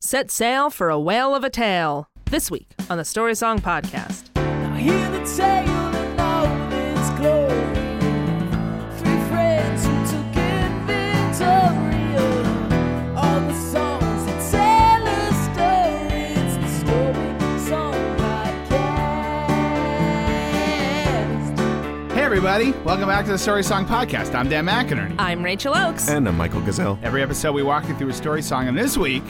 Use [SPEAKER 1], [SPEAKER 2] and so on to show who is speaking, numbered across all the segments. [SPEAKER 1] Set sail for a whale of a tale. This week on the Story Song Podcast.
[SPEAKER 2] Now hear the tale in all its glory. Three friends who took inventory of all the songs that tell a story. It's the Story Song Podcast.
[SPEAKER 3] Hey, everybody. Welcome back to the Story Song Podcast. I'm Dan McInerney.
[SPEAKER 1] I'm Rachel Oakes.
[SPEAKER 4] And I'm Michael Gazelle.
[SPEAKER 3] Every episode, we walk you through a story song, and this week,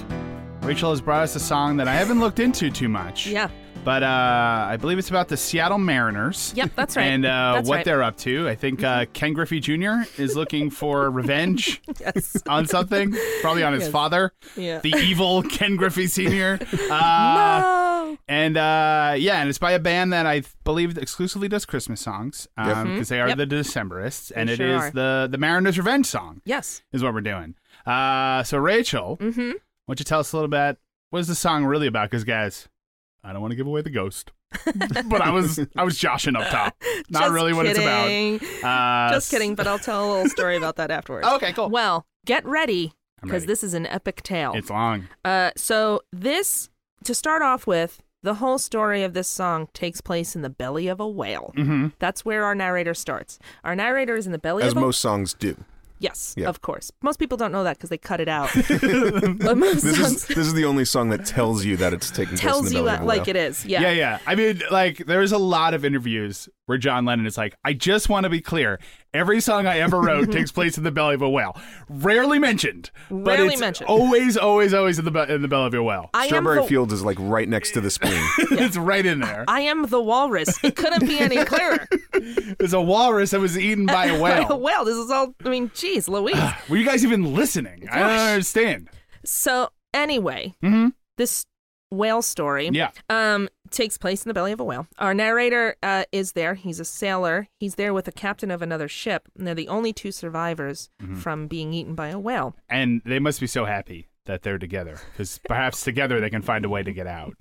[SPEAKER 3] Rachel has brought us a song that I haven't looked into too much.
[SPEAKER 1] Yeah.
[SPEAKER 3] But uh, I believe it's about the Seattle Mariners.
[SPEAKER 1] Yep, that's right.
[SPEAKER 3] And uh,
[SPEAKER 1] That's
[SPEAKER 3] what
[SPEAKER 1] right. Mm-hmm.
[SPEAKER 3] they're up to. I think uh, Ken Griffey Jr. is looking for revenge
[SPEAKER 1] yes.
[SPEAKER 3] on something, probably on his father,
[SPEAKER 1] Yeah.
[SPEAKER 3] the evil Ken Griffey Sr. Uh,
[SPEAKER 1] Oh.
[SPEAKER 3] And uh, yeah, and it's by a band that I believe exclusively does Christmas songs because they are
[SPEAKER 1] Yep.
[SPEAKER 3] the Decemberists, and
[SPEAKER 1] They
[SPEAKER 3] it
[SPEAKER 1] sure
[SPEAKER 3] is
[SPEAKER 1] are.
[SPEAKER 3] the the Mariners' Revenge song
[SPEAKER 1] Yes.
[SPEAKER 3] is what we're doing. Uh, so Rachel,
[SPEAKER 1] Mm-hmm.
[SPEAKER 3] why don't you tell us a little bit? What is the song really about? Because guys, I don't want to give away the ghost, but I was I was joshing up top. Not really what it's about. Uh,
[SPEAKER 5] Just kidding, but I'll tell a little story about that afterwards.
[SPEAKER 3] Okay, cool.
[SPEAKER 1] Well, get ready
[SPEAKER 3] I'm
[SPEAKER 1] because
[SPEAKER 3] ready.
[SPEAKER 1] this is an epic tale.
[SPEAKER 3] it's long.
[SPEAKER 1] Uh, so this, to start off with, the whole story of this song takes place in the belly of a whale.
[SPEAKER 3] hmm
[SPEAKER 1] That's where our narrator starts. Our narrator is in the belly
[SPEAKER 4] As
[SPEAKER 1] of a
[SPEAKER 4] most songs do.
[SPEAKER 1] Yes,
[SPEAKER 4] Yeah.
[SPEAKER 1] of course. Most people don't know that because they cut it out. but most
[SPEAKER 4] This
[SPEAKER 1] songs
[SPEAKER 4] is this is the only song that tells you that it's taking place
[SPEAKER 1] tells
[SPEAKER 4] in the
[SPEAKER 1] you
[SPEAKER 4] belly of
[SPEAKER 1] that,
[SPEAKER 4] a
[SPEAKER 1] like it
[SPEAKER 4] whale.
[SPEAKER 1] is.
[SPEAKER 3] Yeah. yeah, I mean, like, there's a lot of interviews where John Lennon is like, I just want to be clear. Every song I ever wrote takes place in the belly of a whale. Rarely mentioned. but
[SPEAKER 1] Rarely
[SPEAKER 3] it's
[SPEAKER 1] mentioned. Ah,
[SPEAKER 3] Always, always, always in the, be- in the belly of a whale.
[SPEAKER 1] I am
[SPEAKER 4] Strawberry
[SPEAKER 1] the,
[SPEAKER 4] Fields is like right next to the spleen.
[SPEAKER 3] it's right in there.
[SPEAKER 1] I am the walrus. It couldn't be any clearer.
[SPEAKER 3] There's a walrus that was eaten by a
[SPEAKER 1] Like,
[SPEAKER 3] whale.
[SPEAKER 1] well, this is all. I mean, geez, Louise.
[SPEAKER 4] Ah.
[SPEAKER 3] Were you guys even listening? I don't
[SPEAKER 1] Gosh.
[SPEAKER 3] understand.
[SPEAKER 1] so anyway,
[SPEAKER 3] Mhm.
[SPEAKER 1] this whale story.
[SPEAKER 3] Yeah.
[SPEAKER 1] um, takes place in the belly of a whale. Our narrator uh, is there. He's a sailor. He's there with the captain of another ship, and they're the only two survivors
[SPEAKER 3] Mm-hmm.
[SPEAKER 1] from being eaten by a whale.
[SPEAKER 3] And they must be so happy that they're together because perhaps together they can find a way to get out.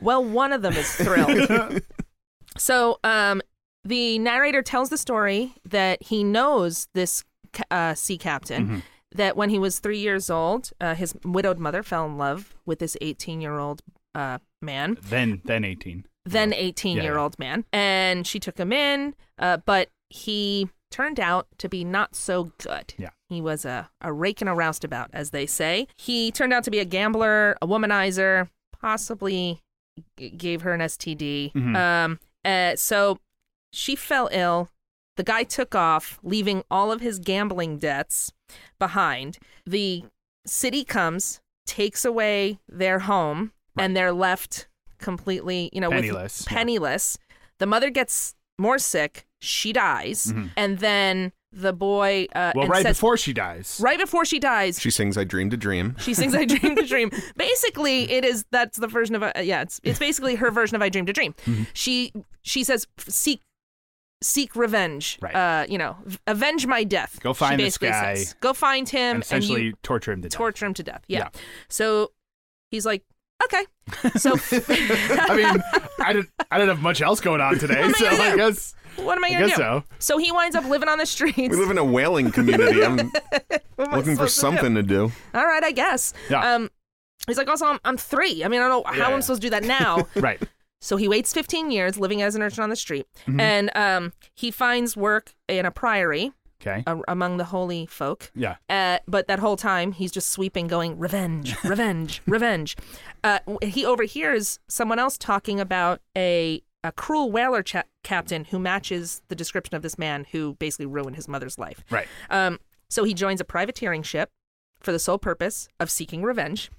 [SPEAKER 1] Well, one of them is thrilled. so, um, the narrator tells the story that he knows this ca- uh, sea captain. That when he was three years old, uh, his widowed mother fell in love with this 18 year old uh, man.
[SPEAKER 3] Then, then 18.
[SPEAKER 1] then 18
[SPEAKER 3] Oh. yeah,
[SPEAKER 1] year
[SPEAKER 3] yeah.
[SPEAKER 1] old man. And she took him in, uh, but he turned out to be not so good.
[SPEAKER 3] Yeah.
[SPEAKER 1] He was a, a rake and a roustabout, as they say. He turned out to be a gambler, a womanizer, possibly g- gave her an STD.
[SPEAKER 3] Mhm.
[SPEAKER 1] Um, uh, so she fell ill. The guy took off, leaving all of his gambling debts behind. The city comes, takes away their home, and they're left completely, you know,
[SPEAKER 3] Penniless,
[SPEAKER 1] With,
[SPEAKER 3] yeah.
[SPEAKER 1] penniless. The mother gets more sick. She dies,
[SPEAKER 3] Mhm.
[SPEAKER 1] and then the boy. Uh,
[SPEAKER 3] Well,
[SPEAKER 1] and
[SPEAKER 3] right
[SPEAKER 1] says-
[SPEAKER 3] before she dies.
[SPEAKER 1] right before she dies,
[SPEAKER 4] She sings I Dreamed a Dream.
[SPEAKER 1] she sings "I Dreamed a Dream." Basically, it is that's the version of uh, yeah. It's it's basically her version of "I Dreamed a Dream."
[SPEAKER 3] Mm-hmm.
[SPEAKER 1] She she says seek seek revenge.
[SPEAKER 3] Right.
[SPEAKER 1] Uh, you know, v- avenge my death.
[SPEAKER 3] Go
[SPEAKER 1] she
[SPEAKER 3] find this
[SPEAKER 1] basically
[SPEAKER 3] guy
[SPEAKER 1] says. Go find him.
[SPEAKER 3] and essentially
[SPEAKER 1] and you
[SPEAKER 3] torture him to death.
[SPEAKER 1] torture him to death. Yeah.
[SPEAKER 3] Yeah.
[SPEAKER 1] So he's like, okay. So
[SPEAKER 3] I mean, I didn't, I didn't have much else going on today,
[SPEAKER 1] am I
[SPEAKER 3] so
[SPEAKER 1] gonna
[SPEAKER 3] I
[SPEAKER 1] do?
[SPEAKER 3] guess,
[SPEAKER 1] what am I
[SPEAKER 3] I
[SPEAKER 1] gonna
[SPEAKER 3] guess
[SPEAKER 1] do?
[SPEAKER 3] so.
[SPEAKER 1] So he winds up living on the streets. Oh
[SPEAKER 4] We live in a whaling community. I'm
[SPEAKER 1] What am I
[SPEAKER 4] looking for
[SPEAKER 1] supposed to do?
[SPEAKER 4] something to do.
[SPEAKER 1] All right, I guess.
[SPEAKER 3] Yeah.
[SPEAKER 1] Um, he's like, also, I'm, I'm three. I mean, I don't know how
[SPEAKER 3] Yeah.
[SPEAKER 1] I'm supposed to do that now.
[SPEAKER 3] Right.
[SPEAKER 1] So he waits 15 years living as an urchin on the street, and um, he finds work in a priory
[SPEAKER 3] Okay.
[SPEAKER 1] a- among the holy folk.
[SPEAKER 3] Yeah.
[SPEAKER 1] Uh, but that whole time, he's just sweeping, going revenge, revenge, revenge. Uh, w- he overhears someone else talking about a a cruel whaler cha- captain who matches the description of this man who basically ruined his mother's life.
[SPEAKER 3] Right.
[SPEAKER 1] Um, so he joins a privateering ship for the sole purpose of seeking revenge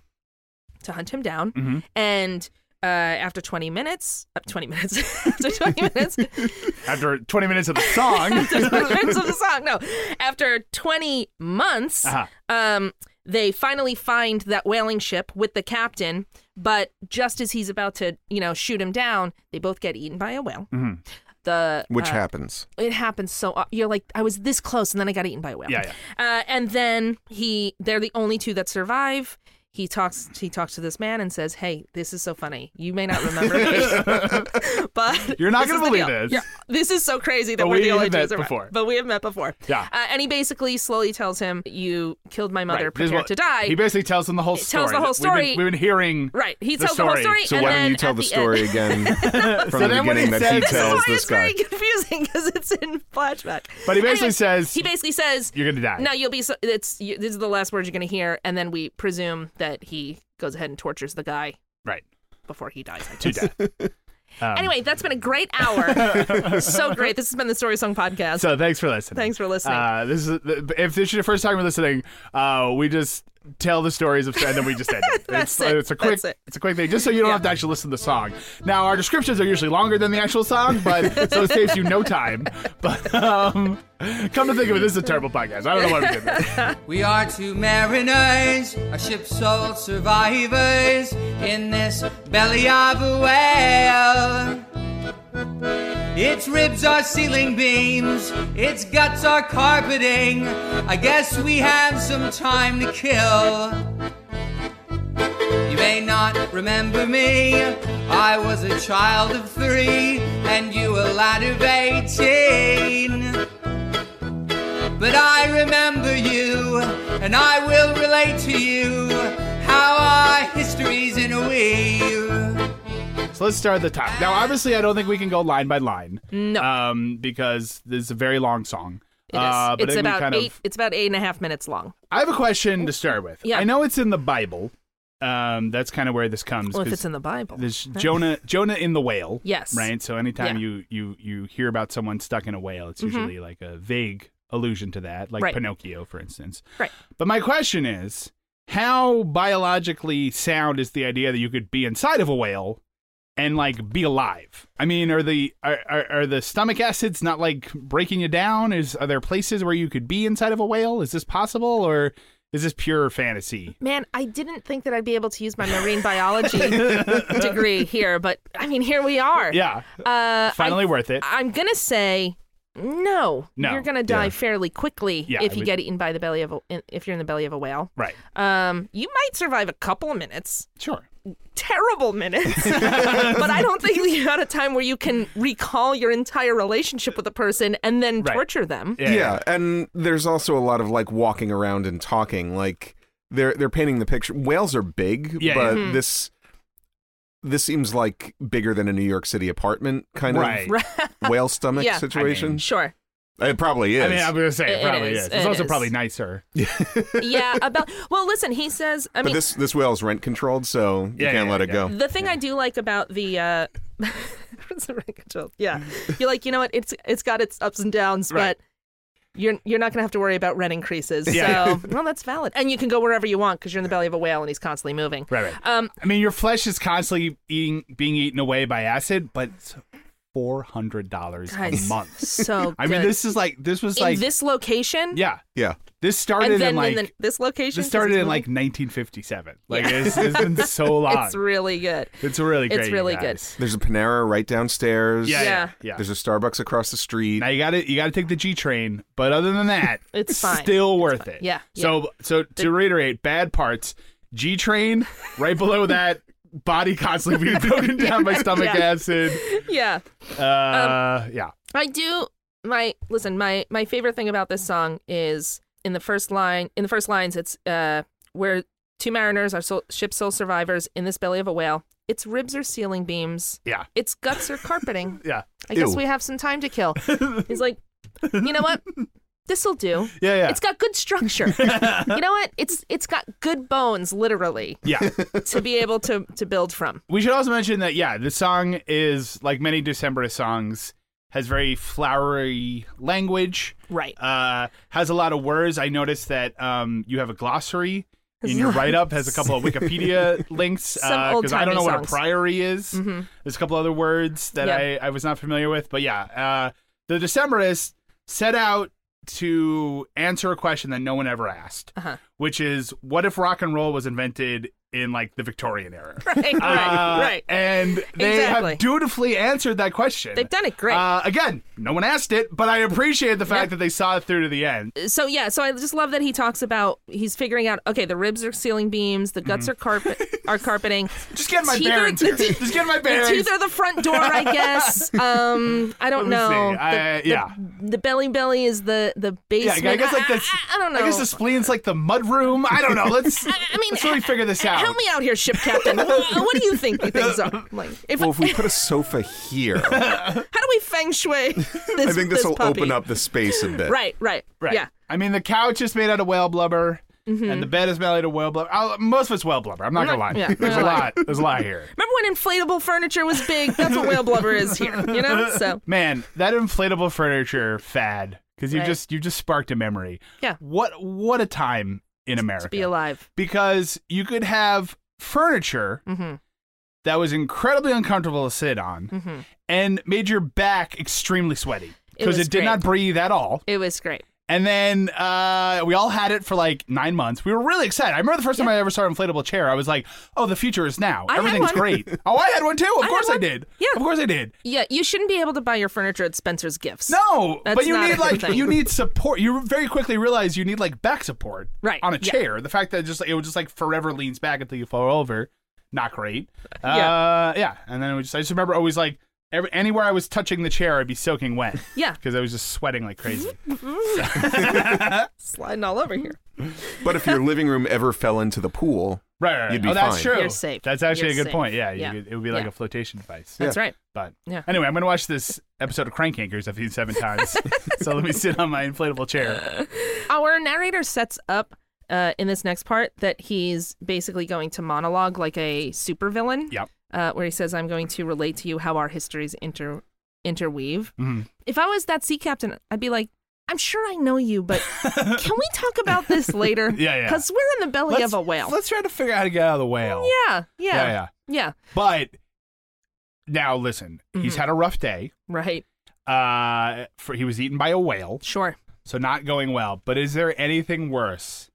[SPEAKER 1] to hunt him down. And uh, after 20 minutes, uh, 20 minutes, after 20 minutes,
[SPEAKER 3] After 20 minutes of the song,
[SPEAKER 1] after 20 minutes of the song, no, after 20 months,
[SPEAKER 3] Uh-huh.
[SPEAKER 1] um, they finally find that whaling ship with the captain. But just as he's about to, you know, shoot him down, they both get eaten by a whale.
[SPEAKER 3] Mhm.
[SPEAKER 1] The
[SPEAKER 4] Which
[SPEAKER 1] uh,
[SPEAKER 4] happens.
[SPEAKER 1] it happens so uh, you're like I was this close and then I got eaten by a whale.
[SPEAKER 3] Yeah,
[SPEAKER 1] Uh, and then he they're the only two that survive. he talks he talks to this man and says, "Hey, this is so funny. You may not remember me, but
[SPEAKER 3] You're not
[SPEAKER 1] this is
[SPEAKER 3] gonna
[SPEAKER 1] the
[SPEAKER 3] believe
[SPEAKER 1] deal.
[SPEAKER 3] this.
[SPEAKER 1] You're- this is so crazy that
[SPEAKER 3] But
[SPEAKER 1] we're
[SPEAKER 3] we
[SPEAKER 1] the only
[SPEAKER 3] have met
[SPEAKER 1] Jews around.
[SPEAKER 3] before.
[SPEAKER 1] But we have met before.
[SPEAKER 3] Yeah.
[SPEAKER 1] Uh, and he basically slowly tells him, "You killed my
[SPEAKER 3] Right,
[SPEAKER 1] mother.
[SPEAKER 3] because,
[SPEAKER 1] Prepare
[SPEAKER 3] well,
[SPEAKER 1] to die."
[SPEAKER 3] He basically tells them the whole story.
[SPEAKER 1] tells the whole
[SPEAKER 3] that we've been-
[SPEAKER 1] story.
[SPEAKER 3] We've been, hearing.
[SPEAKER 1] right. He
[SPEAKER 3] the
[SPEAKER 1] tells the whole story.
[SPEAKER 3] story.
[SPEAKER 4] So
[SPEAKER 1] and
[SPEAKER 4] why
[SPEAKER 1] then
[SPEAKER 4] don't you tell
[SPEAKER 1] at
[SPEAKER 4] the,
[SPEAKER 1] end-
[SPEAKER 4] story again from
[SPEAKER 3] So
[SPEAKER 4] the
[SPEAKER 3] then when he
[SPEAKER 4] beginning that
[SPEAKER 3] says-
[SPEAKER 4] he
[SPEAKER 1] That's
[SPEAKER 4] tells
[SPEAKER 1] why
[SPEAKER 4] this
[SPEAKER 1] it's
[SPEAKER 4] guy?
[SPEAKER 1] very confusing because it's in flashback.
[SPEAKER 3] But he basically
[SPEAKER 1] Anyways,
[SPEAKER 3] says-
[SPEAKER 1] he basically says
[SPEAKER 3] You're gonna die.
[SPEAKER 1] No, you'll be. So, it's you, this is the last word you're gonna hear, and then we presume that he goes ahead and tortures the guy
[SPEAKER 3] Right.
[SPEAKER 1] before he dies. I
[SPEAKER 3] To
[SPEAKER 1] guess.
[SPEAKER 3] death. Um,
[SPEAKER 1] Anyway, that's been a great hour. so great. This has been the Story Song Podcast.
[SPEAKER 3] So thanks for listening.
[SPEAKER 1] Thanks for listening.
[SPEAKER 3] Uh, this is if this is your first time you're listening, uh, we just tell the stories of and then we just end it.
[SPEAKER 1] That's
[SPEAKER 3] it's, uh,
[SPEAKER 1] it.
[SPEAKER 3] It's a quick.
[SPEAKER 1] That's it.
[SPEAKER 3] It's a quick thing, just so you don't have to actually listen to the song. Now our descriptions are usually longer than the actual song, but so it saves you no time. But um, come to think of it, this is a terrible podcast. I don't know why we did this.
[SPEAKER 6] We are two mariners, a ship's sole survivors in this belly of a whale. Its ribs are ceiling beams, its guts are carpeting. I guess we have some time to kill. You may not remember me, I was a child of three, and you a lad of eighteen. But I remember you, and I will relate to you how our history's in a weave.
[SPEAKER 3] So let's start at the top. Now, obviously, I don't think we can go line by line. No. Um, because this is a very long song.
[SPEAKER 1] It is.
[SPEAKER 3] Uh, but
[SPEAKER 1] it's
[SPEAKER 3] it would be
[SPEAKER 1] about
[SPEAKER 3] kind
[SPEAKER 1] eight.
[SPEAKER 3] Of,
[SPEAKER 1] It's about eight and a half minutes long.
[SPEAKER 3] I have a question to start with.
[SPEAKER 1] Yeah.
[SPEAKER 3] I know it's in the Bible. Um, that's kind of where this comes.
[SPEAKER 1] Well, Oh, if
[SPEAKER 3] 'cause
[SPEAKER 1] it's in the Bible,
[SPEAKER 3] There's Jonah, Jonah in the whale.
[SPEAKER 1] Yes.
[SPEAKER 3] Right. So anytime
[SPEAKER 1] Yeah. Mm-hmm.
[SPEAKER 3] you you you hear about someone stuck in a whale, it's usually like a vague allusion to that, like
[SPEAKER 1] Right.
[SPEAKER 3] Pinocchio, for instance.
[SPEAKER 1] Right.
[SPEAKER 3] But my question is, how biologically sound is the idea that you could be inside of a whale and like be alive? I mean, are the are, are, are the stomach acids not like breaking you down? Is are there places where you could be inside of a whale? Is this possible or is this pure fantasy?
[SPEAKER 1] man, I didn't think that I'd be able to use my marine biology degree here, but I mean, here we are.
[SPEAKER 3] Yeah,
[SPEAKER 1] Uh,
[SPEAKER 3] finally
[SPEAKER 1] I,
[SPEAKER 3] worth it.
[SPEAKER 1] I'm gonna say no.
[SPEAKER 3] No.
[SPEAKER 1] You're gonna die
[SPEAKER 4] Yeah.
[SPEAKER 1] fairly quickly
[SPEAKER 3] Yeah,
[SPEAKER 1] if
[SPEAKER 3] I
[SPEAKER 1] you
[SPEAKER 3] would-
[SPEAKER 1] get eaten by the belly of a if you're in the belly of a whale.
[SPEAKER 3] right.
[SPEAKER 1] Um, you might survive a couple of minutes,
[SPEAKER 3] Sure.
[SPEAKER 1] terrible minutes, but I don't think you had a time where you can recall your entire relationship with a person and then
[SPEAKER 3] Right.
[SPEAKER 1] torture them.
[SPEAKER 4] Yeah, and there's also a lot of like walking around and talking. Like they're they're painting the picture. Whales are big,
[SPEAKER 3] Yeah,
[SPEAKER 4] but
[SPEAKER 1] Mm-hmm.
[SPEAKER 4] this this seems like bigger than a New York City apartment kind
[SPEAKER 3] Right.
[SPEAKER 4] of whale stomach
[SPEAKER 1] Yeah.
[SPEAKER 4] situation.
[SPEAKER 1] Sure.
[SPEAKER 4] it probably is.
[SPEAKER 3] I mean, I'm gonna say it,
[SPEAKER 1] It
[SPEAKER 3] probably
[SPEAKER 1] is,
[SPEAKER 3] is. It's
[SPEAKER 1] it
[SPEAKER 3] also
[SPEAKER 1] is.
[SPEAKER 3] probably nicer.
[SPEAKER 1] Yeah. About well, listen. He says. I
[SPEAKER 4] but
[SPEAKER 1] mean,
[SPEAKER 4] this this whale's rent controlled, so you
[SPEAKER 3] Yeah,
[SPEAKER 4] can't
[SPEAKER 3] yeah,
[SPEAKER 4] let it
[SPEAKER 3] Oh, yeah.
[SPEAKER 4] go.
[SPEAKER 1] the thing I do like about the. Uh, it's a rank of jokes. yeah, you're like you know what? It's it's got its ups and downs,
[SPEAKER 3] Right.
[SPEAKER 1] but. You're, you're not going to have to worry about rent increases.
[SPEAKER 3] Yeah.
[SPEAKER 1] So, well, that's valid. And you can go wherever you want because you're in the belly of a whale and he's constantly moving.
[SPEAKER 3] Right, right.
[SPEAKER 1] Um,
[SPEAKER 3] I mean, your flesh is constantly eating, being eaten away by acid, but it's four hundred dollars a
[SPEAKER 1] Guys.
[SPEAKER 3] month.
[SPEAKER 1] so
[SPEAKER 3] I mean,
[SPEAKER 1] good.
[SPEAKER 3] this is like this was
[SPEAKER 1] in
[SPEAKER 3] like
[SPEAKER 1] this location.
[SPEAKER 3] yeah,
[SPEAKER 4] Yeah.
[SPEAKER 3] this started
[SPEAKER 1] and then
[SPEAKER 3] in like
[SPEAKER 1] in the, this location.
[SPEAKER 3] this
[SPEAKER 1] 'cause
[SPEAKER 3] started
[SPEAKER 1] it's
[SPEAKER 3] in
[SPEAKER 1] moving.
[SPEAKER 3] like 1957. Like
[SPEAKER 1] Yeah.
[SPEAKER 3] it's, it's been so long.
[SPEAKER 1] It's really good.
[SPEAKER 3] It's really great.
[SPEAKER 1] it's
[SPEAKER 3] you
[SPEAKER 1] really good.
[SPEAKER 3] guys.
[SPEAKER 4] There's a Panera right downstairs.
[SPEAKER 3] Yeah, yeah,
[SPEAKER 1] Yeah.
[SPEAKER 3] yeah.
[SPEAKER 4] There's a Starbucks across the street.
[SPEAKER 3] Now you got to you got to take the G train, but other than that,
[SPEAKER 1] It's fine.
[SPEAKER 3] Still worth it.
[SPEAKER 1] Yeah,
[SPEAKER 3] So so to reiterate, bad parts. G train right below that. Body constantly being broken down by stomach
[SPEAKER 1] Yeah. Um,
[SPEAKER 3] acid.
[SPEAKER 1] Yeah,
[SPEAKER 3] Uh, yeah.
[SPEAKER 1] I do. My listen. My my favorite thing about this song is in the first line. In the first lines, it's uh where two mariners are soul, ship's sole survivors in this belly of a whale. Its ribs are ceiling beams.
[SPEAKER 3] Yeah.
[SPEAKER 1] Its guts are carpeting.
[SPEAKER 3] Yeah.
[SPEAKER 1] I guess
[SPEAKER 4] Ew.
[SPEAKER 1] we have some time to kill. He's like, you know what? This'll do.
[SPEAKER 3] Yeah, yeah.
[SPEAKER 1] It's got good structure. you know what? It's it's got good bones, literally,
[SPEAKER 3] yeah.
[SPEAKER 1] to be able to to build from.
[SPEAKER 3] we should also mention that yeah, the song is like many Decemberist songs has very flowery language.
[SPEAKER 1] Right.
[SPEAKER 3] Uh has a lot of words. I noticed that um you have a glossary in your write up has a couple of Wikipedia links
[SPEAKER 1] Some
[SPEAKER 3] uh, I don't
[SPEAKER 1] old-timey
[SPEAKER 3] know what a
[SPEAKER 1] songs. Mm-hmm.
[SPEAKER 3] priory is. There's a couple other words that
[SPEAKER 1] Yeah.
[SPEAKER 3] I I was not familiar with, but yeah, uh the Decemberists set out to answer a question that no one ever asked,
[SPEAKER 1] Uh-huh.
[SPEAKER 3] which is what if rock and roll was invented in like the Victorian era.
[SPEAKER 1] Right, right,
[SPEAKER 3] Uh,
[SPEAKER 1] right.
[SPEAKER 3] And they
[SPEAKER 1] Exactly.
[SPEAKER 3] have dutifully answered that question.
[SPEAKER 1] They've done it great.
[SPEAKER 3] Uh, again, no one asked it, but I appreciate the fact that they saw it through to the end.
[SPEAKER 1] so yeah, so I just love that he talks about he's figuring out okay, the ribs are ceiling beams, the guts are carpet are carpeting.
[SPEAKER 3] Mm-hmm. Just get my
[SPEAKER 1] Teeth are-
[SPEAKER 3] bearings. here.
[SPEAKER 1] the teeth-
[SPEAKER 3] Just get my
[SPEAKER 1] The
[SPEAKER 3] bearings.
[SPEAKER 1] teeth are the front door, I guess. Um, I don't
[SPEAKER 3] Let me see.
[SPEAKER 1] know.
[SPEAKER 3] I-
[SPEAKER 1] the,
[SPEAKER 3] yeah.
[SPEAKER 1] the, the belly belly is the the
[SPEAKER 3] yeah,
[SPEAKER 1] basement.
[SPEAKER 3] I guess like
[SPEAKER 1] I,
[SPEAKER 3] this.
[SPEAKER 1] I, don't know.
[SPEAKER 3] I guess the spleen's like the mud room. I don't know. Let's.
[SPEAKER 1] I mean,
[SPEAKER 3] let's really figure this out.
[SPEAKER 1] Help me out here, ship captain. what, what do you think the things are? I'm Like, if,
[SPEAKER 4] Well, if we put a sofa here,
[SPEAKER 1] how do we feng shui? This,
[SPEAKER 4] I think
[SPEAKER 1] this
[SPEAKER 4] this will
[SPEAKER 1] puppy?
[SPEAKER 4] open up the space a bit.
[SPEAKER 1] Right, right,
[SPEAKER 3] Right.
[SPEAKER 1] Yeah.
[SPEAKER 3] I mean, the couch is made out of whale blubber, and the bed is made out of whale blubber. i most of it's whale blubber. I'm not gonna lie.
[SPEAKER 1] yeah,
[SPEAKER 3] There's
[SPEAKER 1] we're not-
[SPEAKER 3] a lot. There's a lot here.
[SPEAKER 1] Remember when inflatable furniture was big? That's what whale blubber is here. You know. So
[SPEAKER 3] Man, that inflatable furniture fad. Because you
[SPEAKER 1] Right.
[SPEAKER 3] just you just sparked a memory.
[SPEAKER 1] Yeah.
[SPEAKER 3] What what a time in America.
[SPEAKER 1] be alive.
[SPEAKER 3] because you could have furniture
[SPEAKER 1] Mhm.
[SPEAKER 3] that was incredibly uncomfortable to sit on and made your back extremely sweaty
[SPEAKER 1] Mm-hmm. It
[SPEAKER 3] because
[SPEAKER 1] was
[SPEAKER 3] it, did
[SPEAKER 1] great.
[SPEAKER 3] not breathe at all.
[SPEAKER 1] It was great.
[SPEAKER 3] And then uh, we all had it for like nine months. We were really excited. I remember the first time I ever saw an inflatable chair, I was like, "Oh, the future is now.
[SPEAKER 1] I had
[SPEAKER 3] Everything's
[SPEAKER 1] one.
[SPEAKER 3] great." Oh, I had one too. Of
[SPEAKER 1] had
[SPEAKER 3] course I
[SPEAKER 1] one.
[SPEAKER 3] did.
[SPEAKER 1] Yeah.
[SPEAKER 3] of course I did.
[SPEAKER 1] Yeah, you shouldn't be able to buy your furniture at Spencer's Gifts.
[SPEAKER 3] No,
[SPEAKER 1] That's
[SPEAKER 3] but you
[SPEAKER 1] not a
[SPEAKER 3] need
[SPEAKER 1] good
[SPEAKER 3] like
[SPEAKER 1] thing.
[SPEAKER 3] you need support. You very quickly realize you need like back support
[SPEAKER 1] Right,
[SPEAKER 3] on a
[SPEAKER 1] yeah.
[SPEAKER 3] chair. The fact that it just it would just like forever leans back until you fall over, not great. Yeah, uh, yeah. And then it was just, I just remember always like every, anywhere I was touching the chair, I'd be soaking wet
[SPEAKER 1] Yeah.
[SPEAKER 3] because I was just sweating like crazy.
[SPEAKER 5] Sliding all over here.
[SPEAKER 4] But if your living room ever fell into the pool,
[SPEAKER 3] Right, right. right.
[SPEAKER 4] You'd be
[SPEAKER 3] oh, that's
[SPEAKER 4] fine.
[SPEAKER 3] true.
[SPEAKER 1] You're safe.
[SPEAKER 3] That's
[SPEAKER 1] You're
[SPEAKER 3] actually a good
[SPEAKER 1] safe.
[SPEAKER 3] point. Yeah, you
[SPEAKER 1] Yeah.
[SPEAKER 3] could- it would be like
[SPEAKER 1] Yeah.
[SPEAKER 3] a flotation device.
[SPEAKER 1] That's right.
[SPEAKER 3] But
[SPEAKER 1] Yeah.
[SPEAKER 3] anyway, I'm gonna watch this episode of Crank Anchors I've seen seven times. so let me sit on my inflatable chair.
[SPEAKER 1] Our narrator sets up uh, in this next part that he's basically going to monologue like a supervillain.
[SPEAKER 3] Yep.
[SPEAKER 1] Uh, where he says, "I'm going to relate to you how our histories inter interweave."
[SPEAKER 3] Mhm.
[SPEAKER 1] If I was that sea captain, I'd be like. I'm sure I know you, but can we talk about this later?
[SPEAKER 3] Yeah, yeah.
[SPEAKER 1] Because we're in the belly of a whale.
[SPEAKER 3] Let's try to figure out how to get out of the whale.
[SPEAKER 1] yeah,
[SPEAKER 3] yeah.
[SPEAKER 1] yeah,
[SPEAKER 3] yeah.
[SPEAKER 1] yeah.
[SPEAKER 3] But now listen,
[SPEAKER 1] Mm-hmm.
[SPEAKER 3] he's had a rough day.
[SPEAKER 1] Right.
[SPEAKER 3] Uh, for he was eaten by a whale,
[SPEAKER 1] Sure.
[SPEAKER 3] so not going well. But is there anything worse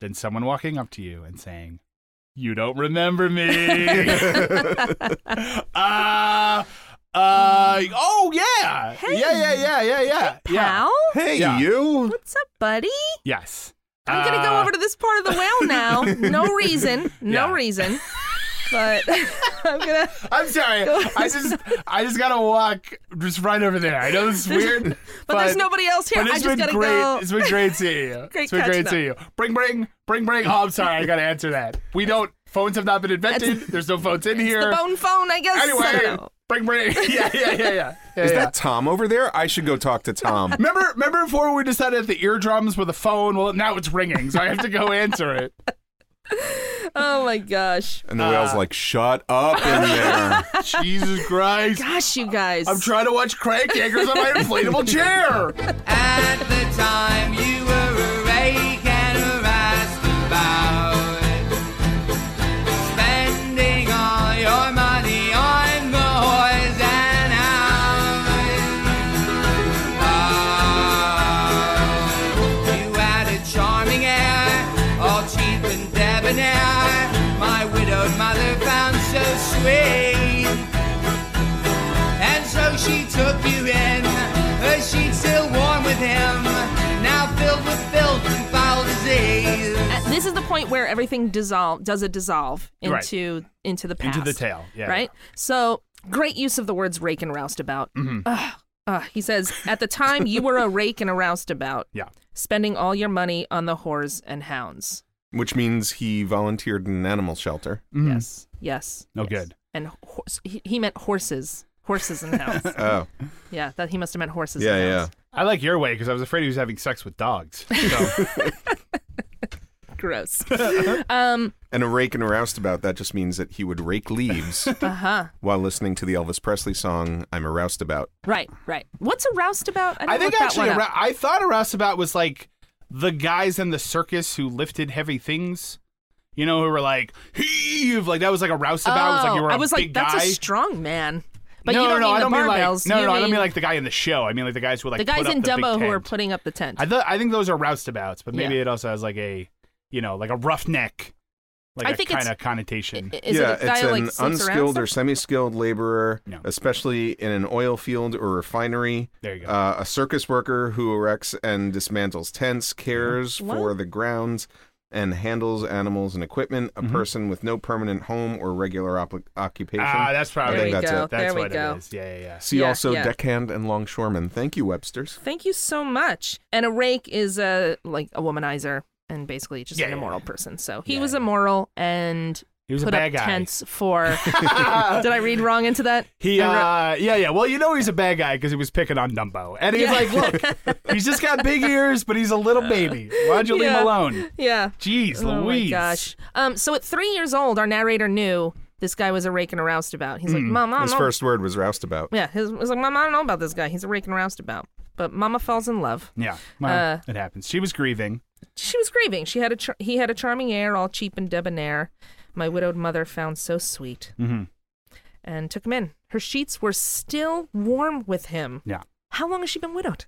[SPEAKER 3] than someone walking up to you and saying, "You don't remember me"? uh, uh, oh yeah, yeah, yeah, yeah, yeah, yeah, yeah.
[SPEAKER 1] Pal,
[SPEAKER 4] hey,
[SPEAKER 3] Yeah.
[SPEAKER 4] you.
[SPEAKER 1] what's up, buddy?
[SPEAKER 3] Yes,
[SPEAKER 1] I'm gonna go
[SPEAKER 3] Uh,
[SPEAKER 1] over to this part of the whale now. No reason. No
[SPEAKER 3] Yeah.
[SPEAKER 1] reason. But I'm gonna.
[SPEAKER 3] I'm sorry. I just, I just gotta walk just right over there. I know this is weird, but,
[SPEAKER 1] But, there's nobody else here.
[SPEAKER 3] But
[SPEAKER 1] I
[SPEAKER 3] it's
[SPEAKER 1] just
[SPEAKER 3] been
[SPEAKER 1] gotta
[SPEAKER 3] great.
[SPEAKER 1] go.
[SPEAKER 3] It's been great seeing you.
[SPEAKER 1] Great
[SPEAKER 3] it's been
[SPEAKER 1] catching
[SPEAKER 3] great seeing you. Bring, bring, bring, bring. Oh, I'm sorry. I got to answer that. We don't. Phones have not been invented. There's no phones in
[SPEAKER 1] The
[SPEAKER 3] here.
[SPEAKER 1] bone phone, I guess. I don't
[SPEAKER 3] anyway,
[SPEAKER 1] know.
[SPEAKER 3] bring, bring. Yeah, yeah, yeah, yeah. yeah,
[SPEAKER 4] Is
[SPEAKER 3] yeah.
[SPEAKER 4] that Tom over there? I should go talk to Tom.
[SPEAKER 3] Remember, remember before we decided the eardrums were the phone. Well, now it's ringing, so I have to go answer it.
[SPEAKER 1] Oh my gosh.
[SPEAKER 4] And the whale's like, shut up in there.
[SPEAKER 3] Jesus Christ!
[SPEAKER 1] Gosh, you guys.
[SPEAKER 3] I'm trying to watch crank anchors on my inflatable chair.
[SPEAKER 6] At the time you were a rake and a rastabout, spending all your money on the whores and hounds. Oh, you had a charming air, all cheap and debonair. My widowed mother found so sweet. And so she took you in, her sheets still warm with him, now filled with filth and foul disease.
[SPEAKER 1] Uh, this is the point where everything dissolve does a dissolve
[SPEAKER 3] Right.
[SPEAKER 1] into into the past
[SPEAKER 3] Into the tail, yeah.
[SPEAKER 1] right so great use of the words rake and roustabout
[SPEAKER 3] Mm-hmm.
[SPEAKER 1] Ugh, ugh. he says at the time you were a rake and a roustabout
[SPEAKER 3] Yeah.
[SPEAKER 1] spending all your money on the whores and hounds
[SPEAKER 4] Which means he volunteered in an animal shelter.
[SPEAKER 1] yes yes
[SPEAKER 3] Mm. No
[SPEAKER 1] yes.
[SPEAKER 3] good.
[SPEAKER 1] and horse, he, he meant horses horses and hounds
[SPEAKER 4] Oh,
[SPEAKER 1] yeah that he must have meant horses
[SPEAKER 4] yeah,
[SPEAKER 1] and
[SPEAKER 4] yeah.
[SPEAKER 1] hounds.
[SPEAKER 3] I like your way because I was afraid he was having sex with dogs. So,
[SPEAKER 1] gross
[SPEAKER 4] And a rake and a roustabout, that just means that he would rake leaves
[SPEAKER 1] Uh. Uh-huh.
[SPEAKER 4] while listening to the Elvis Presley song, I'm a roustabout.
[SPEAKER 1] right right what's a roustabout
[SPEAKER 3] I
[SPEAKER 1] didn't
[SPEAKER 3] think
[SPEAKER 1] look that one
[SPEAKER 3] actually, a
[SPEAKER 1] up.
[SPEAKER 3] ra- I thought a roustabout was like the guys in the circus who lifted heavy things. You know, who were like heave, like that was like a roustabout. it was like you
[SPEAKER 1] Oh,
[SPEAKER 3] were
[SPEAKER 1] I
[SPEAKER 3] a
[SPEAKER 1] was
[SPEAKER 3] big
[SPEAKER 1] like, that's
[SPEAKER 3] guy.
[SPEAKER 1] a strong man. But
[SPEAKER 3] no,
[SPEAKER 1] you don't
[SPEAKER 3] no,
[SPEAKER 1] mean
[SPEAKER 3] I
[SPEAKER 1] the
[SPEAKER 3] don't mean like
[SPEAKER 1] barbells.
[SPEAKER 3] no,
[SPEAKER 1] you
[SPEAKER 3] no, I don't mean like the guy in the show. I mean like the guys who like
[SPEAKER 1] the guys
[SPEAKER 3] put
[SPEAKER 1] in
[SPEAKER 3] up the big
[SPEAKER 1] Dumbo who are
[SPEAKER 3] tent.
[SPEAKER 1] putting up the tent.
[SPEAKER 3] I, th- I think those are roustabouts, but maybe
[SPEAKER 1] Yeah.
[SPEAKER 3] it also has like a you know like a roughneck, like
[SPEAKER 1] I
[SPEAKER 3] a
[SPEAKER 1] think it's-
[SPEAKER 3] kind of connotation.
[SPEAKER 1] I- Is
[SPEAKER 4] yeah,
[SPEAKER 1] it a guy
[SPEAKER 4] it's
[SPEAKER 1] who,
[SPEAKER 4] an
[SPEAKER 1] like, slips around
[SPEAKER 4] unskilled or
[SPEAKER 1] sometimes?
[SPEAKER 4] semi-skilled laborer,
[SPEAKER 3] No.
[SPEAKER 4] especially in an oil field or refinery.
[SPEAKER 3] There you go.
[SPEAKER 4] Uh, a circus worker who erects and dismantles tents, cares
[SPEAKER 1] What?
[SPEAKER 4] for the grounds, and handles animals and equipment. A person with no permanent home or regular op- occupation.
[SPEAKER 3] ah, that's
[SPEAKER 4] I
[SPEAKER 3] probably
[SPEAKER 4] think
[SPEAKER 5] we
[SPEAKER 4] that's
[SPEAKER 5] go.
[SPEAKER 4] it.
[SPEAKER 3] that's
[SPEAKER 5] there we
[SPEAKER 3] what
[SPEAKER 5] go.
[SPEAKER 3] it is. Yeah, yeah, yeah.
[SPEAKER 4] See
[SPEAKER 5] Yeah,
[SPEAKER 4] also
[SPEAKER 5] yeah.
[SPEAKER 4] deckhand and longshoreman. Thank you, Webster's.
[SPEAKER 1] Thank you so much. And a rake is a like a womanizer and basically just
[SPEAKER 3] Yeah,
[SPEAKER 1] an
[SPEAKER 3] yeah,
[SPEAKER 1] immoral
[SPEAKER 3] yeah.
[SPEAKER 1] person. So he
[SPEAKER 3] Yeah,
[SPEAKER 1] was
[SPEAKER 3] yeah.
[SPEAKER 1] immoral and
[SPEAKER 3] He was
[SPEAKER 1] put
[SPEAKER 3] a
[SPEAKER 1] up
[SPEAKER 3] bad guy.
[SPEAKER 1] tents for. Did I read wrong into that?
[SPEAKER 3] He,
[SPEAKER 1] I wrote-
[SPEAKER 3] uh, yeah, yeah. Well, you know he's a bad guy because he was picking on Dumbo, and he's like, "Look, he's just got big ears, but he's a little baby. Why'd you leave
[SPEAKER 1] Yeah.
[SPEAKER 3] him alone?"
[SPEAKER 1] yeah.
[SPEAKER 3] Jeez,
[SPEAKER 1] Oh my
[SPEAKER 3] Louise.
[SPEAKER 1] gosh. Um. So at three years old, our narrator knew this guy was a rake and a roustabout. He's like,
[SPEAKER 3] Hmm.
[SPEAKER 1] Mom, I don't
[SPEAKER 4] His
[SPEAKER 1] know.
[SPEAKER 4] first word was roustabout.
[SPEAKER 1] Yeah. His was like, Mom, I don't know about this guy. He's a rake and a roustabout. But Mama falls in love.
[SPEAKER 3] Yeah, well,
[SPEAKER 1] Uh,
[SPEAKER 3] it happens. She was grieving.
[SPEAKER 1] She was grieving. She had a char- he had a charming air, all cheap and debonair. My widowed mother found so sweet.
[SPEAKER 3] Mm-hmm.
[SPEAKER 1] and took him in. Her sheets were still warm with him.
[SPEAKER 3] Yeah.
[SPEAKER 1] How long has she been widowed?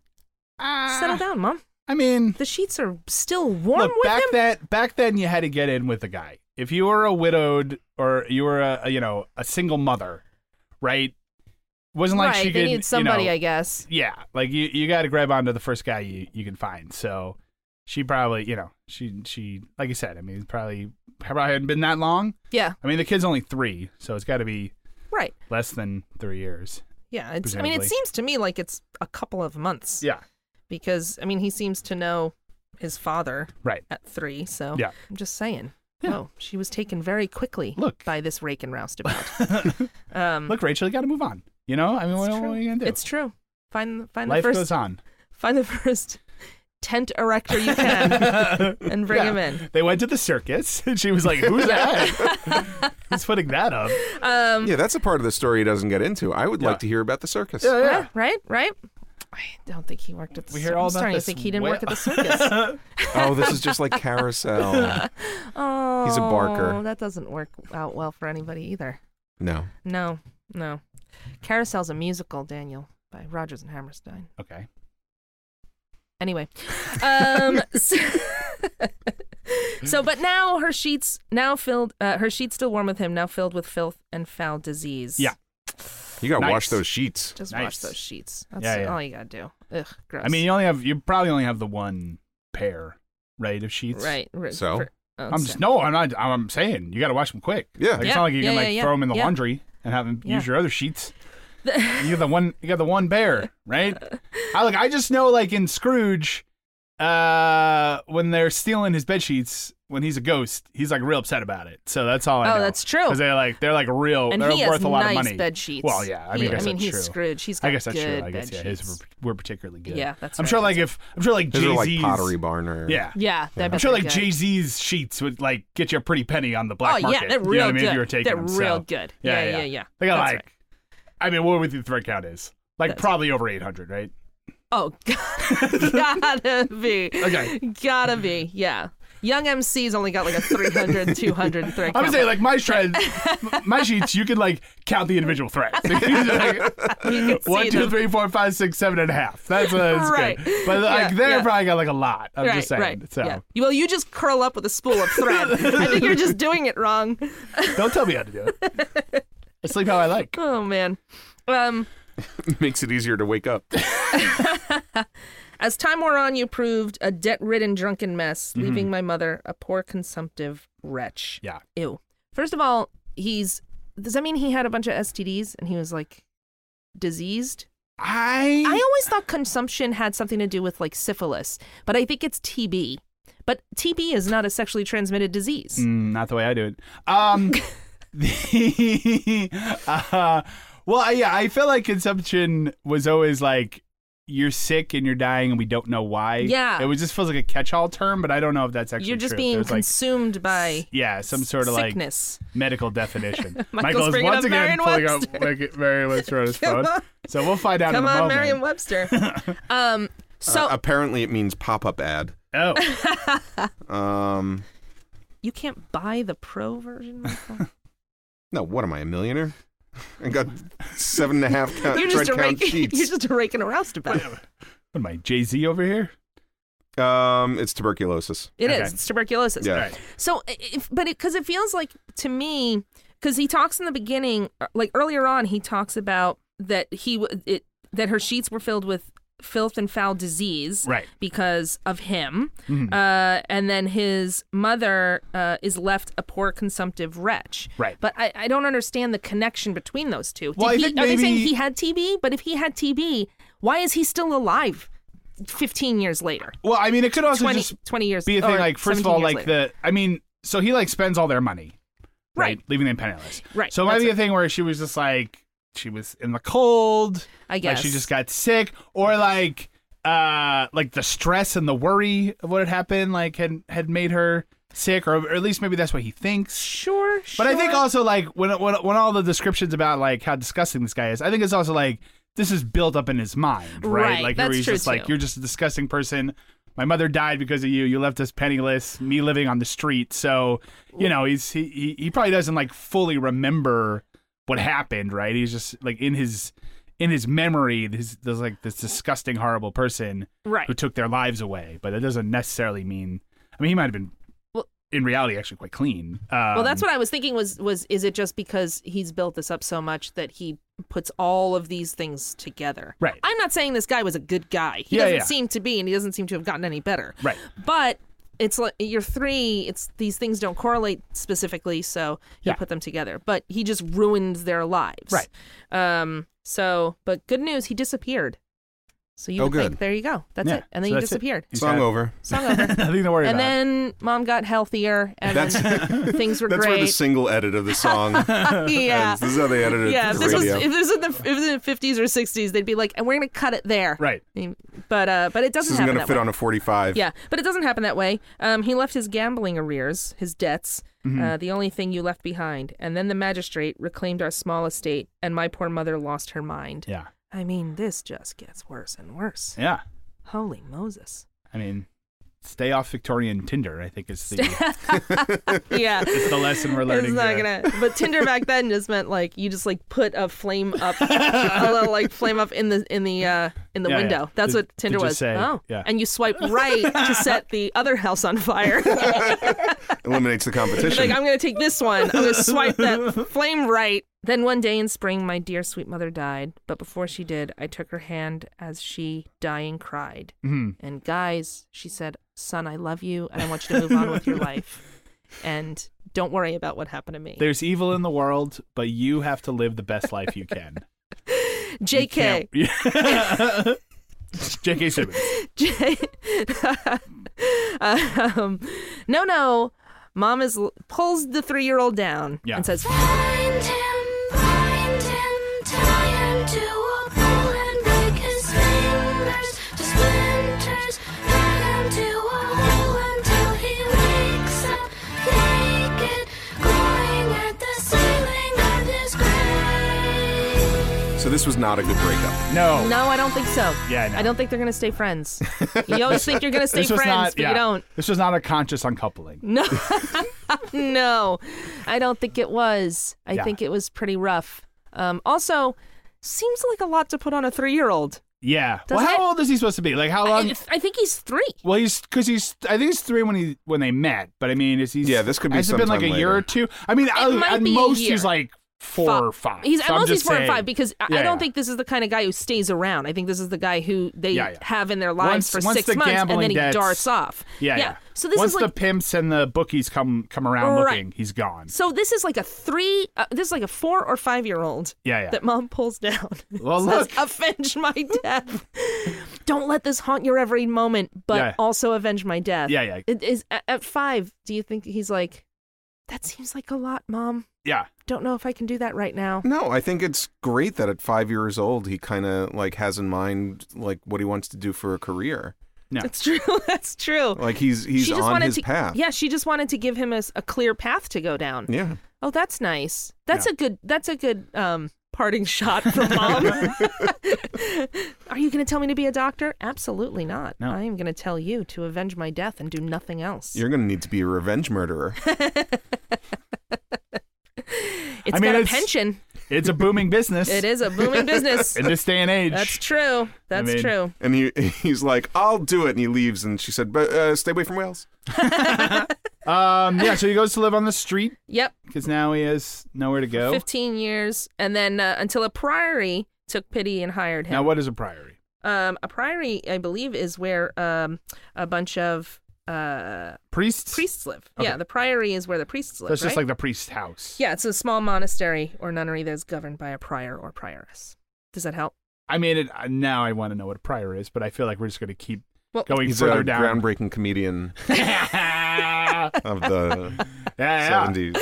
[SPEAKER 1] Settle down, mom.
[SPEAKER 3] I mean,
[SPEAKER 1] The sheets are still warm
[SPEAKER 3] look
[SPEAKER 1] with
[SPEAKER 3] back
[SPEAKER 1] him.
[SPEAKER 3] that back then you had to get in with a guy. If you were a widowed or you were a you know a single mother, right? Wasn't like
[SPEAKER 1] right,
[SPEAKER 3] she
[SPEAKER 1] they
[SPEAKER 3] could
[SPEAKER 1] need somebody,
[SPEAKER 3] You know,
[SPEAKER 1] I guess.
[SPEAKER 3] yeah, like you you got to grab onto the first guy you you can find. So she probably you know she she like you said. I mean, probably probably hadn't been that long.
[SPEAKER 1] Yeah,
[SPEAKER 3] I mean, the kid's only three, so it's got to be
[SPEAKER 1] right.
[SPEAKER 3] less than three years.
[SPEAKER 1] Yeah, it's, I mean, it
[SPEAKER 3] Presumably.
[SPEAKER 1] seems to me like it's a couple of months
[SPEAKER 3] Yeah,
[SPEAKER 1] because I mean he seems to know his father
[SPEAKER 3] right.
[SPEAKER 1] at three. So
[SPEAKER 3] Yeah.
[SPEAKER 1] I'm just saying.
[SPEAKER 3] Yeah.
[SPEAKER 1] Oh, she was taken very quickly
[SPEAKER 3] Look.
[SPEAKER 1] by this rake and roustabout. um,
[SPEAKER 3] Look, Rachel, you got to move on. You know, I mean,
[SPEAKER 1] it's
[SPEAKER 3] what, what
[SPEAKER 1] true.
[SPEAKER 3] are you gonna do?
[SPEAKER 1] It's true. Find find
[SPEAKER 3] Life
[SPEAKER 1] the first
[SPEAKER 3] goes on.
[SPEAKER 1] find the first tent erector you can. and bring him in.
[SPEAKER 3] They went to the circus, and she was like, "Who's that? Who's putting that up?"
[SPEAKER 1] Um,
[SPEAKER 4] Yeah, that's a part of the story he doesn't get into. I would
[SPEAKER 3] Yeah.
[SPEAKER 4] like to hear about the circus.
[SPEAKER 1] yeah, right, right. I don't think he worked at the
[SPEAKER 3] We
[SPEAKER 1] circus.
[SPEAKER 3] hear all
[SPEAKER 1] I'm
[SPEAKER 3] about
[SPEAKER 1] starting
[SPEAKER 3] this
[SPEAKER 1] to think he didn't work at the
[SPEAKER 3] whale-
[SPEAKER 1] circus.
[SPEAKER 4] Oh, this is just like carousel.
[SPEAKER 1] oh,
[SPEAKER 4] He's a barker.
[SPEAKER 1] That doesn't work out well for anybody either.
[SPEAKER 4] no.
[SPEAKER 1] No, no. Carousel's a musical, Daniel, by Rogers and Hammerstein.
[SPEAKER 3] Okay.
[SPEAKER 1] Anyway, um, so, so, but now her sheets now filled uh, her sheets still warm with him now filled with filth and foul disease.
[SPEAKER 3] Yeah.
[SPEAKER 4] You got to
[SPEAKER 3] Nice.
[SPEAKER 4] wash those sheets.
[SPEAKER 1] just wash
[SPEAKER 3] Nice.
[SPEAKER 1] those sheets. That's
[SPEAKER 3] Yeah, yeah.
[SPEAKER 1] all you gotta do. Ugh, gross.
[SPEAKER 3] I mean, you only have you probably only have the one pair, right, of sheets.
[SPEAKER 1] right? r-
[SPEAKER 4] So?
[SPEAKER 1] oh,
[SPEAKER 3] I'm
[SPEAKER 1] so-
[SPEAKER 3] just no. I'm not. I'm saying you got to wash them quick.
[SPEAKER 4] Yeah.
[SPEAKER 3] Like, It's
[SPEAKER 1] Yeah.
[SPEAKER 3] not like you
[SPEAKER 1] Yeah,
[SPEAKER 3] can
[SPEAKER 1] yeah,
[SPEAKER 3] like
[SPEAKER 1] yeah.
[SPEAKER 3] throw them in the
[SPEAKER 1] Yeah.
[SPEAKER 3] laundry and have them
[SPEAKER 1] Yeah.
[SPEAKER 3] use your other sheets. you got the one. You got the one bear, right? I like. I just know, like in Scrooge, uh, when they're stealing his bed sheets when he's a ghost, he's like real upset about it. So that's all I
[SPEAKER 1] Oh,
[SPEAKER 3] know.
[SPEAKER 1] that's true.
[SPEAKER 3] Because they're like they're like real.
[SPEAKER 1] and
[SPEAKER 3] they're
[SPEAKER 1] he
[SPEAKER 3] worth
[SPEAKER 1] has
[SPEAKER 3] a lot
[SPEAKER 1] nice
[SPEAKER 3] of money.
[SPEAKER 1] bed sheets.
[SPEAKER 3] Well, yeah. I
[SPEAKER 1] He-
[SPEAKER 3] mean, I guess that's
[SPEAKER 1] he's
[SPEAKER 3] true.
[SPEAKER 1] Screwed. He's got
[SPEAKER 3] I guess that's
[SPEAKER 1] good
[SPEAKER 3] true. I guess
[SPEAKER 1] bed
[SPEAKER 3] yeah, his
[SPEAKER 1] sheets.
[SPEAKER 3] were, were particularly good.
[SPEAKER 1] Yeah, that's
[SPEAKER 3] I'm
[SPEAKER 1] right,
[SPEAKER 3] sure like
[SPEAKER 1] that's
[SPEAKER 3] if I'm sure like
[SPEAKER 4] Those are
[SPEAKER 3] Jay
[SPEAKER 4] like
[SPEAKER 3] Z's
[SPEAKER 4] pottery barn or
[SPEAKER 3] Yeah.
[SPEAKER 1] yeah, they
[SPEAKER 3] I'm
[SPEAKER 1] bet
[SPEAKER 3] sure
[SPEAKER 1] they're
[SPEAKER 3] like
[SPEAKER 1] good.
[SPEAKER 3] Jay Z's sheets would like get you a pretty penny on the black
[SPEAKER 1] Oh
[SPEAKER 3] market.
[SPEAKER 1] yeah, they're
[SPEAKER 3] you know
[SPEAKER 1] real
[SPEAKER 3] what I mean,
[SPEAKER 1] good.
[SPEAKER 3] If you were taking
[SPEAKER 1] they're
[SPEAKER 3] them, so-
[SPEAKER 1] real good. Yeah, yeah, yeah.
[SPEAKER 3] They got
[SPEAKER 1] That's
[SPEAKER 3] like,
[SPEAKER 1] right.
[SPEAKER 3] I mean, what would the thread count is? Like
[SPEAKER 1] That's-
[SPEAKER 3] probably over 800, right?
[SPEAKER 1] Oh god, gotta be.
[SPEAKER 3] Okay.
[SPEAKER 1] gotta be. Yeah. Young MC's only got like a 300, 200 thread.
[SPEAKER 3] I'm
[SPEAKER 1] count.
[SPEAKER 3] saying like my thread, my sheets, you could like count the individual threads.
[SPEAKER 1] You can
[SPEAKER 3] One,
[SPEAKER 1] see
[SPEAKER 3] two,
[SPEAKER 1] them.
[SPEAKER 3] three, four, five, six, seven and a half. That's, uh, that's
[SPEAKER 1] Right.
[SPEAKER 3] good. But like
[SPEAKER 1] Yeah,
[SPEAKER 3] there
[SPEAKER 1] yeah.
[SPEAKER 3] probably got like a lot. I'm
[SPEAKER 1] right,
[SPEAKER 3] just saying.
[SPEAKER 1] right.
[SPEAKER 3] So
[SPEAKER 1] Yeah. Well, you just curl up with a spool of thread. I think you're just doing it wrong.
[SPEAKER 3] don't tell me how to do it. I sleep how I like.
[SPEAKER 1] Oh man. Um.
[SPEAKER 4] Makes it easier to wake up.
[SPEAKER 1] As time wore on, you proved a debt ridden drunken mess, leaving my mother a poor consumptive wretch.
[SPEAKER 3] Mm-hmm. Yeah.
[SPEAKER 1] Ew. First of all, he's. Does that mean he had a bunch of STDs and he was like diseased?
[SPEAKER 3] I,
[SPEAKER 1] I always thought consumption had something to do with like syphilis, but I think it's TB. But TB is not a sexually transmitted disease.
[SPEAKER 3] Mm, not the way I do it. Um, the, uh, well, I- yeah, I feel like consumption was always like you're sick and you're dying and we don't know why.
[SPEAKER 1] Yeah.
[SPEAKER 3] it was just feels like a catch-all term, but I don't know if that's actually
[SPEAKER 1] You're just
[SPEAKER 3] true.
[SPEAKER 1] being
[SPEAKER 3] There's, like,
[SPEAKER 1] consumed by
[SPEAKER 3] yeah, some sort of like
[SPEAKER 1] sickness.
[SPEAKER 3] medical definition.
[SPEAKER 1] Michael's
[SPEAKER 3] is
[SPEAKER 1] bringing up
[SPEAKER 3] once again pulling
[SPEAKER 1] Merriam-Webster.
[SPEAKER 3] up like, Merriam Webster on his
[SPEAKER 1] Come
[SPEAKER 3] phone.
[SPEAKER 1] on.
[SPEAKER 3] So we'll find out
[SPEAKER 1] Come
[SPEAKER 3] in a
[SPEAKER 1] on,
[SPEAKER 3] moment.
[SPEAKER 1] Merriam Webster. um. So
[SPEAKER 4] Uh, apparently, it means pop-up ad.
[SPEAKER 3] oh,
[SPEAKER 4] Um,
[SPEAKER 1] you can't buy the pro version. Michael?
[SPEAKER 4] no, what am I, a millionaire? I got seven and a half count,
[SPEAKER 1] You're
[SPEAKER 4] thread
[SPEAKER 1] just a
[SPEAKER 4] count
[SPEAKER 1] rake.
[SPEAKER 4] sheets.
[SPEAKER 1] You're just a rake and a roustabout.
[SPEAKER 3] what am I, Jay Z over here?
[SPEAKER 4] Um, it's tuberculosis.
[SPEAKER 1] It is.
[SPEAKER 3] Okay.
[SPEAKER 1] It's tuberculosis.
[SPEAKER 4] Yeah.
[SPEAKER 3] All right.
[SPEAKER 1] So, if, but because it, feels like to me, because he talks in the beginning, uh, like earlier on, he talks about that he w- it that her sheets were filled with filth and foul disease,
[SPEAKER 3] Right. Mm-hmm.
[SPEAKER 1] Because of him, uh, and then his mother uh, is left a poor consumptive wretch,
[SPEAKER 3] Right.
[SPEAKER 1] But I, I don't understand the connection between those two. Did
[SPEAKER 3] Well, I
[SPEAKER 1] he,
[SPEAKER 3] think
[SPEAKER 1] are they saying
[SPEAKER 3] maybe-
[SPEAKER 1] he had TB? But if he had TB, why is he still alive? 15 years later
[SPEAKER 3] Well, I mean, it could also
[SPEAKER 1] 20,
[SPEAKER 3] just
[SPEAKER 1] 20 years
[SPEAKER 3] be a
[SPEAKER 1] or
[SPEAKER 3] thing. Like, first of
[SPEAKER 1] 17
[SPEAKER 3] all,
[SPEAKER 1] years
[SPEAKER 3] like
[SPEAKER 1] later.
[SPEAKER 3] the. I mean, so he like spends all their money, right?
[SPEAKER 1] Right.
[SPEAKER 3] Leaving them penniless.
[SPEAKER 1] Right,
[SPEAKER 3] So it might
[SPEAKER 1] that's
[SPEAKER 3] be a thing where she was just like she was in the cold.
[SPEAKER 1] I
[SPEAKER 3] Like
[SPEAKER 1] guess.
[SPEAKER 3] she just got sick, or like uh like the stress and the worry of what had happened like had had made her sick, or, or at least maybe that's what he thinks.
[SPEAKER 1] sure,
[SPEAKER 3] But I think
[SPEAKER 1] sure.
[SPEAKER 3] also like when when when all the descriptions about like how disgusting this guy is, I think it's also like this is built up in his mind, right?
[SPEAKER 1] Right,
[SPEAKER 3] like
[SPEAKER 1] that's
[SPEAKER 3] he's
[SPEAKER 1] true,
[SPEAKER 3] just like
[SPEAKER 1] too.
[SPEAKER 3] you're just a disgusting person. My mother died because of you. You left us penniless. Me living on the street. So you know he's he he, he probably doesn't like fully remember what happened, right? He's just like in his in his memory, this there's like this disgusting, horrible person
[SPEAKER 1] Right.
[SPEAKER 3] who took their lives away. But that doesn't necessarily mean. I mean, he might have been.
[SPEAKER 1] Well-
[SPEAKER 3] in reality, actually, quite clean. Um,
[SPEAKER 1] Well, that's what I was thinking was was is it just because he's built this up so much that he puts all of these things together?
[SPEAKER 3] Right.
[SPEAKER 1] I'm not saying this guy was a good guy. He
[SPEAKER 3] Yeah,
[SPEAKER 1] doesn't
[SPEAKER 3] yeah.
[SPEAKER 1] seem to be, and he doesn't seem to have gotten any better.
[SPEAKER 3] Right.
[SPEAKER 1] But it's like you're three. It's these things don't correlate specifically, so you
[SPEAKER 3] Yeah.
[SPEAKER 1] put them together. But he just ruined their lives.
[SPEAKER 3] Right.
[SPEAKER 1] Um. So, but good news, he disappeared. So you
[SPEAKER 4] Oh,
[SPEAKER 1] would
[SPEAKER 4] good.
[SPEAKER 1] think there you go. That's
[SPEAKER 3] Yeah,
[SPEAKER 1] it. And then
[SPEAKER 3] so
[SPEAKER 1] he
[SPEAKER 3] that's it.
[SPEAKER 1] disappeared.
[SPEAKER 3] He's
[SPEAKER 4] Song
[SPEAKER 3] got
[SPEAKER 4] over.
[SPEAKER 1] Song over.
[SPEAKER 3] Nothing to worry
[SPEAKER 1] and
[SPEAKER 3] about.
[SPEAKER 1] then mom got healthier, and
[SPEAKER 4] That's
[SPEAKER 1] then things were
[SPEAKER 4] that's where the
[SPEAKER 1] great.
[SPEAKER 4] single edit of the song.
[SPEAKER 1] yeah.
[SPEAKER 4] ends. This is how they edited
[SPEAKER 1] Yeah,
[SPEAKER 4] the
[SPEAKER 1] if this was
[SPEAKER 4] radio.
[SPEAKER 1] if this was in the if it was in the fifties or sixties, they'd be like, and we're gonna cut it there.
[SPEAKER 3] Right.
[SPEAKER 1] But uh, but it doesn't
[SPEAKER 4] this isn't
[SPEAKER 1] happen
[SPEAKER 4] going to
[SPEAKER 1] that
[SPEAKER 4] fit
[SPEAKER 1] way.
[SPEAKER 4] on a 45.
[SPEAKER 1] yeah, but it doesn't happen that way. Um, he left his gambling arrears, his debts,
[SPEAKER 4] Mm-hmm.
[SPEAKER 1] uh, the only thing you left behind, and then the magistrate reclaimed our small estate, and my poor mother lost her mind.
[SPEAKER 3] Yeah.
[SPEAKER 1] I mean, this just gets worse and worse.
[SPEAKER 3] Yeah.
[SPEAKER 1] Holy Moses!
[SPEAKER 3] I mean, stay off Victorian Tinder, I think is the,
[SPEAKER 1] Yeah.
[SPEAKER 3] the lesson we're
[SPEAKER 1] It's
[SPEAKER 3] learning.
[SPEAKER 1] not
[SPEAKER 3] here.
[SPEAKER 1] gonna. But Tinder back then just meant like you just like put a flame up, a little like flame up in the in the uh in the
[SPEAKER 3] Yeah, yeah.
[SPEAKER 1] window. That's
[SPEAKER 3] To-
[SPEAKER 1] what Tinder
[SPEAKER 3] to just
[SPEAKER 1] was.
[SPEAKER 3] say,
[SPEAKER 1] oh,
[SPEAKER 3] yeah.
[SPEAKER 1] And you swipe right to set the other house on fire.
[SPEAKER 4] Eliminates the competition.
[SPEAKER 1] like I'm gonna take this one. I'm gonna swipe that flame right. Then one day in spring, my dear sweet mother died. But before she did, I took her hand as she dying cried.
[SPEAKER 3] Mhm.
[SPEAKER 1] And guys, she said, "Son, I love you, and I want you to move on with your life, and don't worry about what happened to me."
[SPEAKER 3] There's evil in the world, but you have to live the best life you can. You
[SPEAKER 1] Jk.
[SPEAKER 3] can't- J.K. Simmons.
[SPEAKER 1] J- um, no, no. Mom is pulls the three year old down
[SPEAKER 3] Yeah.
[SPEAKER 1] and says,
[SPEAKER 7] Find him, find him, tie him to a pole and break his fingers to splinters. Nail him to a hole until he wakes up naked, clawing at the ceiling of his grave.
[SPEAKER 4] so this was not a good breakup.
[SPEAKER 3] No.
[SPEAKER 1] "No, I don't think so.
[SPEAKER 3] Yeah, I know.
[SPEAKER 1] don't think they're gonna stay friends. you always think you're gonna stay
[SPEAKER 3] This was
[SPEAKER 1] friends,
[SPEAKER 3] not.
[SPEAKER 1] but
[SPEAKER 3] yeah.
[SPEAKER 1] you don't.
[SPEAKER 3] This was not a conscious uncoupling.
[SPEAKER 1] No, no, I don't think it was. I
[SPEAKER 3] Yeah.
[SPEAKER 1] think it was pretty rough. Um, also, seems like a lot to put on a three year old.
[SPEAKER 3] Yeah.
[SPEAKER 1] Doesn't
[SPEAKER 3] well, how
[SPEAKER 1] it-
[SPEAKER 3] old is he supposed to be? Like how long?
[SPEAKER 1] I, I think he's three.
[SPEAKER 3] well, he's because he's. I think he's three when he when they met. But I mean, is he?
[SPEAKER 4] Yeah, this could be
[SPEAKER 3] Has it been like a
[SPEAKER 4] sometime
[SPEAKER 3] year or
[SPEAKER 4] later.
[SPEAKER 3] two? I mean, I-
[SPEAKER 1] might
[SPEAKER 3] at
[SPEAKER 1] be a
[SPEAKER 3] most
[SPEAKER 1] year.
[SPEAKER 3] he's like four
[SPEAKER 1] Fi-
[SPEAKER 3] or five.
[SPEAKER 1] He's
[SPEAKER 3] So
[SPEAKER 1] at
[SPEAKER 3] I'm
[SPEAKER 1] most he's
[SPEAKER 3] just
[SPEAKER 1] four and
[SPEAKER 3] saying-
[SPEAKER 1] five because I,
[SPEAKER 3] Yeah,
[SPEAKER 1] I don't
[SPEAKER 3] yeah.
[SPEAKER 1] think this is the kind of guy who stays around. I think this is the guy who they
[SPEAKER 3] Yeah, yeah.
[SPEAKER 1] have in their lives
[SPEAKER 3] Once-
[SPEAKER 1] for
[SPEAKER 3] once
[SPEAKER 1] six
[SPEAKER 3] the
[SPEAKER 1] months and then
[SPEAKER 3] gambling
[SPEAKER 1] he
[SPEAKER 3] debts-
[SPEAKER 1] darts off.
[SPEAKER 3] Yeah, yeah.
[SPEAKER 1] So this
[SPEAKER 3] once
[SPEAKER 1] is like
[SPEAKER 3] the pimps and the bookies come come around
[SPEAKER 1] Right.
[SPEAKER 3] looking, he's gone.
[SPEAKER 1] so this is like a three. Uh, this is like a four or five year old.
[SPEAKER 3] Yeah, yeah.
[SPEAKER 1] That mom pulls down.
[SPEAKER 3] Well,
[SPEAKER 1] says,
[SPEAKER 3] look.
[SPEAKER 1] avenge my death. don't let this haunt your every moment, but
[SPEAKER 3] Yeah.
[SPEAKER 1] also avenge my death.
[SPEAKER 3] Yeah, yeah.
[SPEAKER 1] It is at, at five. Do you think he's like? That seems like a lot, mom.
[SPEAKER 3] Yeah,
[SPEAKER 1] Don't know if I can do that right now.
[SPEAKER 4] No, I think it's great that at five years old he kind of like has in mind like what he wants to do for a career.
[SPEAKER 1] That's true. That's true.
[SPEAKER 4] Like he's he's
[SPEAKER 1] she just
[SPEAKER 4] on
[SPEAKER 1] wanted
[SPEAKER 4] his
[SPEAKER 1] to,
[SPEAKER 4] path.
[SPEAKER 1] Yeah, she just wanted to give him a, s- a clear path to go down.
[SPEAKER 4] Yeah.
[SPEAKER 1] Oh, that's nice. That's a good. That's a good um, parting shot from mom. Are you going to tell me to be a doctor? Absolutely not.
[SPEAKER 3] No.
[SPEAKER 1] I am going to tell you to avenge my death and do nothing else.
[SPEAKER 4] You're going to need to be a revenge murderer.
[SPEAKER 1] It's
[SPEAKER 3] I mean,
[SPEAKER 1] got a
[SPEAKER 3] it's-
[SPEAKER 1] pension.
[SPEAKER 3] It's a booming business.
[SPEAKER 1] It is a booming business.
[SPEAKER 3] in this day and age.
[SPEAKER 1] That's true. That's
[SPEAKER 3] mean-
[SPEAKER 1] true.
[SPEAKER 4] And he he's like, "I'll do it," and he leaves. And she said, "But uh, stay away from whales."
[SPEAKER 3] um, yeah. So he goes to live on the street
[SPEAKER 1] Yep.
[SPEAKER 3] because now he has nowhere to go.
[SPEAKER 1] 15 years. And then uh, until a priory took pity and hired him.
[SPEAKER 3] Now, what is a priory?
[SPEAKER 1] um, a priory, I believe, is where um, a bunch of uh,
[SPEAKER 3] Priests.
[SPEAKER 1] priests live.
[SPEAKER 3] Okay.
[SPEAKER 1] Yeah, the priory is where the priests live.
[SPEAKER 3] That's just
[SPEAKER 1] right?
[SPEAKER 3] like the priest's house.
[SPEAKER 1] yeah, it's a small monastery or nunnery that's governed by a prior or prioress. Does that help?
[SPEAKER 3] I mean, it, uh, now I want to know what a prior is, but I feel like we're just going to keep
[SPEAKER 1] Well-
[SPEAKER 3] going
[SPEAKER 4] He's a
[SPEAKER 3] further down.
[SPEAKER 4] groundbreaking comedian
[SPEAKER 3] yeah,
[SPEAKER 4] of the
[SPEAKER 3] yeah.
[SPEAKER 4] seventies.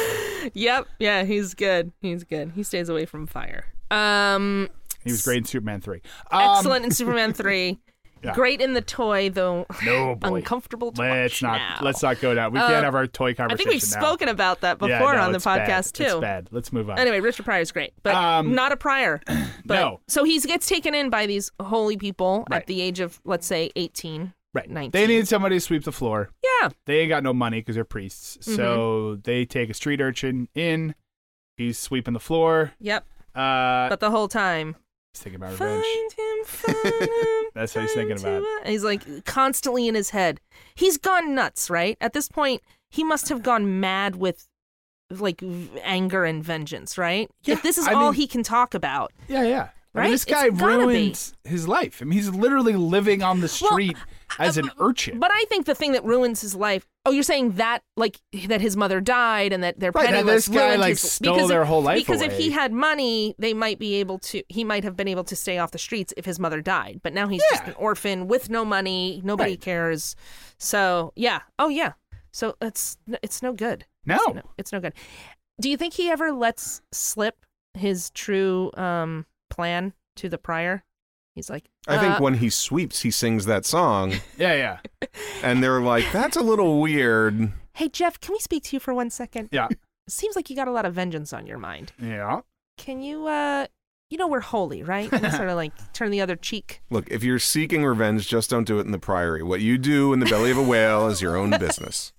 [SPEAKER 1] Yep. Yeah, he's good. He's good. He stays away from fire. Um,
[SPEAKER 3] He was great in Superman 3. Um,
[SPEAKER 1] excellent in Superman three.
[SPEAKER 3] Yeah.
[SPEAKER 1] Great in the toy though.
[SPEAKER 3] No, oh, boy.
[SPEAKER 1] uncomfortable. To
[SPEAKER 3] Let's
[SPEAKER 1] watch
[SPEAKER 3] not
[SPEAKER 1] now.
[SPEAKER 3] let's not go down. We
[SPEAKER 1] Um,
[SPEAKER 3] can't have our toy
[SPEAKER 1] I
[SPEAKER 3] conversation.
[SPEAKER 1] think we've
[SPEAKER 3] now.
[SPEAKER 1] spoken about that before
[SPEAKER 3] Yeah, no,
[SPEAKER 1] on the
[SPEAKER 3] it's bad.
[SPEAKER 1] podcast too.
[SPEAKER 3] It's bad. Let's move on.
[SPEAKER 1] Anyway, Richard Pryor's great, but
[SPEAKER 3] Um,
[SPEAKER 1] not a prior. But,
[SPEAKER 3] no.
[SPEAKER 1] So he gets taken in by these holy people
[SPEAKER 3] Right.
[SPEAKER 1] at the age of, let's say, 18.
[SPEAKER 3] right.
[SPEAKER 1] 19.
[SPEAKER 3] They need somebody to sweep the floor.
[SPEAKER 1] Yeah.
[SPEAKER 3] They ain't got no money because they're priests.
[SPEAKER 1] Mm-hmm.
[SPEAKER 3] So they take a street urchin in. He's sweeping the floor.
[SPEAKER 1] Yep.
[SPEAKER 3] Uh,
[SPEAKER 1] But the whole time,
[SPEAKER 3] he's thinking about
[SPEAKER 1] find
[SPEAKER 3] revenge.
[SPEAKER 1] him, find him.
[SPEAKER 3] That's what he's
[SPEAKER 1] find
[SPEAKER 3] thinking about.
[SPEAKER 1] him." And he's like constantly in his head. He's gone nuts, right? At this point, he must have gone mad with like v- anger and vengeance, right?
[SPEAKER 3] Yeah,
[SPEAKER 1] if this is
[SPEAKER 3] I
[SPEAKER 1] all
[SPEAKER 3] mean-
[SPEAKER 1] he can talk about.
[SPEAKER 3] Yeah, yeah. I
[SPEAKER 1] Right?
[SPEAKER 3] mean, this guy
[SPEAKER 1] It's gotta be.
[SPEAKER 3] ruins his life. I mean, he's literally living on the
[SPEAKER 1] Well,
[SPEAKER 3] street as an urchin.
[SPEAKER 1] Uh, But I think the thing that ruins his life. Oh, you're saying that like that his mother died and that their
[SPEAKER 3] Right, that
[SPEAKER 1] penniless
[SPEAKER 3] this guy,
[SPEAKER 1] ruined
[SPEAKER 3] like,
[SPEAKER 1] his,
[SPEAKER 3] stole
[SPEAKER 1] because
[SPEAKER 3] their
[SPEAKER 1] if,
[SPEAKER 3] whole life
[SPEAKER 1] Because if he
[SPEAKER 3] away.
[SPEAKER 1] had money, they might be able to. He might have been able to stay off the streets if his mother died. But now he's just
[SPEAKER 3] Yeah.
[SPEAKER 1] an orphan with no money. Nobody
[SPEAKER 3] Right.
[SPEAKER 1] cares. So yeah. Oh yeah. So it's it's no good.
[SPEAKER 3] no.
[SPEAKER 1] No, it's no good. Do you think he ever lets slip his true um plan to the prior? He's like,
[SPEAKER 4] I think
[SPEAKER 1] uh,
[SPEAKER 4] when he sweeps, he sings that song,
[SPEAKER 3] Yeah, yeah.
[SPEAKER 4] and they're like, "That's a little weird."
[SPEAKER 1] hey Jeff, can we speak to you for one second?
[SPEAKER 3] Yeah.
[SPEAKER 1] seems like you got a lot of vengeance on your mind.
[SPEAKER 3] Yeah.
[SPEAKER 1] Can you, uh, you know, we're holy, right? And sort of like turn the other cheek.
[SPEAKER 4] Look, if you're seeking revenge, just don't do it in the priory. What you do in the belly of a whale is your own business.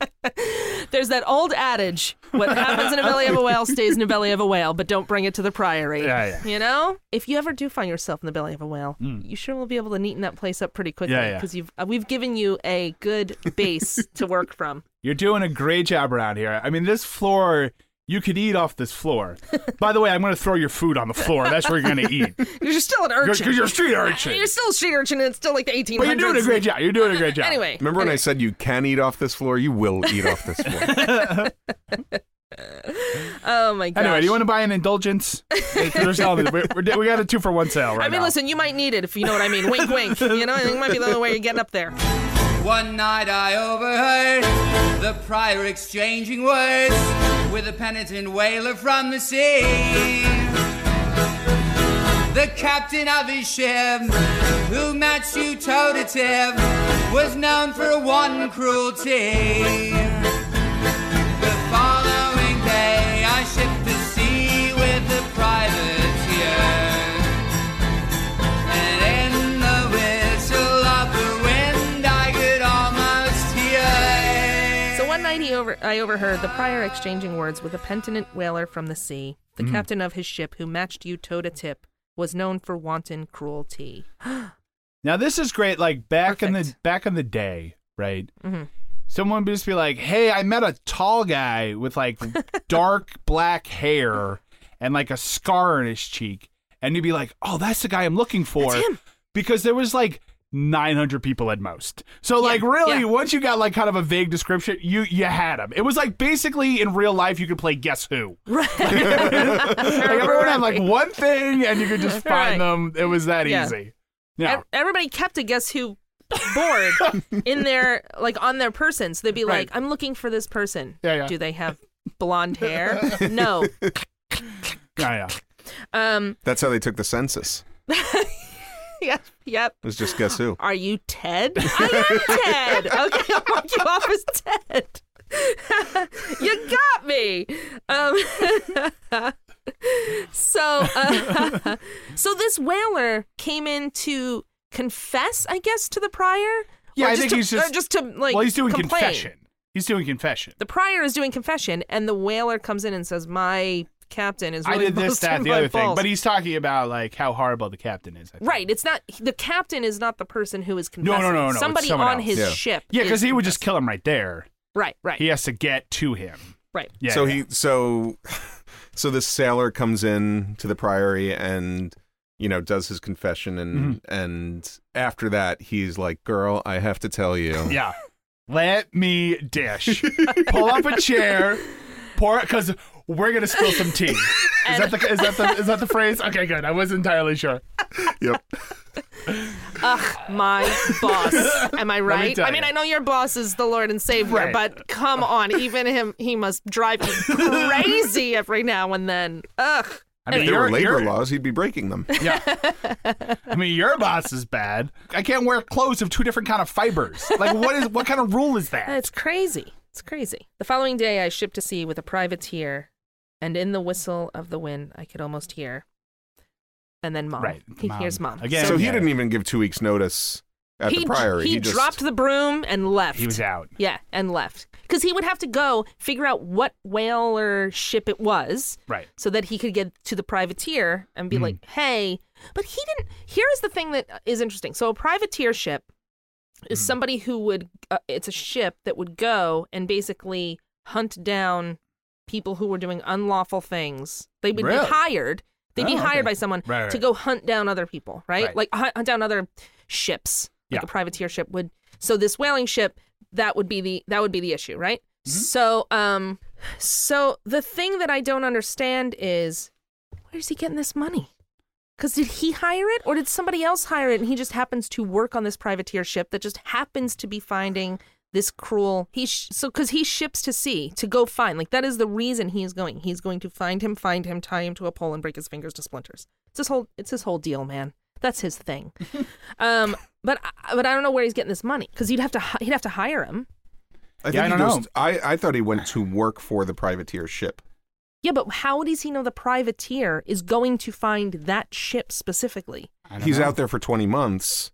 [SPEAKER 1] There's that old adage: what happens in a belly of a whale stays in the belly of a whale, but don't bring it to the priory.
[SPEAKER 3] Yeah, yeah. Hmm.
[SPEAKER 1] You know, if you ever do find yourself in the belly of a whale, you sure will be able to neaten that place up pretty quickly
[SPEAKER 3] Yeah, yeah.
[SPEAKER 1] because you've uh, we've given you a good base to work from.
[SPEAKER 3] You're doing a great job around here. I mean, this floor, you could eat off this floor. By the way, I'm going to throw your food on the floor. That's where you're going to eat.
[SPEAKER 1] You're still an urchin.
[SPEAKER 3] Because you're, a street urchin.
[SPEAKER 1] You're still a street urchin, and it's still like the 1800s.
[SPEAKER 3] but you're doing a great job. You're doing a great job.
[SPEAKER 1] Anyway,
[SPEAKER 4] Remember when I said you can eat off this floor? You will eat off this floor.
[SPEAKER 1] oh my god.
[SPEAKER 3] Anyway, do you want to buy an indulgence? They're selling it. We're- we're- we got a two for one sale right
[SPEAKER 1] I mean,
[SPEAKER 3] now.
[SPEAKER 1] listen, you might need it if you know what I mean. wink, wink. You know, it might be the only way you're getting up there.
[SPEAKER 6] One night I overheard the prior exchanging words with a penitent whaler from the sea. The captain of his ship, who matched you toe to tip, was known for one cruelty. The following day I shipped the sea with the privateer. And in the whistle of the wind, I could almost hear.
[SPEAKER 1] So one night he over I overheard the prior exchanging words with a penitent whaler from the sea. The
[SPEAKER 3] Mm-hmm.
[SPEAKER 1] captain of his ship, who matched you toe to tip, was known for wanton cruelty.
[SPEAKER 3] Now this is great. Like back in the
[SPEAKER 1] Perfect. Mm-hmm.
[SPEAKER 3] back in the day, right? Someone would just be like, "Hey, I met a tall guy with like dark black hair and like a scar on his cheek," and you'd be like, "Oh, that's the guy I'm looking for," because there was like. 900 people at most. So like really
[SPEAKER 1] yeah.
[SPEAKER 3] once you got like kind of a vague description, you you had him. It was like basically in real life you could play guess who. Like everyone had like one thing and you could just find
[SPEAKER 1] Right.
[SPEAKER 3] them. It was that
[SPEAKER 1] Yeah.
[SPEAKER 3] easy. Yeah.
[SPEAKER 1] Ev- Everybody kept a guess who board in their like on their person. So they'd be
[SPEAKER 3] Right.
[SPEAKER 1] like, "I'm looking for this person.
[SPEAKER 3] Yeah, yeah.
[SPEAKER 1] Do they have blonde hair? no.
[SPEAKER 3] yeah, yeah.
[SPEAKER 1] Um.
[SPEAKER 4] That's how they took the census.
[SPEAKER 1] Yep. Yep.
[SPEAKER 4] It was just guess who.
[SPEAKER 1] Are you Ted? I am Ted. Okay, I'll mark you off as Ted. you got me. Um, so, uh, so this whaler came in to confess, I guess, to the prior.
[SPEAKER 3] Yeah,
[SPEAKER 1] Or
[SPEAKER 3] I
[SPEAKER 1] just
[SPEAKER 3] think
[SPEAKER 1] to,
[SPEAKER 3] he's
[SPEAKER 1] or
[SPEAKER 3] just-
[SPEAKER 1] just to like.
[SPEAKER 3] well, he's doing
[SPEAKER 1] complain.
[SPEAKER 3] confession. He's doing confession.
[SPEAKER 1] The prior is doing confession, and the whaler comes in and says, "My captain is
[SPEAKER 3] I
[SPEAKER 1] really
[SPEAKER 3] did this,
[SPEAKER 1] most
[SPEAKER 3] that,
[SPEAKER 1] of
[SPEAKER 3] the
[SPEAKER 1] my
[SPEAKER 3] other thing.
[SPEAKER 1] fault.
[SPEAKER 3] But he's talking about like how horrible the captain is. I think.
[SPEAKER 1] right. It's not the captain is not the person who is
[SPEAKER 3] no,
[SPEAKER 1] confessing.
[SPEAKER 3] no, no, it's
[SPEAKER 1] Somebody
[SPEAKER 3] someone
[SPEAKER 1] on
[SPEAKER 3] else.
[SPEAKER 1] his
[SPEAKER 4] Yeah.
[SPEAKER 1] ship.
[SPEAKER 3] Yeah,
[SPEAKER 1] is
[SPEAKER 3] because he would just
[SPEAKER 1] confessing.
[SPEAKER 3] kill him right there.
[SPEAKER 1] Right, right,
[SPEAKER 3] He has to get to him.
[SPEAKER 1] right.
[SPEAKER 3] Yeah.
[SPEAKER 4] so
[SPEAKER 3] yeah.
[SPEAKER 4] he so so this sailor comes in to the priory and you know does his confession and
[SPEAKER 3] Mm-hmm.
[SPEAKER 4] and after that he's like, "Girl, I have to tell you."
[SPEAKER 3] Yeah. Let me dish. Pull up a chair. Pour because we're gonna spill some tea. Is that, the, is, that the, is that the phrase? Okay, good. I was entirely sure.
[SPEAKER 4] Yep.
[SPEAKER 1] Ugh, my boss. Am I
[SPEAKER 3] me
[SPEAKER 1] right?
[SPEAKER 3] tell
[SPEAKER 1] I mean,
[SPEAKER 3] you.
[SPEAKER 1] I know your boss is the Lord and Savior,
[SPEAKER 3] Right.
[SPEAKER 1] but come on, even him, he must drive you crazy every now and then. Ugh.
[SPEAKER 3] I
[SPEAKER 4] If there were
[SPEAKER 3] your-
[SPEAKER 4] labor
[SPEAKER 3] your-
[SPEAKER 4] laws, he'd be breaking them.
[SPEAKER 3] Yeah. I mean, your boss is bad. I can't wear clothes of two different kind of fibers. Like, what is what kind of rule is that?
[SPEAKER 1] It's crazy. It's crazy. The following day, I shipped to sea with a privateer, and in the whistle of the wind, I could almost hear. And then mom.
[SPEAKER 3] Right,
[SPEAKER 1] He
[SPEAKER 3] mom.
[SPEAKER 1] hears mom.
[SPEAKER 3] Again.
[SPEAKER 4] so he
[SPEAKER 3] Yeah.
[SPEAKER 4] didn't even give 2 weeks notice at
[SPEAKER 1] he,
[SPEAKER 4] the priory.
[SPEAKER 1] he,
[SPEAKER 4] just
[SPEAKER 1] dropped the broom and left.
[SPEAKER 3] he was out.
[SPEAKER 1] Yeah, and left. Because he would have to go figure out what whale or ship it was
[SPEAKER 3] Right.
[SPEAKER 1] so that he could get to the privateer and be
[SPEAKER 3] Hmm.
[SPEAKER 1] like, hey. But he didn't. Here's the thing that is interesting. So, a privateer ship
[SPEAKER 3] Hmm.
[SPEAKER 1] is somebody who would, uh, it's a ship that would go and basically hunt down people who were doing unlawful things. They would
[SPEAKER 3] Really?
[SPEAKER 1] be hired. They'd be
[SPEAKER 3] Oh,
[SPEAKER 1] hired by
[SPEAKER 3] okay.
[SPEAKER 1] someone
[SPEAKER 3] Right, right,
[SPEAKER 1] to
[SPEAKER 3] right.
[SPEAKER 1] go hunt down other people, right?
[SPEAKER 3] Right.
[SPEAKER 1] Like hunt, hunt down other ships. Like
[SPEAKER 3] Yeah.
[SPEAKER 1] a privateer ship would. So this whaling ship, that would be the that would be the issue, right? So um so the thing that I don't understand is where's he getting this money? Cuz did he hire it or did somebody else hire it and he just happens to work on this privateer ship that just happens to be finding this cruel he sh- so cuz he ships to sea to go find like that is the reason he is going he's going to find him find him tie him to a pole and break his fingers to splinters it's his whole it's his whole deal man that's his thing um but I, but I don't know where he's getting this money cuz you'd have to hi- he'd have to hire him
[SPEAKER 4] I, think
[SPEAKER 3] Yeah, I
[SPEAKER 4] he
[SPEAKER 3] don't
[SPEAKER 4] goes-
[SPEAKER 3] know.
[SPEAKER 4] I I thought he went to work for the privateer ship.
[SPEAKER 1] yeah but how does he know the privateer is going to find that ship specifically
[SPEAKER 4] He's out there for 20 months.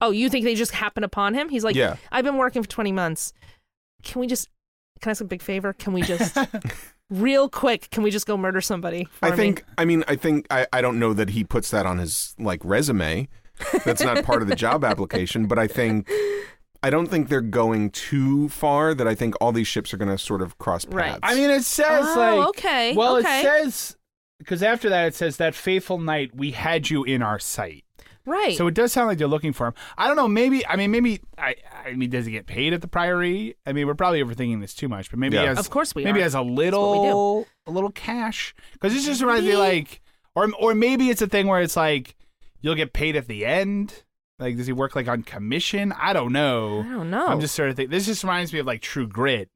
[SPEAKER 1] Oh, you think they just happen upon him? He's like,
[SPEAKER 4] Yeah.
[SPEAKER 1] I've been working for 20 months. Can we just, can I ask a big favor? Can we just, real quick, can we just go murder somebody? For
[SPEAKER 4] I
[SPEAKER 1] me?
[SPEAKER 4] think. I mean, I think. I, I don't know that he puts that on his like resume. That's not part of the job application. But I think. I don't think they're going too far. That I think all these ships are going to sort of cross paths.
[SPEAKER 1] Right.
[SPEAKER 3] I mean, it says
[SPEAKER 1] Oh,
[SPEAKER 3] like.
[SPEAKER 1] okay,
[SPEAKER 3] Well,
[SPEAKER 1] okay.
[SPEAKER 3] it says because after that it says that faithful night we had you in our sight.
[SPEAKER 1] Right.
[SPEAKER 3] So it does sound like they're looking for him. I don't know. Maybe I mean maybe I I mean does he get paid at the Priory? I mean we're probably overthinking this too much, but maybe
[SPEAKER 4] Yeah.
[SPEAKER 3] he has
[SPEAKER 1] Of course we
[SPEAKER 3] maybe
[SPEAKER 1] are.
[SPEAKER 3] has a
[SPEAKER 1] what we do.
[SPEAKER 3] little a little cash because this just reminds me like or or maybe it's a thing where it's like you'll get paid at the end. Like does he work like on commission? I don't know.
[SPEAKER 1] I don't know.
[SPEAKER 3] I'm just sort of thinking. This just reminds me of like True Grit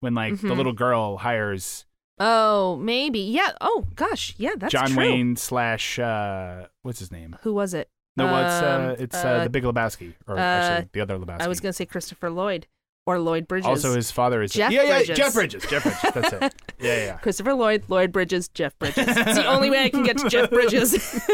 [SPEAKER 3] when like the
[SPEAKER 1] Mm-hmm.
[SPEAKER 3] little girl hires
[SPEAKER 1] oh, maybe. Yeah. Oh, gosh. Yeah, that's
[SPEAKER 3] John
[SPEAKER 1] true.
[SPEAKER 3] Wayne slash uh, what's his name?
[SPEAKER 1] Who was it?
[SPEAKER 3] No, well, it's uh,
[SPEAKER 1] Um,
[SPEAKER 3] it's uh, the Big Lebowski, or
[SPEAKER 1] uh,
[SPEAKER 3] actually the other Lebowski.
[SPEAKER 1] I was going to say Christopher Lloyd or Lloyd Bridges.
[SPEAKER 3] also his father is
[SPEAKER 1] Jeff
[SPEAKER 3] yeah yeah
[SPEAKER 1] Bridges.
[SPEAKER 3] Jeff Bridges Jeff Bridges that's it yeah yeah, yeah.
[SPEAKER 1] Christopher Lloyd, Lloyd Bridges, Jeff Bridges. It's the only way I can get to Jeff Bridges.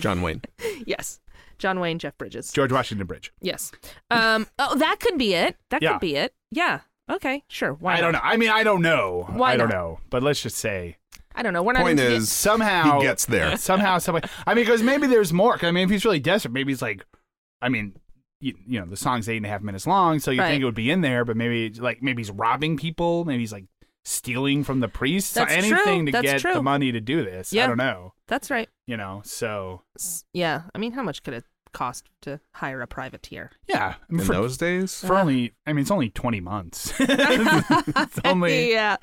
[SPEAKER 4] John Wayne.
[SPEAKER 1] yes. John Wayne, Jeff Bridges.
[SPEAKER 3] George Washington Bridge.
[SPEAKER 1] Yes. Um. oh, that could be it. That
[SPEAKER 3] Yeah.
[SPEAKER 1] could be it. Yeah. Okay. Sure. Why?
[SPEAKER 3] I don't know.
[SPEAKER 1] not?
[SPEAKER 3] I mean, I don't know.
[SPEAKER 1] Why
[SPEAKER 3] I don't
[SPEAKER 1] not?
[SPEAKER 3] know. But let's just say
[SPEAKER 1] I don't know. We're not.
[SPEAKER 4] Point
[SPEAKER 1] into the-
[SPEAKER 4] is,
[SPEAKER 3] somehow
[SPEAKER 4] he gets there.
[SPEAKER 3] somehow some way. I mean, because maybe there's more. 'Cause I mean, if he's really desperate, maybe he's like, I mean, you, you know, the song's eight and a half minutes long, so you
[SPEAKER 1] Right.
[SPEAKER 3] think it would be in there, but maybe like maybe he's robbing people, maybe he's like stealing from the priests,
[SPEAKER 1] That's true.
[SPEAKER 3] anything to
[SPEAKER 1] That's
[SPEAKER 3] get the
[SPEAKER 1] true.
[SPEAKER 3] money to do this. I
[SPEAKER 1] Yeah.
[SPEAKER 3] don't know.
[SPEAKER 1] That's right.
[SPEAKER 3] You know, so
[SPEAKER 1] S- Yeah. I mean, how much could it cost to hire a privateer?
[SPEAKER 3] yeah, I mean,
[SPEAKER 4] In
[SPEAKER 3] for,
[SPEAKER 4] those days,
[SPEAKER 3] for only, I mean, it's only twenty months. it's only
[SPEAKER 1] yeah.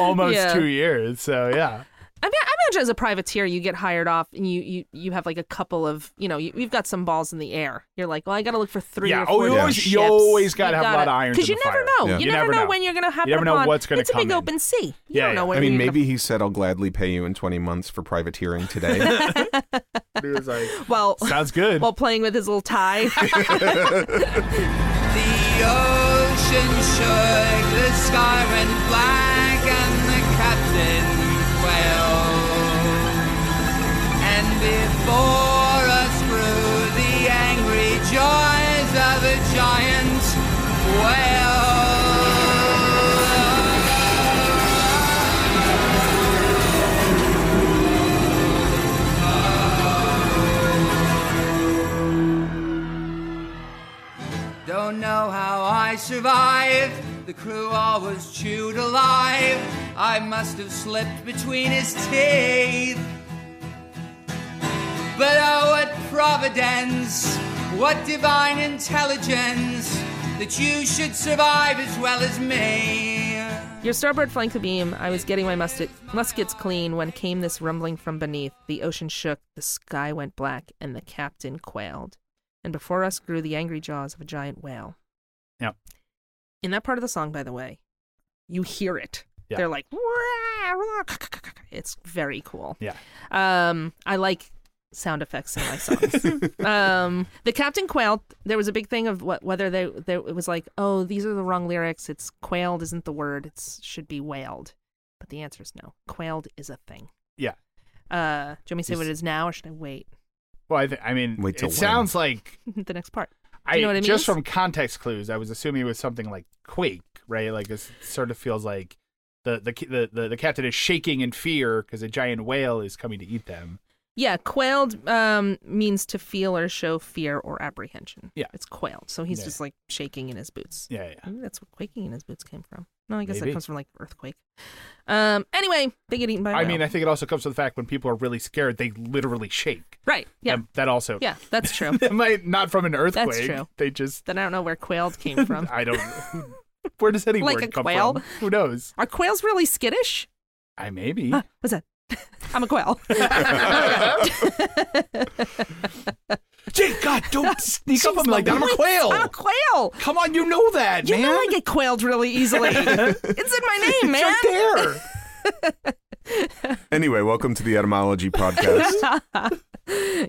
[SPEAKER 3] almost
[SPEAKER 1] Yeah.
[SPEAKER 3] two years. So yeah,
[SPEAKER 1] I mean, I imagine as a privateer, you get hired off, and you you you have like a couple of you know you, you've got some balls in the air. You're like, well, I got to look for three.
[SPEAKER 3] Yeah.
[SPEAKER 1] Or
[SPEAKER 3] Oh,
[SPEAKER 1] four
[SPEAKER 3] you
[SPEAKER 1] different
[SPEAKER 3] always- you
[SPEAKER 1] ships.
[SPEAKER 3] always gotta have a lot of irons
[SPEAKER 1] because
[SPEAKER 3] in
[SPEAKER 1] you
[SPEAKER 3] the
[SPEAKER 1] never
[SPEAKER 3] fire.
[SPEAKER 1] know.
[SPEAKER 4] Yeah.
[SPEAKER 1] You, never know, when you're gonna happen.
[SPEAKER 3] never know
[SPEAKER 1] upon-
[SPEAKER 3] what's gonna
[SPEAKER 1] It's a
[SPEAKER 3] come
[SPEAKER 1] big
[SPEAKER 3] in.
[SPEAKER 1] open sea. You
[SPEAKER 3] Yeah,
[SPEAKER 1] don't know
[SPEAKER 3] yeah.
[SPEAKER 1] when.
[SPEAKER 4] I mean,
[SPEAKER 1] you're
[SPEAKER 4] maybe he said, "I'll gladly pay you in 20 months for privateering today."
[SPEAKER 1] gonna, well
[SPEAKER 3] sounds good.
[SPEAKER 1] while playing with his little tie.
[SPEAKER 6] The ocean shook, the sky went black, and the captain fell. And before us grew the angry joys of a giant whale. survived. The crew all was chewed alive. I must have slipped between his teeth. But oh, what providence, what divine intelligence that you should survive as well as me.
[SPEAKER 1] Your starboard flank the beam. I was getting my musket, muskets clean when came this rumbling from beneath. The ocean shook, the sky went black, and the captain quailed. And before us grew the angry jaws of a giant whale.
[SPEAKER 3] Yep.
[SPEAKER 1] In that part of the song, by the way, you hear it.
[SPEAKER 3] Yeah.
[SPEAKER 1] They're like, "Wah, wah," it's very cool.
[SPEAKER 3] Yeah.
[SPEAKER 1] Um, I like sound effects in my songs. um, the Captain Quail. There was a big thing of what whether they, they it was like, oh, these are the wrong lyrics. It's quailed isn't the word. It should be wailed. But the answer is no. Quailed is a thing.
[SPEAKER 3] Yeah.
[SPEAKER 1] Uh, do you want me to say what it is now, or should I wait
[SPEAKER 3] Well, I, th- I mean,
[SPEAKER 4] Wait
[SPEAKER 3] it
[SPEAKER 4] till when?
[SPEAKER 3] sounds like
[SPEAKER 1] the next part?
[SPEAKER 3] I
[SPEAKER 1] you know what it
[SPEAKER 3] just
[SPEAKER 1] means?
[SPEAKER 3] from context clues, I was assuming it was something like quake, right? Like it sort of feels like the the the the, the captain is shaking in fear because a giant whale is coming to eat them.
[SPEAKER 1] Yeah, quailed um, means to feel or show fear or apprehension.
[SPEAKER 3] Yeah.
[SPEAKER 1] it's quailed. So he's
[SPEAKER 3] Yeah.
[SPEAKER 1] just like shaking in his boots.
[SPEAKER 3] Yeah, yeah.
[SPEAKER 1] Maybe that's where quaking in his boots came from. No, I guess
[SPEAKER 3] Maybe.
[SPEAKER 1] that comes from like earthquake. Um. Anyway, they get eaten by. a
[SPEAKER 3] I
[SPEAKER 1] whale.
[SPEAKER 3] mean, I think it also comes from the fact when people are really scared, they literally shake.
[SPEAKER 1] right. Yeah.
[SPEAKER 3] And that also.
[SPEAKER 1] yeah, that's true.
[SPEAKER 3] It might not from an earthquake.
[SPEAKER 1] true.
[SPEAKER 3] They just.
[SPEAKER 1] then I don't know where quailed came from.
[SPEAKER 3] I don't. Where does any
[SPEAKER 1] Like
[SPEAKER 3] word
[SPEAKER 1] a
[SPEAKER 3] come
[SPEAKER 1] quail?
[SPEAKER 3] from? Who knows?
[SPEAKER 1] Are quails really skittish?
[SPEAKER 3] I maybe.
[SPEAKER 1] Huh, what's that? I'm a quail.
[SPEAKER 3] Jake, God, don't sneak up on me like that. I'm a quail.
[SPEAKER 1] I'm a quail.
[SPEAKER 3] Come on, you know that,
[SPEAKER 1] You
[SPEAKER 3] man.
[SPEAKER 1] know I get quailed really easily. it's in my name,
[SPEAKER 3] it's
[SPEAKER 1] man.
[SPEAKER 3] right there.
[SPEAKER 4] Anyway, welcome to the etymology podcast.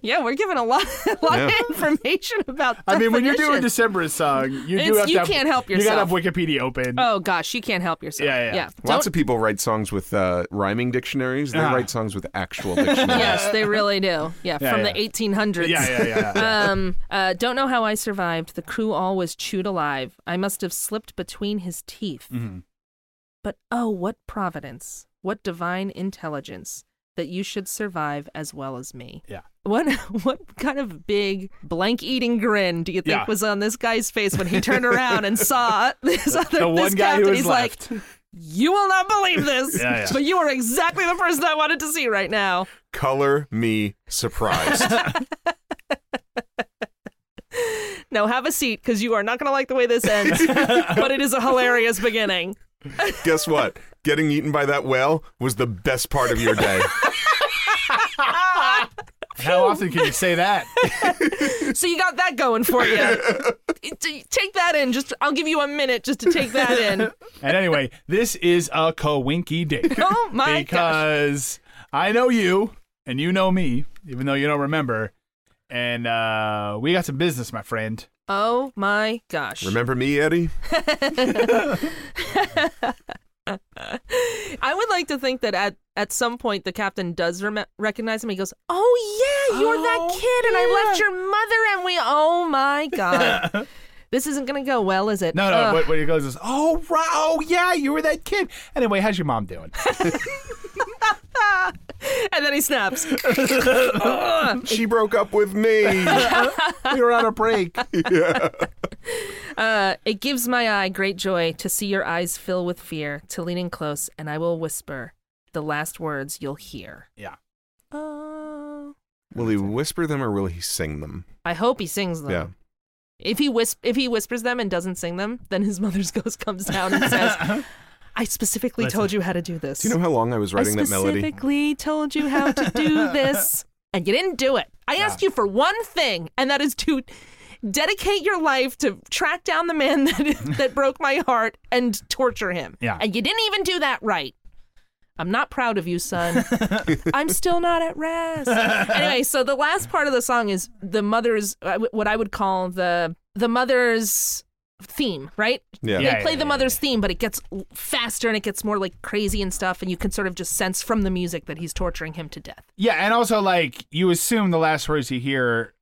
[SPEAKER 1] Yeah, we're giving a lot, a lot
[SPEAKER 4] Yeah.
[SPEAKER 1] of information about.
[SPEAKER 3] I mean, when you're doing
[SPEAKER 1] definitions.
[SPEAKER 3] December's song, you do
[SPEAKER 1] It's-
[SPEAKER 3] have
[SPEAKER 1] you
[SPEAKER 3] to have,
[SPEAKER 1] can't help
[SPEAKER 3] You gotta have
[SPEAKER 1] yourself.
[SPEAKER 3] Wikipedia open.
[SPEAKER 1] Oh gosh, you can't help yourself.
[SPEAKER 3] Yeah, yeah, yeah.
[SPEAKER 4] Lots of people write songs with uh, rhyming dictionaries. They
[SPEAKER 3] Ah.
[SPEAKER 4] write songs with actual dictionaries.
[SPEAKER 1] yes, they really do. Yeah,
[SPEAKER 3] Yeah,
[SPEAKER 1] from
[SPEAKER 3] yeah.
[SPEAKER 1] the 1800s.
[SPEAKER 3] yeah, yeah, yeah. yeah.
[SPEAKER 1] um, uh, don't know how I survived. The crew all was chewed alive. I must have slipped between his teeth.
[SPEAKER 3] Mhm.
[SPEAKER 1] But oh, what providence, what divine intelligence that you should survive as well as me.
[SPEAKER 3] Yeah.
[SPEAKER 1] What what kind of big blank eating grin do you think
[SPEAKER 3] Yeah.
[SPEAKER 1] was on this guy's face when he turned around and saw this other
[SPEAKER 3] the
[SPEAKER 1] this
[SPEAKER 3] one guy
[SPEAKER 1] captain?
[SPEAKER 3] who was
[SPEAKER 1] He's like,
[SPEAKER 3] left.
[SPEAKER 1] "You will not believe this,
[SPEAKER 3] Yeah, yeah.
[SPEAKER 1] but you are exactly the person I wanted to see right now."
[SPEAKER 4] Color me surprised.
[SPEAKER 1] Now have a seat because you are not going to like the way this ends. but it is a hilarious beginning.
[SPEAKER 4] Guess what? Getting eaten by that whale was the best part of your day.
[SPEAKER 3] How often can you say that?
[SPEAKER 1] So you got that going for you. T- take that in. Just I'll give you a minute just to take that in.
[SPEAKER 3] and anyway, this is a coinky dink.
[SPEAKER 1] Oh my gosh.
[SPEAKER 3] because I know you and you know me, even though you don't remember. And uh, we got some business, my friend.
[SPEAKER 1] Oh my gosh.
[SPEAKER 4] Remember me, Eddie?
[SPEAKER 1] I would like to think that at at some point the captain does rem- recognize him. He goes, "Oh yeah, you're that
[SPEAKER 3] Oh,
[SPEAKER 1] kid, and I left your mother, and we. Oh my god, this isn't gonna go well, is it?
[SPEAKER 3] No, no.
[SPEAKER 1] Ugh.
[SPEAKER 3] What, what he goes is, oh, right, oh yeah, you were that kid. Anyway, how's your mom doing?
[SPEAKER 1] and then he snaps.
[SPEAKER 4] She broke up with me.
[SPEAKER 3] we were on a break.
[SPEAKER 1] Uh, it gives my eye great joy to see your eyes fill with fear, to leaning close, and I will whisper the last words you'll hear.
[SPEAKER 3] Yeah.
[SPEAKER 1] Oh.
[SPEAKER 4] Will he whisper them or will he sing them?
[SPEAKER 1] I hope he sings them.
[SPEAKER 4] Yeah.
[SPEAKER 1] If he whis- if he whispers them and doesn't sing them, then his mother's ghost comes down and says, "I specifically
[SPEAKER 3] Listen.
[SPEAKER 1] told you how to do this.
[SPEAKER 4] Do you know how long I was
[SPEAKER 1] I
[SPEAKER 4] writing that melody?
[SPEAKER 1] specifically told you how to do this, and you didn't do it. I asked you for one thing, and that is to dedicate your life to track down the man that that broke my heart and torture him.
[SPEAKER 3] Yeah.
[SPEAKER 1] and you didn't even do that right." I'm not proud of you, son. I'm still not at rest. anyway, so the last part of the song is the mother's uh, what I would call the the mother's theme, right?
[SPEAKER 4] Yeah.
[SPEAKER 1] they
[SPEAKER 3] Yeah.
[SPEAKER 1] play the mother's theme, but it gets l- faster and it gets more like crazy and stuff, and you can sort of just sense from the music that he's torturing him to death.
[SPEAKER 3] Yeah, and also like you assume the last words you hear,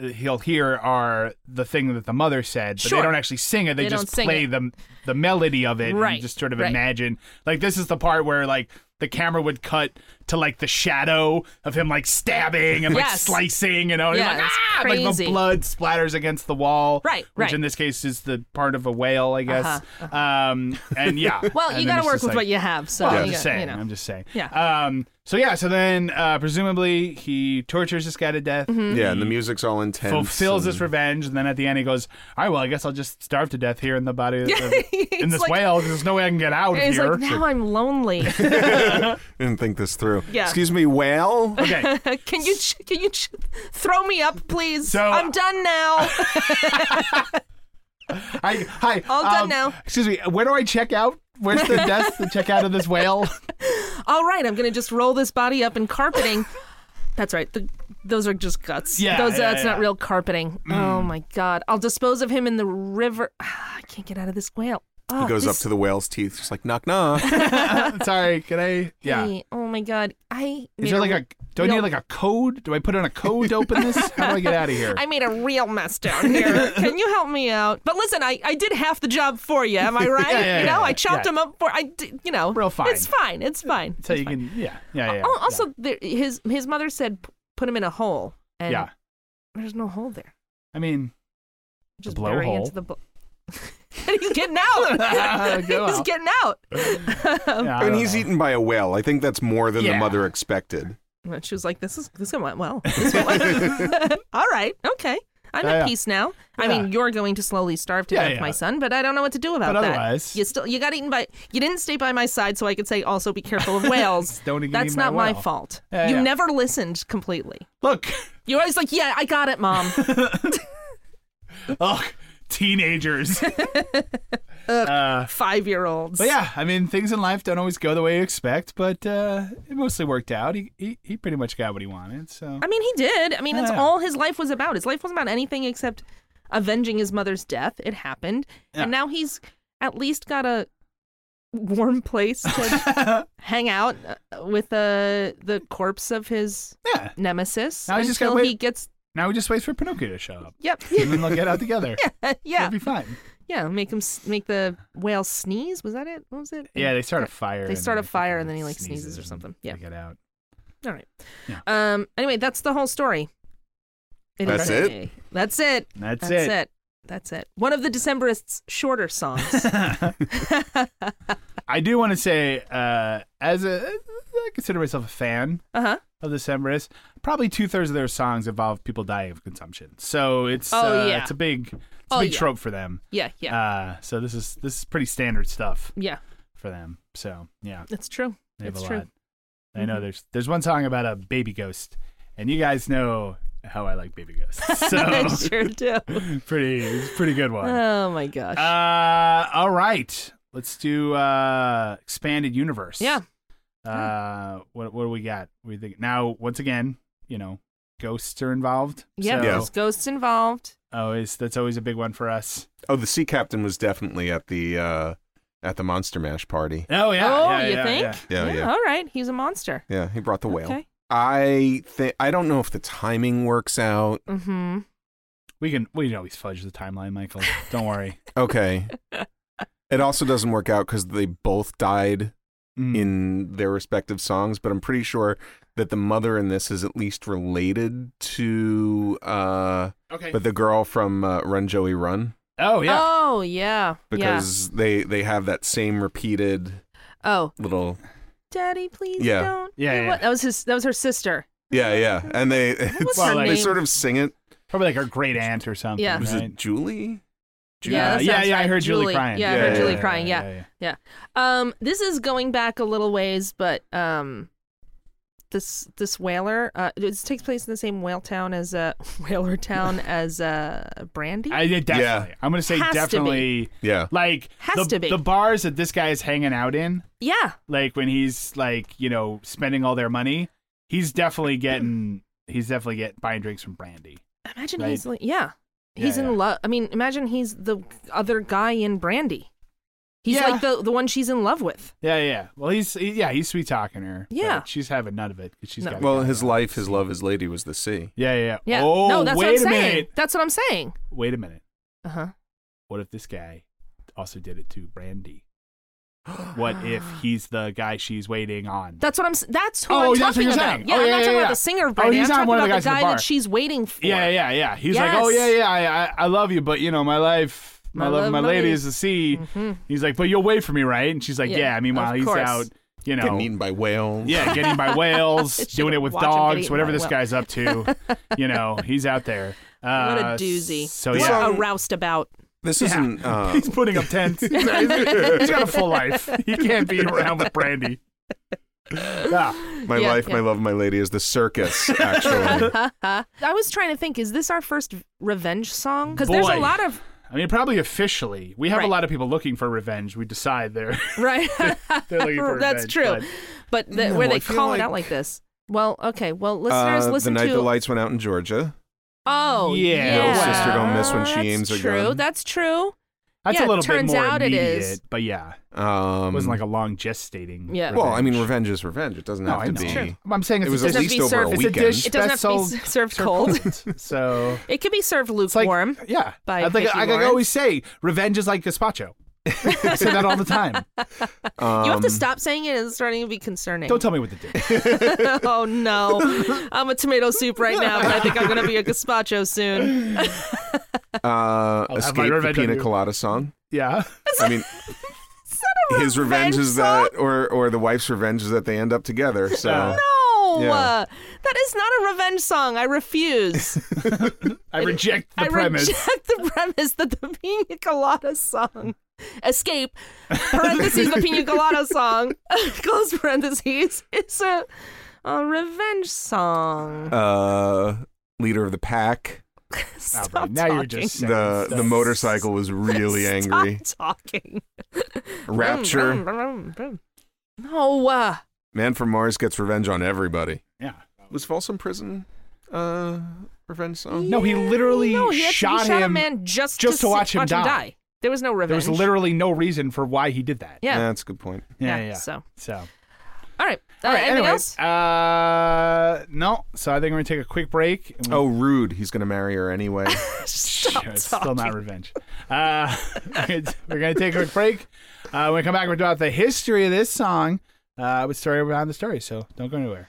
[SPEAKER 3] uh, he'll hear are the thing that the mother said, but
[SPEAKER 1] Sure.
[SPEAKER 3] they don't actually sing it. They,
[SPEAKER 1] They don't
[SPEAKER 3] just
[SPEAKER 1] sing
[SPEAKER 3] play
[SPEAKER 1] it.
[SPEAKER 3] the the melody of it. and you
[SPEAKER 1] Right,
[SPEAKER 3] just sort of
[SPEAKER 1] right.
[SPEAKER 3] imagine like this is the part where like the camera would cut to like the shadow of him like stabbing and like
[SPEAKER 1] Yes.
[SPEAKER 3] slicing, you know, and
[SPEAKER 1] Yeah,
[SPEAKER 3] like,
[SPEAKER 1] it's
[SPEAKER 3] ah! like the
[SPEAKER 1] crazy.
[SPEAKER 3] blood splatters against the wall,
[SPEAKER 1] Right,
[SPEAKER 3] Which
[SPEAKER 1] right.
[SPEAKER 3] in this case is the part of a whale, I guess.
[SPEAKER 1] Uh-huh,
[SPEAKER 3] Um, and yeah,
[SPEAKER 1] Well,
[SPEAKER 3] and
[SPEAKER 1] you
[SPEAKER 3] then
[SPEAKER 1] got to
[SPEAKER 3] it's
[SPEAKER 1] work
[SPEAKER 3] just
[SPEAKER 1] with
[SPEAKER 3] like-
[SPEAKER 1] what you have. So
[SPEAKER 3] well,
[SPEAKER 1] you
[SPEAKER 3] I'm just
[SPEAKER 1] gotta-
[SPEAKER 3] saying.
[SPEAKER 1] you know.
[SPEAKER 3] I'm just saying.
[SPEAKER 1] Yeah.
[SPEAKER 3] Um, so yeah. So then, uh, presumably, he tortures this guy to death.
[SPEAKER 4] Yeah, and the music's all intense.
[SPEAKER 1] Mm-hmm.
[SPEAKER 3] Fulfills
[SPEAKER 4] and-
[SPEAKER 3] his revenge, and then at the end he goes, "All right, well, I guess I'll just starve to death here in the body of, in
[SPEAKER 1] It's
[SPEAKER 3] this
[SPEAKER 1] like-
[SPEAKER 3] whale. 'cause There's no way I can get out of
[SPEAKER 1] And he's
[SPEAKER 3] here."
[SPEAKER 1] like, now I'm lonely.
[SPEAKER 4] Didn't think this through.
[SPEAKER 1] Yeah.
[SPEAKER 4] Excuse me, whale?
[SPEAKER 3] okay,
[SPEAKER 1] can you ch- can you ch- throw me up, please?
[SPEAKER 3] So- uh,
[SPEAKER 1] I'm done now.
[SPEAKER 3] I, hi. um,
[SPEAKER 1] All done now.
[SPEAKER 3] Excuse me. Where do I check out? Where's the desk to check out of this whale?
[SPEAKER 1] All right, I'm gonna just roll this body up in carpeting. That's right. The, those are just guts.
[SPEAKER 3] Yeah,
[SPEAKER 1] those, uh,
[SPEAKER 3] yeah,
[SPEAKER 1] that's
[SPEAKER 3] yeah. Mm.
[SPEAKER 1] not real carpeting. Oh my god! I'll dispose of him in the river. I can't get out of this whale. Oh,
[SPEAKER 4] He goes
[SPEAKER 1] this,
[SPEAKER 4] up to the whale's teeth, just like knock knock.
[SPEAKER 3] Sorry, can I? Yeah.
[SPEAKER 1] Hey, Oh my god! I made
[SPEAKER 3] Is there
[SPEAKER 1] a
[SPEAKER 3] like
[SPEAKER 1] re-
[SPEAKER 3] a? Do I need like a code? Do I put in a code to open this? How do I get out of here?
[SPEAKER 1] I made a real mess down here. Can you help me out? But listen, I, I did half the job for you. Am I right?
[SPEAKER 3] Yeah, yeah,
[SPEAKER 1] you know,
[SPEAKER 3] yeah,
[SPEAKER 1] I chopped
[SPEAKER 3] yeah.
[SPEAKER 1] him up for I. Did, you know,
[SPEAKER 3] Real fine.
[SPEAKER 1] It's fine. It's fine.
[SPEAKER 3] so
[SPEAKER 1] it's
[SPEAKER 3] you
[SPEAKER 1] fine.
[SPEAKER 3] can. Yeah. Yeah. Yeah.
[SPEAKER 1] Al- also, there, his his mother said p- put him in a hole,
[SPEAKER 3] Yeah.
[SPEAKER 1] and
[SPEAKER 3] yeah.
[SPEAKER 1] there's no hole there.
[SPEAKER 3] I mean.
[SPEAKER 1] Just
[SPEAKER 3] blow
[SPEAKER 1] burying
[SPEAKER 3] hole.
[SPEAKER 1] into the. Bl- and he's getting out.
[SPEAKER 3] Go
[SPEAKER 1] he's
[SPEAKER 3] out.
[SPEAKER 1] getting out. Um,
[SPEAKER 3] Yeah, I
[SPEAKER 4] I mean,
[SPEAKER 3] don't
[SPEAKER 4] Oh, he's e-
[SPEAKER 3] know.
[SPEAKER 4] eaten by a whale. I think that's more than
[SPEAKER 3] Yeah.
[SPEAKER 4] the mother expected.
[SPEAKER 1] And she was like, "This is this went well. This went- All right, okay. I'm
[SPEAKER 3] Yeah,
[SPEAKER 1] at
[SPEAKER 3] yeah.
[SPEAKER 1] peace now. I
[SPEAKER 3] Yeah.
[SPEAKER 1] mean, you're going to slowly starve to
[SPEAKER 3] Yeah,
[SPEAKER 1] death,
[SPEAKER 3] yeah.
[SPEAKER 1] my son, but I don't know what to do about
[SPEAKER 3] But
[SPEAKER 1] that.
[SPEAKER 3] otherwise-
[SPEAKER 1] you still you got eaten by you didn't stay by my side, so I could say also be careful of whales.
[SPEAKER 3] Don't get
[SPEAKER 1] That's
[SPEAKER 3] eaten by
[SPEAKER 1] not
[SPEAKER 3] a
[SPEAKER 1] my
[SPEAKER 3] whale.
[SPEAKER 1] fault.
[SPEAKER 3] Yeah,
[SPEAKER 1] you
[SPEAKER 3] yeah.
[SPEAKER 1] never listened completely.
[SPEAKER 3] Look.
[SPEAKER 1] You're always like, yeah, I got it, mom.
[SPEAKER 3] Ugh. Teenagers.
[SPEAKER 1] Five year olds.
[SPEAKER 3] But yeah, I mean, things in life don't always go the way you expect, but uh, it mostly worked out. He, he he pretty much got what he wanted. So
[SPEAKER 1] I mean, he did. I mean, that's
[SPEAKER 3] Yeah.
[SPEAKER 1] all his life was about. His life wasn't about anything except avenging his mother's death. It happened. And
[SPEAKER 3] Yeah.
[SPEAKER 1] now he's at least got a warm place to hang out uh, with uh, the corpse of his
[SPEAKER 3] yeah,
[SPEAKER 1] nemesis
[SPEAKER 3] Now he's just gotta
[SPEAKER 1] until he
[SPEAKER 3] wait-
[SPEAKER 1] gets.
[SPEAKER 3] now we just wait for Pinocchio to show up,
[SPEAKER 1] Yep.
[SPEAKER 3] and then they'll get out together.
[SPEAKER 1] yeah.
[SPEAKER 3] it'll be fine.
[SPEAKER 1] Yeah. Make him s- make the whale sneeze. Was that it? What was it?
[SPEAKER 3] Yeah, they start a fire.
[SPEAKER 1] They
[SPEAKER 3] and
[SPEAKER 1] start a
[SPEAKER 3] like,
[SPEAKER 1] fire,
[SPEAKER 3] uh,
[SPEAKER 1] and then he, like, sneezes or
[SPEAKER 3] and
[SPEAKER 1] something. Yeah.
[SPEAKER 3] they get out.
[SPEAKER 1] All right.
[SPEAKER 3] Yeah.
[SPEAKER 1] Um. Anyway, that's the whole story. It is
[SPEAKER 4] That's
[SPEAKER 1] a-
[SPEAKER 4] it?
[SPEAKER 1] That's it.
[SPEAKER 3] That's,
[SPEAKER 1] That's it. That's it. One of the Decemberists' shorter songs.
[SPEAKER 3] I do want to say, uh, as a, I consider myself a fan
[SPEAKER 1] Uh huh.
[SPEAKER 3] of the Sembris. Probably two thirds of their songs involve people dying of consumption, so it's
[SPEAKER 1] Oh,
[SPEAKER 3] uh,
[SPEAKER 1] yeah.
[SPEAKER 3] it's a big, it's
[SPEAKER 1] Oh,
[SPEAKER 3] a big
[SPEAKER 1] yeah.
[SPEAKER 3] trope for them.
[SPEAKER 1] Yeah. Yeah.
[SPEAKER 3] Uh, so this is this is pretty standard stuff
[SPEAKER 1] yeah.
[SPEAKER 3] for them. So yeah,
[SPEAKER 1] That's true.
[SPEAKER 3] they have
[SPEAKER 1] That's
[SPEAKER 3] a
[SPEAKER 1] true. Mm-hmm.
[SPEAKER 3] lot. I know there's there's one song about a baby ghost, and you guys know how I like baby ghosts.
[SPEAKER 1] I
[SPEAKER 4] Oh.
[SPEAKER 3] So
[SPEAKER 1] sure do.
[SPEAKER 3] pretty, it's a pretty good one.
[SPEAKER 1] Oh my gosh.
[SPEAKER 3] Uh, all right, let's do uh expanded universe.
[SPEAKER 1] yeah.
[SPEAKER 3] Uh, what what do we got? We think now once again, you know, ghosts are involved.
[SPEAKER 1] Yeah.
[SPEAKER 3] So,
[SPEAKER 1] There's ghosts involved.
[SPEAKER 3] Always that's always a big one for us.
[SPEAKER 4] Oh, the sea captain was definitely at the uh, at the monster mash party.
[SPEAKER 3] Oh yeah.
[SPEAKER 1] oh,
[SPEAKER 3] yeah,
[SPEAKER 1] you
[SPEAKER 3] yeah,
[SPEAKER 1] think?
[SPEAKER 3] yeah.
[SPEAKER 4] Yeah, yeah.
[SPEAKER 1] All right. He's a monster.
[SPEAKER 4] Yeah, he brought the whale.
[SPEAKER 1] Okay.
[SPEAKER 4] I think I don't know if the timing works out.
[SPEAKER 1] Mm-hmm.
[SPEAKER 3] We can we can always fudge the timeline, Michael. Don't worry.
[SPEAKER 4] Okay. it also doesn't work out because they both died
[SPEAKER 3] Mm.
[SPEAKER 4] in their respective songs, but I'm pretty sure that the mother in this is at least related to uh,
[SPEAKER 3] Okay.
[SPEAKER 4] but the girl from uh, Run Joey Run
[SPEAKER 3] oh yeah.
[SPEAKER 1] Oh yeah.
[SPEAKER 4] because they they have that same repeated
[SPEAKER 1] yeah. Oh,
[SPEAKER 4] little
[SPEAKER 1] Daddy, please
[SPEAKER 4] Yeah.
[SPEAKER 1] don't.
[SPEAKER 3] Yeah,
[SPEAKER 1] do
[SPEAKER 3] yeah.
[SPEAKER 1] what- That was his. That was her sister.
[SPEAKER 4] yeah yeah, and they it's,
[SPEAKER 3] her
[SPEAKER 4] they
[SPEAKER 3] name? Uh-huh.
[SPEAKER 4] sort of sing it.
[SPEAKER 3] Probably like our great aunt or something.
[SPEAKER 1] Yeah.
[SPEAKER 4] Was
[SPEAKER 3] right?
[SPEAKER 4] it Julie?
[SPEAKER 1] Yeah,
[SPEAKER 3] Uh,
[SPEAKER 1] that
[SPEAKER 3] yeah,
[SPEAKER 1] sounds
[SPEAKER 3] yeah. I
[SPEAKER 1] right.
[SPEAKER 3] heard Julie,
[SPEAKER 1] Julie.
[SPEAKER 3] crying.
[SPEAKER 1] Yeah,
[SPEAKER 4] I heard Julie
[SPEAKER 1] crying, yeah. Yeah. Um, this is going back a little ways, but um, this this whaler uh, this takes place in the same whale town as uh, whaler town as uh, Brandy.
[SPEAKER 3] I did definitely. I'm gonna say
[SPEAKER 1] Has to be.
[SPEAKER 3] definitely.
[SPEAKER 4] Yeah.
[SPEAKER 3] Like
[SPEAKER 1] Has
[SPEAKER 3] the,
[SPEAKER 1] to be.
[SPEAKER 3] the bars that this guy is hanging out in,
[SPEAKER 1] yeah,
[SPEAKER 3] like when he's like you know spending all their money, he's definitely getting he's definitely getting buying drinks from Brandy.
[SPEAKER 1] imagine
[SPEAKER 3] Right.
[SPEAKER 1] he's like yeah, he's
[SPEAKER 3] Yeah, yeah.
[SPEAKER 1] in love. I mean, imagine he's the other guy in Brandy. He's
[SPEAKER 3] Yeah.
[SPEAKER 1] like the the one she's in love with.
[SPEAKER 3] Yeah, yeah. Well, he's he- yeah he's sweet talking her. but
[SPEAKER 1] Yeah.
[SPEAKER 3] she's having none of it. 'cause She's
[SPEAKER 1] No.
[SPEAKER 3] got
[SPEAKER 4] Well, his life, his love, his lady was the sea.
[SPEAKER 3] Yeah, yeah.
[SPEAKER 1] Yeah.
[SPEAKER 3] Oh,
[SPEAKER 1] no, that's
[SPEAKER 3] wait
[SPEAKER 1] what I'm
[SPEAKER 3] a
[SPEAKER 1] saying.
[SPEAKER 3] minute. Uh-huh.
[SPEAKER 1] That's what I'm saying.
[SPEAKER 3] Wait a minute.
[SPEAKER 1] Uh huh.
[SPEAKER 3] What if this guy also did it to Brandy? what if he's the guy she's waiting on?
[SPEAKER 1] That's what I'm. s- That's who
[SPEAKER 3] Oh,
[SPEAKER 1] I'm
[SPEAKER 3] that's what
[SPEAKER 1] talking
[SPEAKER 3] you're
[SPEAKER 1] about.
[SPEAKER 3] saying.
[SPEAKER 1] Yeah,
[SPEAKER 3] Oh,
[SPEAKER 1] I'm
[SPEAKER 3] yeah,
[SPEAKER 1] not
[SPEAKER 3] yeah,
[SPEAKER 1] talking
[SPEAKER 3] yeah.
[SPEAKER 1] about the singer of
[SPEAKER 3] Oh,
[SPEAKER 1] Brittany.
[SPEAKER 3] he's
[SPEAKER 1] I'm
[SPEAKER 3] not
[SPEAKER 1] talking
[SPEAKER 3] one of
[SPEAKER 1] about
[SPEAKER 3] the guys
[SPEAKER 1] the
[SPEAKER 3] in the
[SPEAKER 1] guy
[SPEAKER 3] bar.
[SPEAKER 1] that she's waiting for.
[SPEAKER 3] Yeah, yeah, yeah. He's like, oh yeah,
[SPEAKER 1] Yes.
[SPEAKER 3] yeah, I, I, I love you, but you know, my life, my, love, of my lady is the sea. He's like, but you'll wait for me, right? And she's like,
[SPEAKER 1] Mm-hmm. Yeah,
[SPEAKER 3] yeah. Meanwhile,
[SPEAKER 1] of
[SPEAKER 3] he's
[SPEAKER 1] course.
[SPEAKER 3] out, you know,
[SPEAKER 4] Getting eaten by whales.
[SPEAKER 3] yeah, getting by whales, doing it with
[SPEAKER 1] watch him get
[SPEAKER 3] dogs,
[SPEAKER 1] eaten
[SPEAKER 3] whatever
[SPEAKER 1] by
[SPEAKER 3] this
[SPEAKER 1] whales.
[SPEAKER 3] guy's up to. you know, he's out there. Uh,
[SPEAKER 1] What a doozy.
[SPEAKER 3] So
[SPEAKER 1] what
[SPEAKER 3] yeah,
[SPEAKER 1] a roustabout.
[SPEAKER 4] This isn't. Uh,
[SPEAKER 3] he's putting up tents. he's got a full life. He can't be around with Brandy. Ah. Yeah.
[SPEAKER 4] my
[SPEAKER 1] Yeah,
[SPEAKER 4] life, my
[SPEAKER 1] yeah.
[SPEAKER 4] love, my lady is the circus. Actually,
[SPEAKER 1] I was trying to think, is this our first revenge song? Because there's a
[SPEAKER 3] Boy.
[SPEAKER 1] lot of
[SPEAKER 3] I mean, probably officially, we have a
[SPEAKER 1] Right.
[SPEAKER 3] lot of people looking for revenge. We decide they're
[SPEAKER 1] right.
[SPEAKER 3] they're looking for
[SPEAKER 1] That's
[SPEAKER 3] revenge,
[SPEAKER 1] true.
[SPEAKER 3] but-
[SPEAKER 1] But the,
[SPEAKER 4] No,
[SPEAKER 1] where they
[SPEAKER 4] I feel
[SPEAKER 1] call
[SPEAKER 4] like-
[SPEAKER 1] it out like this. Well, okay. Well, listeners,
[SPEAKER 4] uh, the
[SPEAKER 1] listen
[SPEAKER 4] night
[SPEAKER 1] to.
[SPEAKER 4] the lights went out in Georgia.
[SPEAKER 1] oh,
[SPEAKER 3] Yeah.
[SPEAKER 1] yeah.
[SPEAKER 3] Little sister don't
[SPEAKER 4] miss when she
[SPEAKER 1] That's
[SPEAKER 4] aims her
[SPEAKER 1] true.
[SPEAKER 4] gun.
[SPEAKER 1] That's true.
[SPEAKER 3] That's
[SPEAKER 1] Yeah,
[SPEAKER 3] a little
[SPEAKER 1] turns
[SPEAKER 3] bit more
[SPEAKER 1] out it
[SPEAKER 3] immediate,
[SPEAKER 1] is.
[SPEAKER 3] but yeah, it
[SPEAKER 4] Um,
[SPEAKER 3] wasn't like a long gestating.
[SPEAKER 1] Yeah.
[SPEAKER 4] well, I mean, revenge is revenge. It doesn't
[SPEAKER 3] No,
[SPEAKER 4] have
[SPEAKER 3] I
[SPEAKER 4] to
[SPEAKER 3] know.
[SPEAKER 4] be.
[SPEAKER 1] Sure.
[SPEAKER 3] I'm saying
[SPEAKER 4] It
[SPEAKER 3] it's
[SPEAKER 4] was
[SPEAKER 3] a
[SPEAKER 4] at
[SPEAKER 1] doesn't
[SPEAKER 3] dish.
[SPEAKER 1] have to be
[SPEAKER 4] least over a
[SPEAKER 1] served- it's
[SPEAKER 4] weekend.
[SPEAKER 3] dish
[SPEAKER 1] It doesn't have to be
[SPEAKER 3] That's
[SPEAKER 1] s- served cold.
[SPEAKER 3] cold. so
[SPEAKER 1] It could be served
[SPEAKER 3] it's like
[SPEAKER 1] lukewarm.
[SPEAKER 3] yeah.
[SPEAKER 1] by
[SPEAKER 3] I think
[SPEAKER 1] Vicki
[SPEAKER 3] I, like I
[SPEAKER 1] Lawrence.
[SPEAKER 3] always say, revenge is like gazpacho. I say that all the time.
[SPEAKER 1] you have to
[SPEAKER 4] Um,
[SPEAKER 1] stop saying it. It's starting to be concerning.
[SPEAKER 3] Don't tell me what to do.
[SPEAKER 1] oh no, I'm a tomato soup right now, but I think I'm gonna be a gazpacho soon.
[SPEAKER 4] Uh,
[SPEAKER 3] have my
[SPEAKER 4] escape the
[SPEAKER 3] revenge on
[SPEAKER 4] pina
[SPEAKER 3] you.
[SPEAKER 4] colada song.
[SPEAKER 3] Yeah,
[SPEAKER 4] I mean, his revenge is that, or or the wife's revenge is that they end up together. So
[SPEAKER 1] No,
[SPEAKER 4] Yeah.
[SPEAKER 1] that is not a revenge song. I refuse.
[SPEAKER 3] I reject the
[SPEAKER 1] I
[SPEAKER 3] premise.
[SPEAKER 1] reject the premise that the Pina Colada song, Escape, parentheses, the Pina Colada song, close parentheses, is a, a revenge song.
[SPEAKER 4] uh, leader of the pack.
[SPEAKER 1] Stop
[SPEAKER 3] Aubrey, now you're
[SPEAKER 1] talking.
[SPEAKER 3] just saying
[SPEAKER 4] The
[SPEAKER 3] stuff.
[SPEAKER 4] the motorcycle was really angry.
[SPEAKER 1] Stop talking. Vroom,
[SPEAKER 4] Rapture.
[SPEAKER 1] vroom, vroom, vroom. No, uh,
[SPEAKER 4] Man from Mars gets revenge on everybody.
[SPEAKER 3] Yeah.
[SPEAKER 4] Was Folsom Prison uh revenge song?
[SPEAKER 3] No, he literally
[SPEAKER 1] no, he, had,
[SPEAKER 3] shot,
[SPEAKER 1] he shot a
[SPEAKER 3] him.
[SPEAKER 1] man just,
[SPEAKER 3] just to
[SPEAKER 1] see-
[SPEAKER 3] watch him die.
[SPEAKER 1] There was no
[SPEAKER 3] There
[SPEAKER 1] revenge.
[SPEAKER 3] was literally no reason for why he did that.
[SPEAKER 1] yeah.
[SPEAKER 4] That's a good point.
[SPEAKER 3] Yeah, yeah.
[SPEAKER 1] Yeah, so.
[SPEAKER 3] so.
[SPEAKER 1] All right. Uh,
[SPEAKER 3] All right.
[SPEAKER 1] anything
[SPEAKER 3] Anyway,
[SPEAKER 1] else?
[SPEAKER 3] uh, no. So I think we're gonna take a quick break. and we-
[SPEAKER 4] Oh, rude. He's gonna marry her anyway.
[SPEAKER 1] Stop
[SPEAKER 3] It's still not
[SPEAKER 1] talking.
[SPEAKER 3] revenge. Uh, it's- we're gonna take a quick break. Uh, when we come back, we're about the history of this song, uh, with story behind the story. So don't go anywhere.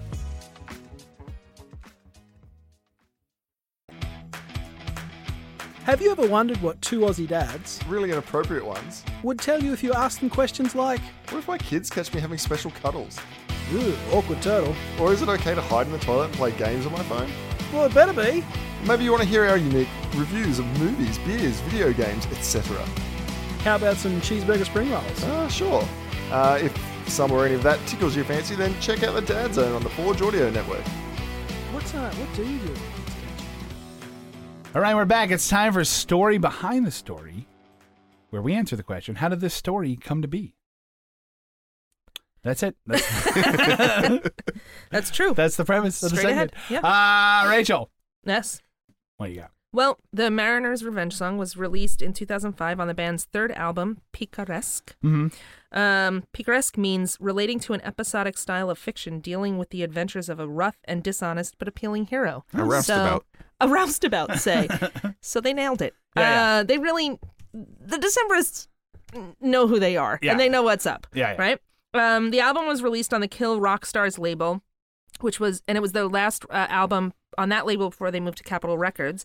[SPEAKER 8] Have you ever wondered what two Aussie dads
[SPEAKER 9] Really inappropriate ones.
[SPEAKER 8] would tell you if you asked them questions like,
[SPEAKER 9] What if my kids catch me having special cuddles?
[SPEAKER 8] ooh, awkward turtle?
[SPEAKER 9] Or is it okay to hide in the toilet and play games on my phone?
[SPEAKER 8] Well, it better be.
[SPEAKER 9] Maybe you want to hear our unique reviews of movies, beers, video games, etc.
[SPEAKER 8] How about some cheeseburger spring rolls?
[SPEAKER 9] Ah, sure. Uh, if some or any of that tickles your fancy, then check out the Dad Zone on the Forge Audio Network.
[SPEAKER 8] What's that? What do you do?
[SPEAKER 3] All right, we're back. It's time for story behind the story, where we answer the question: How did this story come to be? That's it. That's,
[SPEAKER 1] That's true.
[SPEAKER 3] that's the premise of the
[SPEAKER 1] Straight ahead.
[SPEAKER 3] segment. Uh, Rachel,
[SPEAKER 1] yes.
[SPEAKER 3] what do you got?
[SPEAKER 1] Well, the Mariner's Revenge song was released in 2005 on the band's third album, Picaresque.
[SPEAKER 3] Mhm.
[SPEAKER 1] Um, picaresque means relating to an episodic style of fiction dealing with the adventures of a rough and dishonest but appealing hero.
[SPEAKER 4] A roustabout.
[SPEAKER 1] So, a roustabout, say. so they nailed it.
[SPEAKER 3] Yeah,
[SPEAKER 1] Uh, they really, the Decemberists know who they are
[SPEAKER 3] Yeah.
[SPEAKER 1] and they know what's up.
[SPEAKER 3] Yeah, yeah.
[SPEAKER 1] Right? Um, the album was released on the Kill Rock Stars label which was and it was their last uh, album on that label before they moved to Capitol Records.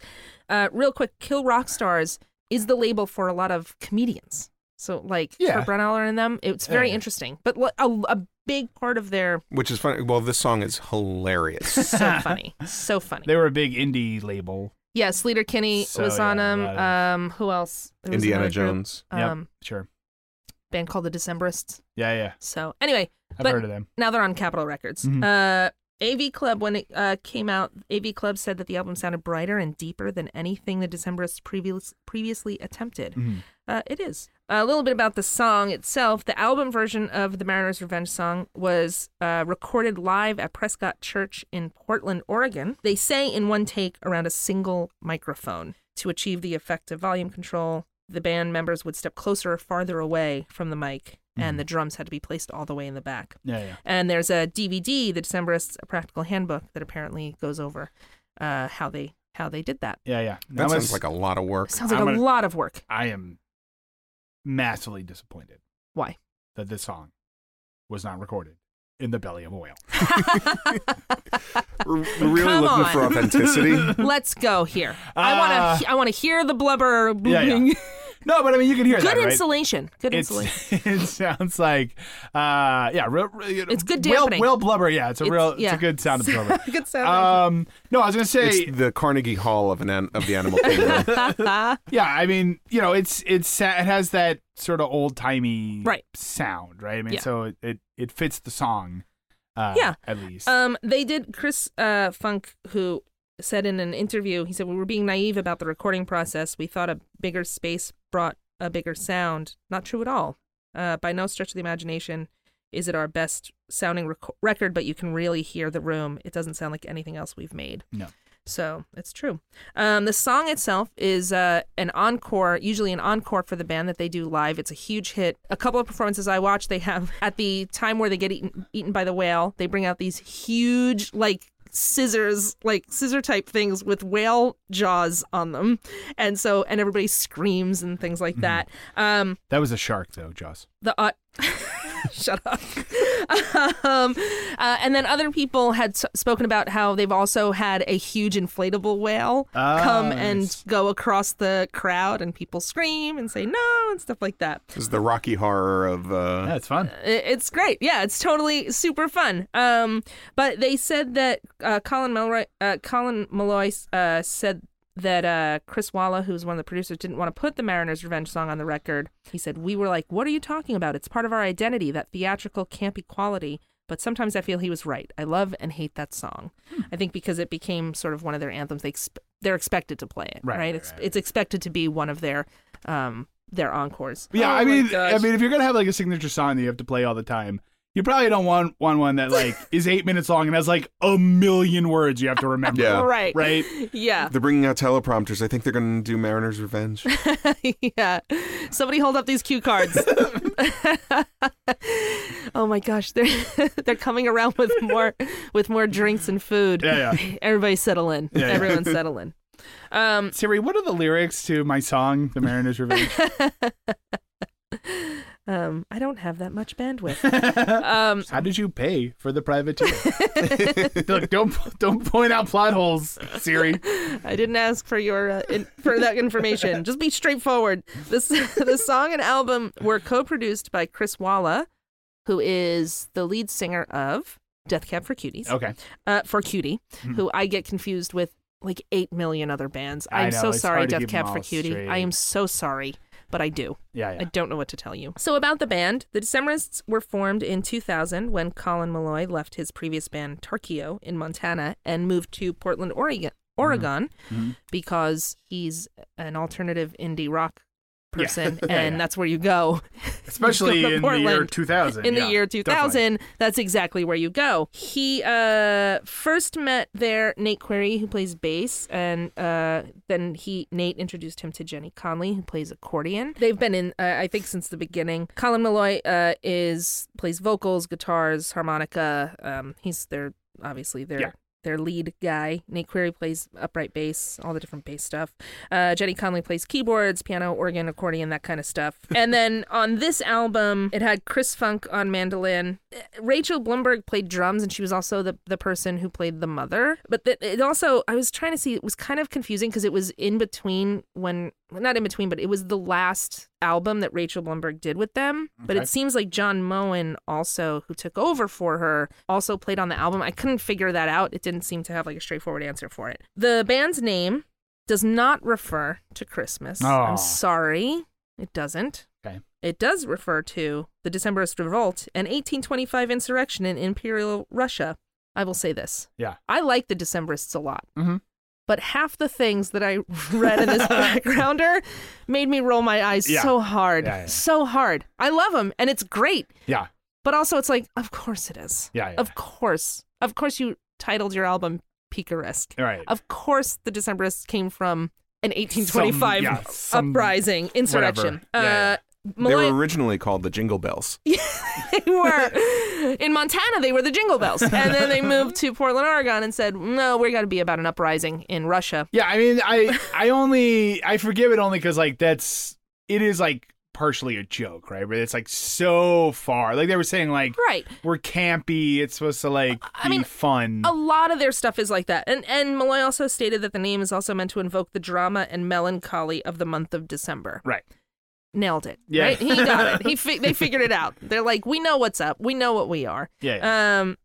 [SPEAKER 1] Uh, real quick, Kill Rock Stars is the label for a lot of comedians. So like
[SPEAKER 3] Yeah.
[SPEAKER 1] for Brennauer and them, it's very
[SPEAKER 3] Yeah.
[SPEAKER 1] interesting. But lo- a, a big part of their
[SPEAKER 4] Which is funny. Well, this song is hilarious.
[SPEAKER 1] so funny, so funny.
[SPEAKER 3] They were a big indie label.
[SPEAKER 1] yes, Leader Kinney
[SPEAKER 3] So,
[SPEAKER 1] was on
[SPEAKER 3] yeah, a
[SPEAKER 1] them.
[SPEAKER 3] lot of-
[SPEAKER 1] Um, who else? There was
[SPEAKER 4] Indiana
[SPEAKER 1] another group,
[SPEAKER 4] Jones.
[SPEAKER 3] Yep.
[SPEAKER 1] Um,
[SPEAKER 3] Sure.
[SPEAKER 1] band called the Decemberists.
[SPEAKER 3] Yeah, yeah.
[SPEAKER 1] So anyway,
[SPEAKER 3] I've
[SPEAKER 1] but
[SPEAKER 3] heard of them. Mm-hmm.
[SPEAKER 1] now they're on Capitol Records. Uh, AV Club, when it uh, came out, AV Club said that the album sounded brighter and deeper than anything the Decemberists previous, previously
[SPEAKER 3] Mm-hmm.
[SPEAKER 1] attempted. Uh, it is. A little bit about the song itself. The album version of the Mariner's Revenge song was uh, recorded live at Prescott Church in Portland, Oregon. They sang in one take around a single microphone to achieve the effect of volume control. The band members would step closer or farther away from the mic, and the
[SPEAKER 3] Mm-hmm.
[SPEAKER 1] drums had to be placed all the way in the back.
[SPEAKER 3] Yeah, yeah.
[SPEAKER 1] And there's a DVD, The Decemberists: A Practical Handbook, that apparently goes over uh, how they how they did that.
[SPEAKER 3] Yeah, yeah.
[SPEAKER 4] That
[SPEAKER 3] I'm
[SPEAKER 4] sounds
[SPEAKER 3] a-
[SPEAKER 4] like a lot of work.
[SPEAKER 1] Sounds like
[SPEAKER 3] I'm
[SPEAKER 1] a
[SPEAKER 3] gonna-
[SPEAKER 1] lot of work.
[SPEAKER 3] I am massively disappointed
[SPEAKER 1] Why?
[SPEAKER 3] that this song was not recorded in the belly of a whale.
[SPEAKER 4] We're, we're really
[SPEAKER 1] Come
[SPEAKER 4] looking
[SPEAKER 1] on.
[SPEAKER 4] for authenticity.
[SPEAKER 1] Let's go here. I want to I want to hear the blubber.
[SPEAKER 3] Uh, Yeah, yeah.
[SPEAKER 1] booming.
[SPEAKER 3] No, but I mean you can hear
[SPEAKER 1] Good
[SPEAKER 3] that, right?
[SPEAKER 1] insulation. Good insulation.
[SPEAKER 3] It's, it sounds like, uh, yeah, real, real, you know,
[SPEAKER 1] It's good
[SPEAKER 3] whale,
[SPEAKER 1] dampening.
[SPEAKER 3] whale blubber. Yeah, it's a
[SPEAKER 1] It's-
[SPEAKER 3] real, it's
[SPEAKER 1] yeah.
[SPEAKER 3] a good sound of blubber.
[SPEAKER 1] Good sound.
[SPEAKER 3] um, no, I was gonna say,
[SPEAKER 4] It's the Carnegie Hall of an an, of the animal kingdom.
[SPEAKER 3] yeah, I mean, you know, it's it's sa- it has that sort of old timey
[SPEAKER 1] Right.
[SPEAKER 3] sound, right? I mean,
[SPEAKER 1] Yeah.
[SPEAKER 3] so it, it it fits the song, uh,
[SPEAKER 1] Yeah.
[SPEAKER 3] at least.
[SPEAKER 1] Um, they did. Chris uh, Funk, who said in an interview, he said we were being naive about the recording process. We thought a bigger space brought a bigger sound. Not true at all. Uh, by no stretch of the imagination is it our best sounding rec- record, but you can really hear the room. It doesn't sound like anything else we've made.
[SPEAKER 3] No.
[SPEAKER 1] So it's true. Um, the song itself is uh, an encore, usually an encore for the band that they do live. It's a huge hit. A couple of performances I watched, they have at the time where they get eaten, eaten by the whale, they bring out these huge, like, scissors like scissor type things with whale jaws on them and so and everybody screams and things like that um
[SPEAKER 3] that was a shark, though, Joss.
[SPEAKER 1] the uh, shut up um, uh, and then other people had s- spoken about how they've also had a huge inflatable whale
[SPEAKER 3] Ah,
[SPEAKER 1] come
[SPEAKER 3] nice.
[SPEAKER 1] and go across the crowd and people scream and say no and stuff like that
[SPEAKER 4] This is the Rocky Horror of. Uh,
[SPEAKER 3] That's fun.
[SPEAKER 1] I- it's great yeah it's totally super fun um, but they said that uh, colin malloy uh, colin malloy uh, said that uh, Chris Walla, who's one of the producers, didn't want to put the Mariners' Revenge song on the record. He said, We were like, What are you talking about? It's part of our identity, that theatrical, campy quality. But sometimes I feel he was right. I love and hate that song.
[SPEAKER 3] Hmm.
[SPEAKER 1] I think because it became sort of one of their anthems, they exp- they're expected to play it,
[SPEAKER 3] Right,
[SPEAKER 1] right?
[SPEAKER 3] right,
[SPEAKER 1] it's,
[SPEAKER 3] right.
[SPEAKER 1] it's expected to be one of their um, their encores.
[SPEAKER 3] Yeah, I
[SPEAKER 5] my
[SPEAKER 3] mean, I
[SPEAKER 5] gosh.
[SPEAKER 3] mean, if you're gonna have like a signature song that you have to play all the time, you probably don't want want one that like is eight minutes long and has like a million words you have to remember.
[SPEAKER 4] Yeah.
[SPEAKER 1] Right.
[SPEAKER 3] Right.
[SPEAKER 1] Yeah.
[SPEAKER 4] they're bringing out teleprompters. I think they're going to do Mariner's Revenge.
[SPEAKER 1] yeah. Somebody hold up these cue cards. oh my gosh, they're they're coming around with more with more drinks and food.
[SPEAKER 3] Yeah, yeah.
[SPEAKER 1] Everybody settle in.
[SPEAKER 3] Yeah, yeah.
[SPEAKER 1] Everyone settle in. Um,
[SPEAKER 3] Siri, what are the lyrics to my song, The Mariner's Revenge?
[SPEAKER 1] um, I don't have that much bandwidth. Um,
[SPEAKER 3] How did you pay for the privateer? Look, don't don't point out plot holes, Siri.
[SPEAKER 1] I didn't ask for your uh, in, for that information. Just be straightforward. This the song and album were co-produced by Chris Walla, who is the lead singer of Death Cab for Cuties.
[SPEAKER 3] Okay.
[SPEAKER 1] uh, for Cutie,
[SPEAKER 3] Mm-hmm.
[SPEAKER 1] who I get confused with like 8 million other bands.
[SPEAKER 3] I
[SPEAKER 1] I'm
[SPEAKER 3] know,
[SPEAKER 1] so
[SPEAKER 3] it's
[SPEAKER 1] sorry,
[SPEAKER 3] hard to
[SPEAKER 1] Death
[SPEAKER 3] keep 'em
[SPEAKER 1] Cab for
[SPEAKER 3] all
[SPEAKER 1] Cutie.
[SPEAKER 3] straight.
[SPEAKER 1] I am so sorry, but I do.
[SPEAKER 3] Yeah, yeah.
[SPEAKER 1] I don't know what to tell you. So, about the band, the Decemberists were formed in 2000 when Colin Malloy left his previous band, Torquio, in Montana and moved to Portland,
[SPEAKER 3] Mm-hmm.
[SPEAKER 1] Oregon, Oregon because he's an alternative indie rock person,
[SPEAKER 10] Yeah,
[SPEAKER 1] and
[SPEAKER 10] yeah.
[SPEAKER 1] that's where you go.
[SPEAKER 10] Especially
[SPEAKER 1] Go to
[SPEAKER 10] in the year 2000,
[SPEAKER 1] In the
[SPEAKER 10] yeah,
[SPEAKER 1] year 2000, that's exactly where you go. He uh, first met there Nate Query, who plays bass, and uh, then he Nate introduced him to Jenny Conley, who plays accordion. They've been in, uh, I think, since the beginning. Colin Malloy uh, is plays vocals, guitars, harmonica. Um, he's their obviously their
[SPEAKER 5] Yeah.
[SPEAKER 1] their lead guy. Nate Query plays upright bass, all the different bass stuff. Uh, Jenny Conley plays keyboards, piano, organ, accordion, that kind of stuff. and then on this album, it had Chris Funk on mandolin. Uh, Rachel Bloomberg played drums, and she was also the, the person who played the mother. But the, it also, I was trying to see, it was kind of confusing because it was in between when, well, not in between, but it was the last album that Rachel Bloomberg did with them. But
[SPEAKER 5] Okay.
[SPEAKER 1] it seems like John Moen also, who took over for her, also played on the album. I couldn't figure that out. It didn't seem to have like a straightforward answer for it. The band's name does not refer to Christmas.
[SPEAKER 5] Aw.
[SPEAKER 1] I'm sorry. It doesn't.
[SPEAKER 3] Okay.
[SPEAKER 1] It does refer to the Decemberist Revolt and 1825 insurrection in Imperial Russia. I will say this.
[SPEAKER 3] Yeah.
[SPEAKER 1] I like the Decemberists a lot.
[SPEAKER 3] Mhm.
[SPEAKER 1] But half the things that I read in this backgrounder made me roll my eyes
[SPEAKER 3] Yeah.
[SPEAKER 1] so hard.
[SPEAKER 3] Yeah, yeah.
[SPEAKER 1] So hard. I love them and it's great.
[SPEAKER 3] Yeah.
[SPEAKER 1] But also, it's like, of course it is.
[SPEAKER 3] Yeah, yeah.
[SPEAKER 1] Of course. Of course, you titled your album Picaresque.
[SPEAKER 3] Right.
[SPEAKER 1] Of course, the Decemberists came from an 1825
[SPEAKER 4] yeah, some-
[SPEAKER 1] uprising, insurrection.
[SPEAKER 4] whatever. Yeah,
[SPEAKER 1] Uh,
[SPEAKER 4] They
[SPEAKER 1] Malloy-
[SPEAKER 4] were originally called the Jingle Bells.
[SPEAKER 1] they were in Montana. They were the Jingle Bells, and then they moved to Portland, Oregon, and said, "No, we're going to be about an uprising in Russia."
[SPEAKER 3] Yeah, I mean, I I only I forgive it only because like that's it is like partially a joke, right? But it's like so far. Like they were saying, like
[SPEAKER 1] Right.
[SPEAKER 3] we're campy. It's supposed to like be
[SPEAKER 1] mean,
[SPEAKER 3] fun.
[SPEAKER 1] A lot of their stuff is like that. And and Malloy also stated that the name is also meant to invoke the drama and melancholy of the month of December.
[SPEAKER 3] Right.
[SPEAKER 1] Nailed it.
[SPEAKER 3] Yeah.
[SPEAKER 1] Right? He got it. He fi- they figured it out. They're like, "We know what's up. We know what we are."
[SPEAKER 3] Yeah,
[SPEAKER 1] Um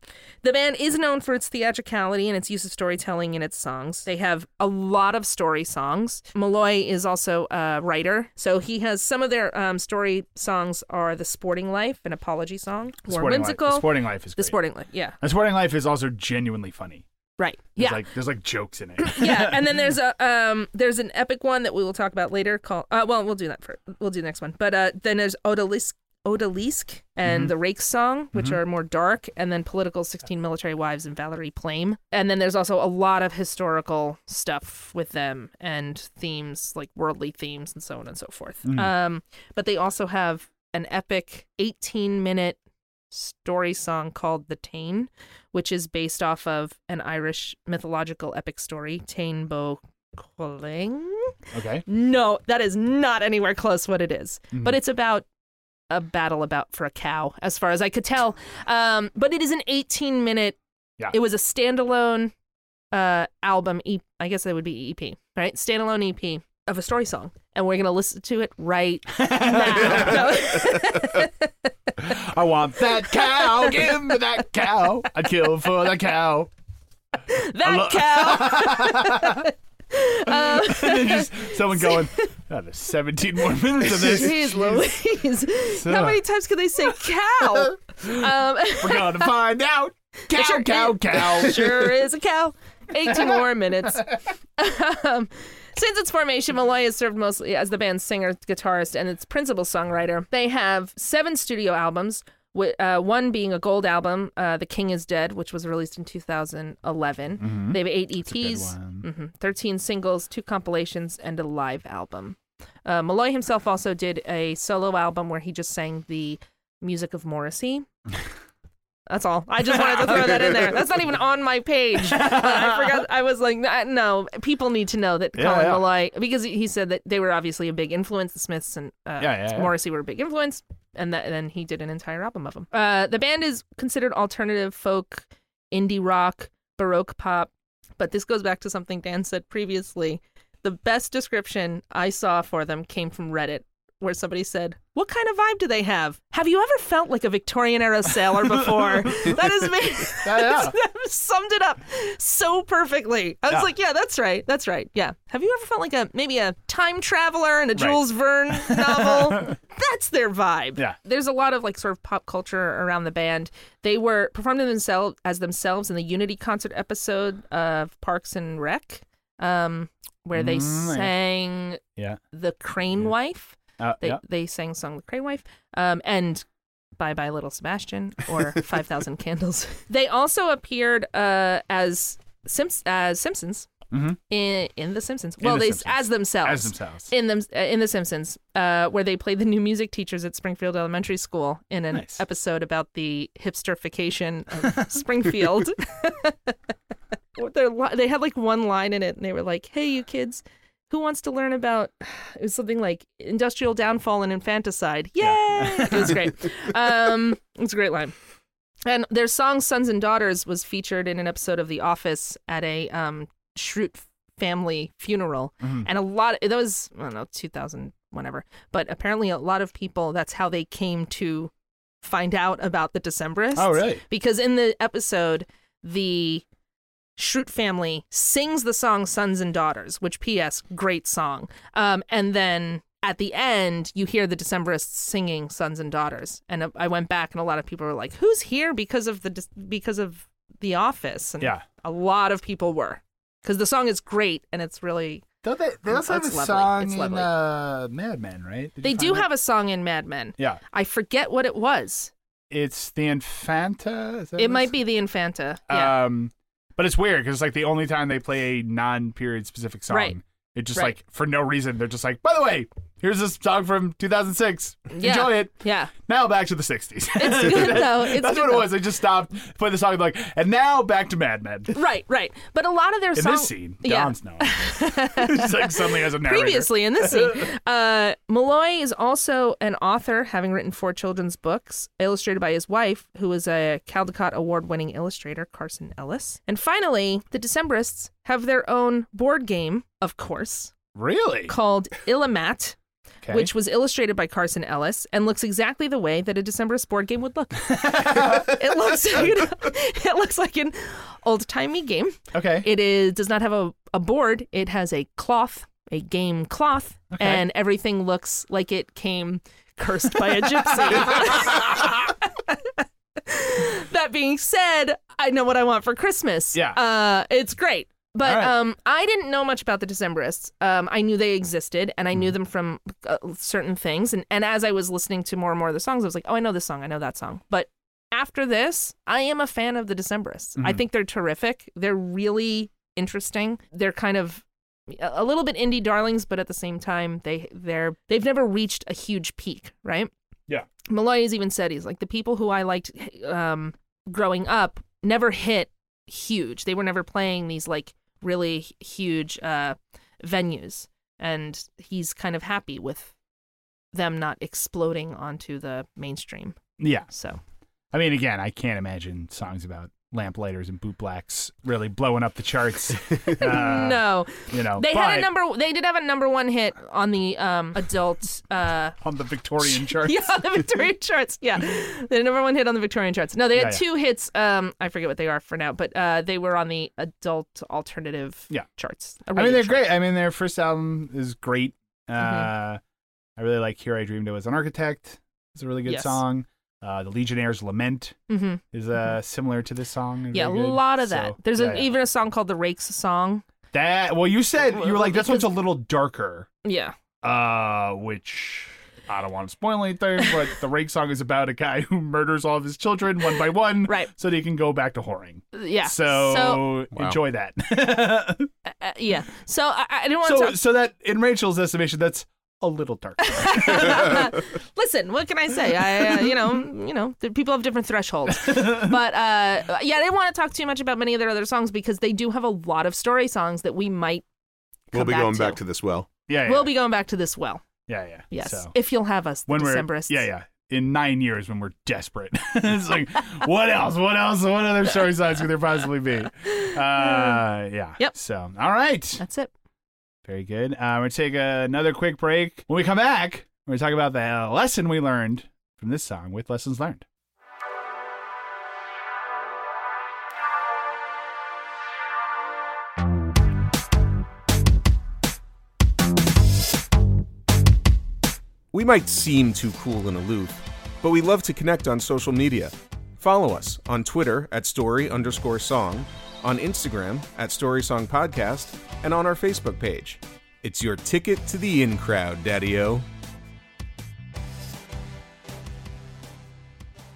[SPEAKER 1] the band is known for its theatricality and its use of storytelling in its songs. They have a lot of story songs. Malloy is also a writer, so he has some of their um, story songs are "The Sporting Life," an apology song,
[SPEAKER 3] The
[SPEAKER 1] "War
[SPEAKER 3] Sporting Life- The
[SPEAKER 1] Whimsical."
[SPEAKER 3] Sporting Life is
[SPEAKER 1] the
[SPEAKER 3] great.
[SPEAKER 1] Sporting Life. Yeah,
[SPEAKER 3] And Sporting Life is also genuinely funny.
[SPEAKER 1] right.
[SPEAKER 3] There's
[SPEAKER 1] yeah,
[SPEAKER 3] like there's like jokes in it.
[SPEAKER 1] yeah, and then there's a um there's an epic one that we will talk about later called uh well we'll do that for we'll do the next one. But uh then there's Odalisk Odalisk and
[SPEAKER 5] Mhm.
[SPEAKER 1] the Rake Song, which
[SPEAKER 5] Mhm.
[SPEAKER 1] are more dark, and then Political 16 Military Wives and Valerie Plame. And then there's also a lot of historical stuff with them and themes like worldly themes and so on and so forth.
[SPEAKER 5] Mhm.
[SPEAKER 1] Um but they also have an epic 18 minute story song called The Tain, which is based off of an Irish mythological epic story, Tain Bo Coling.
[SPEAKER 3] Okay.
[SPEAKER 1] No, that is not anywhere close what it is.
[SPEAKER 5] Mhm.
[SPEAKER 1] But it's about a battle about for a cow, as far as I could tell. Um, but it is an 18 minute,
[SPEAKER 5] Yeah.
[SPEAKER 1] it was a standalone uh, album, e- I guess that would be EP, right? Standalone EP of a story song. And we're going to listen to it right
[SPEAKER 3] I want that cow. Give me that cow. I'd kill for that cow.
[SPEAKER 1] That cow.
[SPEAKER 3] Just someone going. Oh, there's 17 more minutes of this.
[SPEAKER 1] Jeez Louise.
[SPEAKER 3] So-
[SPEAKER 1] How many times could they say cow? Um,
[SPEAKER 3] We're gonna find out. Cow, cow, cow.
[SPEAKER 1] Sure is a cow. 18 more minutes. Um, since its formation, Malloy has served mostly as the band's singer, guitarist, and its principal songwriter. They have seven studio albums, wi- uh, one being a gold album, uh, The King is Dead, which was released in 2011.
[SPEAKER 5] Mhm.
[SPEAKER 1] They have eight
[SPEAKER 5] That's a good
[SPEAKER 1] EPs,
[SPEAKER 5] one.
[SPEAKER 1] mhm, 13 singles, two compilations, and a live album. Uh, Malloy himself also did a solo album where he just sang the music of Morrissey. That's all. I just wanted to throw that in there. That's not even on my page. But I forgot. I was like, "Nah, no. People need to know that
[SPEAKER 5] Yeah,
[SPEAKER 1] Colin
[SPEAKER 5] yeah.
[SPEAKER 1] Malloy, because he said that they were obviously a big influence. The Smiths and uh,
[SPEAKER 5] Yeah, yeah, yeah.
[SPEAKER 1] Morrissey were a big influence, and, that, and then he did an entire album of them. Uh, the band is considered alternative folk, indie rock, baroque pop. But this goes back to something Dan said previously. The best description I saw for them came from Reddit, where somebody said, "What kind of vibe do they have? Have you ever felt like a Victorian era sailor before?" that is me.
[SPEAKER 5] Yeah,
[SPEAKER 1] that summed it up so perfectly. I was
[SPEAKER 5] Yeah.
[SPEAKER 1] like, "Yeah, that's right. That's right. Yeah." Have you ever felt like a maybe a time traveler in a
[SPEAKER 5] Right.
[SPEAKER 1] Jules Verne novel? that's their vibe.
[SPEAKER 5] Yeah.
[SPEAKER 1] There's a lot of like sort of pop culture around the band. They were performed themselves as themselves in the Unity concert episode of Parks and Rec, um, where they
[SPEAKER 5] Mm, yeah.
[SPEAKER 1] sang
[SPEAKER 3] Yeah.
[SPEAKER 1] the Crane Wife.
[SPEAKER 11] Uh,
[SPEAKER 1] They
[SPEAKER 11] yeah.
[SPEAKER 1] they sang "Song of the Cray Wife" um, and "Bye Bye Little Sebastian" or Five Thousand Candles." They also appeared uh, as Simps- as Simpsons
[SPEAKER 11] Mhm.
[SPEAKER 1] in in The Simpsons.
[SPEAKER 11] In
[SPEAKER 1] Well,
[SPEAKER 11] The
[SPEAKER 1] they
[SPEAKER 11] Simpsons.
[SPEAKER 1] as themselves
[SPEAKER 11] As themselves.
[SPEAKER 1] in them uh, in The Simpsons, uh, where they played the new music teachers at Springfield Elementary School in an
[SPEAKER 11] Nice.
[SPEAKER 1] episode about the hipsterfication of Springfield. Their li- they had like one line in it, and they were like, "Hey, you kids." Who wants to learn about? It was something like industrial downfall and infanticide. Yay! it was great. Um, it's a great line. And their song "Sons and Daughters" was featured in an episode of The Office at a um, Schrute family funeral,
[SPEAKER 12] Mhm.
[SPEAKER 1] and a lot. That was I don't know, two thousand whenever. But apparently, a lot of people. That's how they came to find out about the Decemberists.
[SPEAKER 12] Oh, really?
[SPEAKER 1] Because in the episode, the Schrute family sings the song "Sons and Daughters," which P.S. great song. Um, and then at the end, you hear the Decemberists singing "Sons and Daughters." And I- I went back, and a lot of people were like, "Who's here because of the dis- because of the Office?" And
[SPEAKER 11] Yeah.
[SPEAKER 1] a lot of people were because the song is great and it's really.
[SPEAKER 3] Don't they? They also have a
[SPEAKER 1] it's lovely.
[SPEAKER 3] song
[SPEAKER 1] It's
[SPEAKER 3] in
[SPEAKER 1] lovely.
[SPEAKER 3] uh, Mad Men, right? Did you
[SPEAKER 1] they do
[SPEAKER 3] find it?
[SPEAKER 1] have a song in Mad Men.
[SPEAKER 3] Yeah,
[SPEAKER 1] I forget what it was.
[SPEAKER 3] it's the Infanta. Is that
[SPEAKER 1] It
[SPEAKER 3] what
[SPEAKER 1] might be the Infanta.
[SPEAKER 3] it's-
[SPEAKER 1] Yeah.
[SPEAKER 3] Um, but it's weird because it's like the only time they play a non-period specific song.
[SPEAKER 1] Right.
[SPEAKER 3] It's just
[SPEAKER 1] Right.
[SPEAKER 3] like for no reason they're just like. By the way, here's this song from 2006.
[SPEAKER 1] Yeah.
[SPEAKER 3] Enjoy it.
[SPEAKER 1] Yeah.
[SPEAKER 3] Now back to the 60s. It's
[SPEAKER 1] good, though. It's
[SPEAKER 3] That's
[SPEAKER 1] good,
[SPEAKER 3] what it
[SPEAKER 1] though.
[SPEAKER 3] was. They just stopped, played the song, and like, and now back to Mad Men.
[SPEAKER 1] right, right. But a lot of their
[SPEAKER 3] In
[SPEAKER 1] song-
[SPEAKER 3] this scene,
[SPEAKER 1] Yeah.
[SPEAKER 3] Dom's now. It's like suddenly as a narrator.
[SPEAKER 1] Previously in this scene, uh, Malloy is also an author, having written four children's books, illustrated by his wife, who is a Caldecott Award winning illustrator, Carson Ellis. And finally, the Decemberists have their own board game, of course.
[SPEAKER 3] Really?
[SPEAKER 1] Called Illimat.
[SPEAKER 3] Okay.
[SPEAKER 1] Which was illustrated by Carson Ellis and looks exactly the way that a Decemberist board game would look. it looks, it looks like an old timey game.
[SPEAKER 3] Okay.
[SPEAKER 1] It is does not have a, a board. It has a cloth, a game cloth,
[SPEAKER 12] Okay.
[SPEAKER 1] and everything looks like it came cursed by a gypsy. that being said, I know what I want for Christmas.
[SPEAKER 12] Yeah.
[SPEAKER 1] Uh, it's great. But
[SPEAKER 12] All right.
[SPEAKER 1] um, I didn't know much about the Decemberists. Um, I knew they existed, and I
[SPEAKER 12] Mm-hmm.
[SPEAKER 1] knew them from uh, certain things. And, and as I was listening to more and more of the songs, I was like, "Oh, I know this song. I know that song." But after this, I am a fan of the Decemberists. I
[SPEAKER 12] Mhm.
[SPEAKER 1] think they're terrific. They're really interesting. They're kind of a a little bit indie darlings, but at the same time, they they're they've never reached a huge peak, right?
[SPEAKER 3] Yeah.
[SPEAKER 1] Malloy has even said he's like the people who I liked um, growing up never hit huge. They were never playing these like really huge uh, venues, and he's kind of happy with them not exploding onto the mainstream.
[SPEAKER 3] Yeah.
[SPEAKER 1] So,
[SPEAKER 3] I mean, again, I can't imagine songs about lamplighters and bootblacks really blowing up the charts. Uh,
[SPEAKER 1] no,
[SPEAKER 3] you know,
[SPEAKER 1] they had
[SPEAKER 3] but
[SPEAKER 1] a number. They did have a number one hit on the um, adult. Uh,
[SPEAKER 3] on the Victorian charts.
[SPEAKER 1] yeah, the Victorian charts. Yeah, the number one hit on the Victorian charts. No, they had
[SPEAKER 3] Yeah, yeah.
[SPEAKER 1] two hits. Um, I forget what they are for now, but uh, they were on the adult alternative
[SPEAKER 3] Yeah.
[SPEAKER 1] charts.
[SPEAKER 3] I mean, they're great. I mean, their first album is great. Uh,
[SPEAKER 1] Mm-hmm.
[SPEAKER 3] I really like "Here I Dreamed I Was an Architect." It's a really good
[SPEAKER 1] Yes.
[SPEAKER 3] song. Uh, the Legionnaires' "Lament"
[SPEAKER 1] Mhm.
[SPEAKER 3] is uh, similar to this song. and
[SPEAKER 1] Yeah, a
[SPEAKER 3] very good.
[SPEAKER 1] lot of that.
[SPEAKER 3] So,
[SPEAKER 1] There's
[SPEAKER 3] yeah,
[SPEAKER 1] a,
[SPEAKER 3] yeah.
[SPEAKER 1] even a song called "The Rakes" song.
[SPEAKER 3] that. Well, you said you were like, "This one's a
[SPEAKER 1] because-
[SPEAKER 3] little darker,"
[SPEAKER 1] Yeah.
[SPEAKER 3] uh, which I don't want to spoil anything, but the Rake song is about a guy who murders all of his children one by one,
[SPEAKER 1] right?
[SPEAKER 3] So that he can go back to whoring.
[SPEAKER 1] Yeah.
[SPEAKER 3] So,
[SPEAKER 1] So-
[SPEAKER 12] Wow.
[SPEAKER 3] enjoy that.
[SPEAKER 1] Uh, yeah. So I, I didn't want
[SPEAKER 3] so,
[SPEAKER 1] to.
[SPEAKER 3] so that in Rachel's estimation, that's a little dark.
[SPEAKER 1] Listen, what can I say? I, uh, you know, you know, the people have different thresholds. But uh, yeah, I didn't want to talk too much about many of their other songs because they do have a lot of story songs that we might.
[SPEAKER 4] We'll
[SPEAKER 1] come
[SPEAKER 4] be
[SPEAKER 1] back
[SPEAKER 4] going
[SPEAKER 1] to.
[SPEAKER 4] back to this well.
[SPEAKER 3] Yeah,
[SPEAKER 1] We'll be going back to this well.
[SPEAKER 3] yeah, yeah.
[SPEAKER 1] Yes,
[SPEAKER 3] So,
[SPEAKER 1] if you'll have us, the
[SPEAKER 3] when we're
[SPEAKER 1] Decemberists.
[SPEAKER 3] yeah, yeah, in nine years when we're desperate, it's like what else? What else? What other story signs could there possibly be? Uh, yeah. Yep. So, all right.
[SPEAKER 1] That's it.
[SPEAKER 3] Very good. Uh, we're going to take uh, another quick break. When we come back, we're going to talk about the uh, lesson we learned from this song with Lessons Learned.
[SPEAKER 4] We might seem too cool and aloof, but we love to connect on social media. Follow us on Twitter at story underscore song, on Instagram at story song podcast, and on our Facebook page. It's your ticket to the in crowd, Daddy O.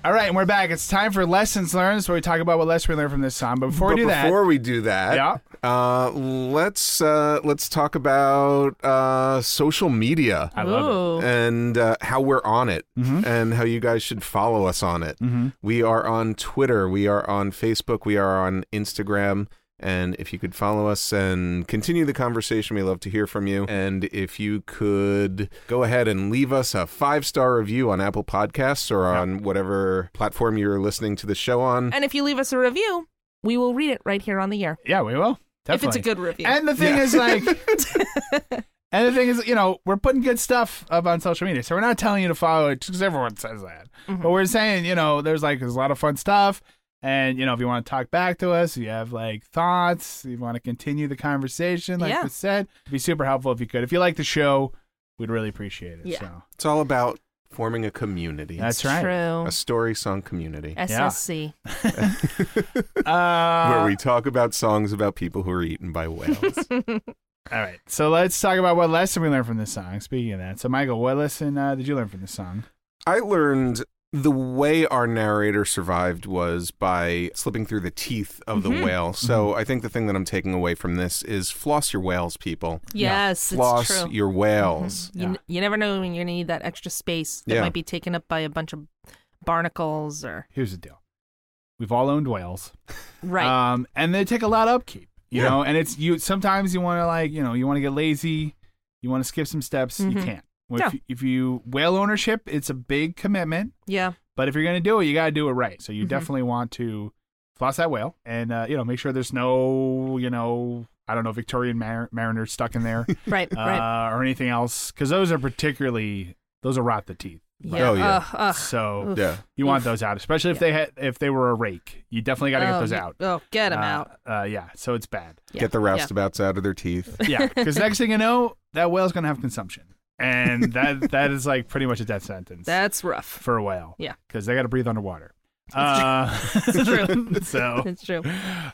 [SPEAKER 3] All right, and we're back. It's time for lessons learned. So we talk about what lessons we learned from this song. But before
[SPEAKER 4] but
[SPEAKER 3] we do that,
[SPEAKER 4] before we do that,
[SPEAKER 3] Yeah.
[SPEAKER 4] uh, let's uh, let's talk about uh, social media.
[SPEAKER 3] I Mm-hmm. love
[SPEAKER 1] it. Ooh.
[SPEAKER 4] and uh, how we're on it, and how you guys should follow us on it.
[SPEAKER 3] Mhm.
[SPEAKER 4] We are on Twitter, we are on Facebook, we are on Instagram. And if you could follow us and continue the conversation, we love to hear from you. And if you could go ahead and leave us a five star review on Apple Podcasts or on whatever platform you're listening to the show on.
[SPEAKER 1] And if you leave us a review, we will read it right here on the air.
[SPEAKER 3] Yeah, we will.
[SPEAKER 1] If it's a
[SPEAKER 3] Definitely.
[SPEAKER 1] good review.
[SPEAKER 3] And the thing
[SPEAKER 1] Yeah.
[SPEAKER 3] is, like, and the thing is, you know, we're putting good stuff up on social media, so we're not telling you to follow it because everyone says that.
[SPEAKER 1] Mm-hmm.
[SPEAKER 3] But we're saying, you know, there's like there's a lot of fun stuff, and you know, if you want to talk back to us, you have like thoughts, you want to continue the conversation, like
[SPEAKER 1] Yeah.
[SPEAKER 3] we said, it'd be super helpful if you could. If you like the show, we'd really appreciate it.
[SPEAKER 1] Yeah.
[SPEAKER 3] So
[SPEAKER 4] It's all about forming a community.
[SPEAKER 3] That's It's right. true.
[SPEAKER 4] A story song community.
[SPEAKER 1] SSC.
[SPEAKER 3] Uh,
[SPEAKER 1] uh,
[SPEAKER 4] where we talk about songs about people who are eaten by whales.
[SPEAKER 3] all right, so let's talk about what lesson we learned from this song. Speaking of that, so Michael, what lesson uh, did you learn from this song?
[SPEAKER 4] I learned the way our narrator survived was by slipping through the teeth of the
[SPEAKER 1] Mhm.
[SPEAKER 4] whale. So I think the thing that I'm taking away from this is floss your whales, people.
[SPEAKER 1] Yes, it's
[SPEAKER 4] floss
[SPEAKER 1] true.
[SPEAKER 4] your whales.
[SPEAKER 1] You, n- you never know when you're going to need that extra space that
[SPEAKER 4] Yeah.
[SPEAKER 1] might be taken up by a bunch of barnacles or.
[SPEAKER 3] Here's the deal. We've all owned whales.
[SPEAKER 1] Right.
[SPEAKER 3] Um, and they take a lot of upkeep, you
[SPEAKER 4] Yeah.
[SPEAKER 3] know, and it's you sometimes you want to like, you know, you want to get lazy, you want to skip some steps, you
[SPEAKER 1] Mhm.
[SPEAKER 3] can't. Well,
[SPEAKER 1] Yeah.
[SPEAKER 3] If, you, if you whale ownership, it's a big commitment,
[SPEAKER 1] yeah.
[SPEAKER 3] but if you're going to do it, you got to do it right. So you
[SPEAKER 1] Mhm.
[SPEAKER 3] definitely want to floss that whale and uh, you know, make sure there's no, you know, I don't know, Victorian mar- mariner stuck in there
[SPEAKER 1] Right,
[SPEAKER 3] uh,
[SPEAKER 1] right.
[SPEAKER 3] or anything else cuz those are particularly those will rot the teeth.
[SPEAKER 1] Yeah.
[SPEAKER 4] Oh, yeah.
[SPEAKER 1] Ugh, ugh.
[SPEAKER 3] So
[SPEAKER 1] Mm-hmm. Oof. Yeah.
[SPEAKER 3] you want those out, especially if
[SPEAKER 1] Yeah.
[SPEAKER 3] they had if they were a rake. You definitely got to get
[SPEAKER 1] Oh,
[SPEAKER 3] those
[SPEAKER 1] you-
[SPEAKER 3] out.
[SPEAKER 1] oh, get 'em
[SPEAKER 3] Uh,
[SPEAKER 1] out.
[SPEAKER 3] Uh, yeah, so it's bad.
[SPEAKER 4] Get the roustabouts out of their teeth.
[SPEAKER 3] Yeah, because next thing you know, that whale's gonna have consumption, and that that is like pretty much a death sentence
[SPEAKER 1] That's rough.
[SPEAKER 3] for a whale.
[SPEAKER 1] Yeah.
[SPEAKER 3] because they got to breathe underwater. That's
[SPEAKER 1] It's true.
[SPEAKER 3] so
[SPEAKER 1] it's true.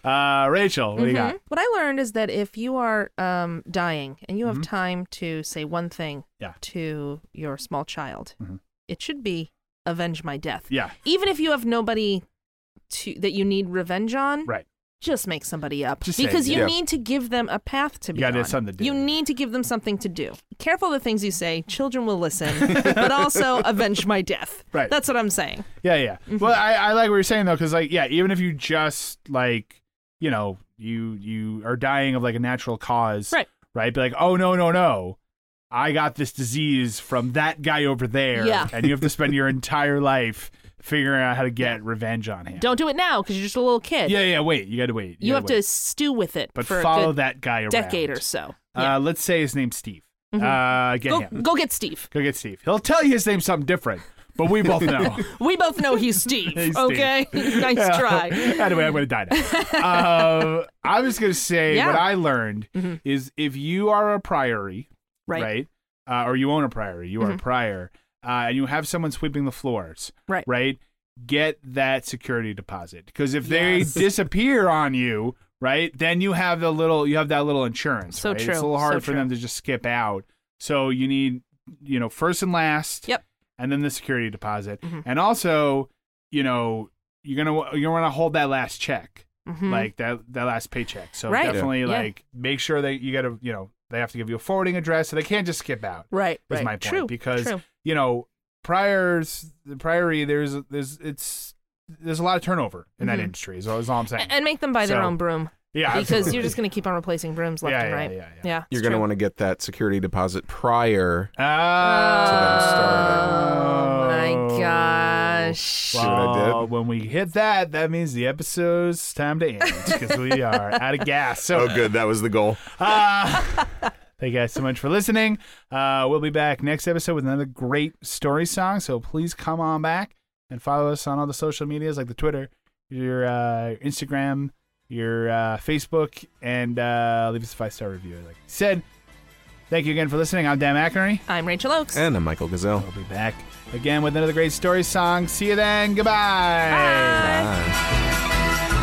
[SPEAKER 3] Uh, Rachel, what do you
[SPEAKER 1] Mhm.
[SPEAKER 3] got?
[SPEAKER 1] What I learned is that if you are um, dying and you have
[SPEAKER 3] Mhm.
[SPEAKER 1] time to say one thing
[SPEAKER 3] Yeah.
[SPEAKER 1] to your small child,
[SPEAKER 3] Mhm.
[SPEAKER 1] it should be avenge my death.
[SPEAKER 3] Yeah.
[SPEAKER 1] Even if you have nobody to that you need revenge on,
[SPEAKER 3] Right.
[SPEAKER 1] just make somebody up
[SPEAKER 3] Just say it,
[SPEAKER 1] because you
[SPEAKER 3] yeah.
[SPEAKER 1] need to give them a path to
[SPEAKER 3] You
[SPEAKER 1] be
[SPEAKER 3] gotta
[SPEAKER 1] on.
[SPEAKER 3] have something to do.
[SPEAKER 1] You need to give them something to do. Careful of the things you say. Children will listen, but also avenge my death.
[SPEAKER 3] Right.
[SPEAKER 1] That's what I'm saying.
[SPEAKER 3] Yeah, yeah.
[SPEAKER 1] Mm-hmm.
[SPEAKER 3] Well, I, I like what you're saying though, because like, yeah, even if you just like, you know, you you are dying of like a natural cause,
[SPEAKER 1] Right.
[SPEAKER 3] Right. Be like, oh no, no, no, I got this disease from that guy over there,
[SPEAKER 1] Yeah.
[SPEAKER 3] And you have to spend your entire life figuring out how to get revenge on him.
[SPEAKER 1] Don't do it now because you're just a little kid.
[SPEAKER 3] Yeah, yeah. Wait, you got to wait.
[SPEAKER 1] You,
[SPEAKER 3] gotta
[SPEAKER 1] have
[SPEAKER 3] wait.
[SPEAKER 1] to stew with it
[SPEAKER 3] But
[SPEAKER 1] for a
[SPEAKER 3] follow
[SPEAKER 1] good
[SPEAKER 3] that guy around.
[SPEAKER 1] decade or so.
[SPEAKER 3] Uh, let's say his name's Steve.
[SPEAKER 1] Mhm.
[SPEAKER 3] Uh, get
[SPEAKER 1] go,
[SPEAKER 3] him.
[SPEAKER 1] go get Steve.
[SPEAKER 3] Go get Steve. He'll tell you his name's something different, but we both know.
[SPEAKER 1] We both know he's Steve.
[SPEAKER 3] Hey, Steve.
[SPEAKER 1] okay, nice
[SPEAKER 3] Yeah.
[SPEAKER 1] try.
[SPEAKER 3] anyway, I'm going to die now. um, I was going to say
[SPEAKER 1] Yeah. Mm-hmm.
[SPEAKER 3] what I learned is if you are a priory,
[SPEAKER 1] Right.
[SPEAKER 3] uh, or you own a priory, you are a
[SPEAKER 1] Mhm.
[SPEAKER 3] prior, uh, and you have someone sweeping the floors,
[SPEAKER 1] Right.
[SPEAKER 3] right? Get that security deposit because if
[SPEAKER 1] Yes.
[SPEAKER 3] they disappear on you, right, then you have the little you have that little insurance.
[SPEAKER 1] So
[SPEAKER 3] right?
[SPEAKER 1] true,
[SPEAKER 3] It's a little
[SPEAKER 1] so
[SPEAKER 3] hard for
[SPEAKER 1] true.
[SPEAKER 3] them to just skip out. So you need, you know, first and last.
[SPEAKER 1] Yep.
[SPEAKER 3] And then the security deposit,
[SPEAKER 1] Mhm.
[SPEAKER 3] and also, you know, you're gonna you're gonna hold that last check,
[SPEAKER 1] Mhm.
[SPEAKER 3] like that that last paycheck. So
[SPEAKER 1] Right. Yeah.
[SPEAKER 3] definitely
[SPEAKER 1] Yeah.
[SPEAKER 3] like make sure that you gotta you know they have to give you a forwarding address, so they can't just skip out.
[SPEAKER 1] Right,
[SPEAKER 3] is
[SPEAKER 1] right.
[SPEAKER 3] my point
[SPEAKER 1] True,
[SPEAKER 3] because
[SPEAKER 1] true.
[SPEAKER 3] you know priors the priory there's there's it's there's a lot of turnover in that
[SPEAKER 1] Mhm.
[SPEAKER 3] industry. Is all is all I'm saying.
[SPEAKER 1] And make them buy their
[SPEAKER 3] So-
[SPEAKER 1] own broom.
[SPEAKER 3] Yeah,
[SPEAKER 1] because
[SPEAKER 3] absolutely.
[SPEAKER 1] you're just going to keep on replacing brooms left
[SPEAKER 3] Yeah,
[SPEAKER 1] and
[SPEAKER 3] yeah,
[SPEAKER 1] right.
[SPEAKER 3] yeah, yeah.
[SPEAKER 4] You're going to want to get that security deposit prior.
[SPEAKER 3] Ah. Oh
[SPEAKER 1] my gosh!
[SPEAKER 4] what I did?
[SPEAKER 3] Well, when we hit that, that means the episode's time to end because we are out of gas. So,
[SPEAKER 4] oh, good. That was the goal.
[SPEAKER 3] Thank you guys so much for listening. Uh, we'll be back next episode with another great story song. So please come on back and follow us on all the social medias like the Twitter, your uh, Instagram, your uh, Facebook, and uh, leave us a five star review. Like I said, thank you again for listening. I'm Dan McInerney.
[SPEAKER 1] I'm Rachel Oakes.
[SPEAKER 4] And I'm Michael Gazelle.
[SPEAKER 3] We'll be back again with another great story song. See you then. Goodbye.
[SPEAKER 4] Bye.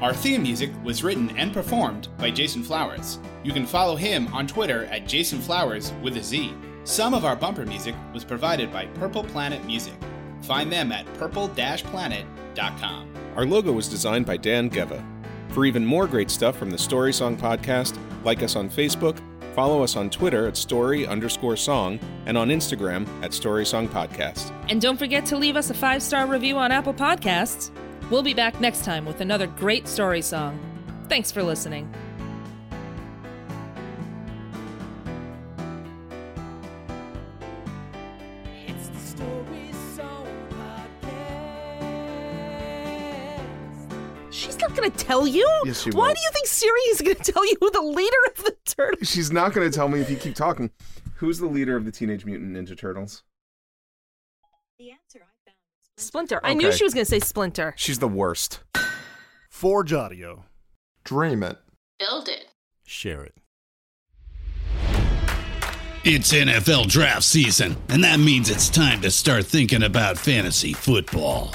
[SPEAKER 3] Our theme music was written and performed by Jason Flowers. You can follow him on Twitter at Jason Flowers with a Z. Some of our bumper music was provided by Purple Planet Music. Find them at purple-planet.com.
[SPEAKER 4] Our logo was designed by Dan Geva. For even more great stuff from the Story Song Podcast, like us on Facebook, follow us on Twitter at story underscore song, and on Instagram at Story Song Podcast.
[SPEAKER 1] And don't forget to leave us a five star review on Apple Podcasts. We'll be back next time with another great story song. Thanks for listening.
[SPEAKER 13] It's the Story Song Podcast.
[SPEAKER 14] She's not going to tell you.
[SPEAKER 15] Yes, she
[SPEAKER 14] Why
[SPEAKER 15] will.
[SPEAKER 14] do you think Siri is going to tell you who the leader of the turtle?
[SPEAKER 15] She's not going to tell me if you keep talking. Who's the leader of the Teenage Mutant Ninja Turtles?
[SPEAKER 14] Splinter. I knew
[SPEAKER 15] Okay.
[SPEAKER 14] she was going to say Splinter.
[SPEAKER 15] She's the worst.
[SPEAKER 16] Forge Audio.
[SPEAKER 17] Dream it.
[SPEAKER 14] Build it.
[SPEAKER 18] Share it.
[SPEAKER 19] It's NFL draft season, and that means it's time to start thinking about fantasy football.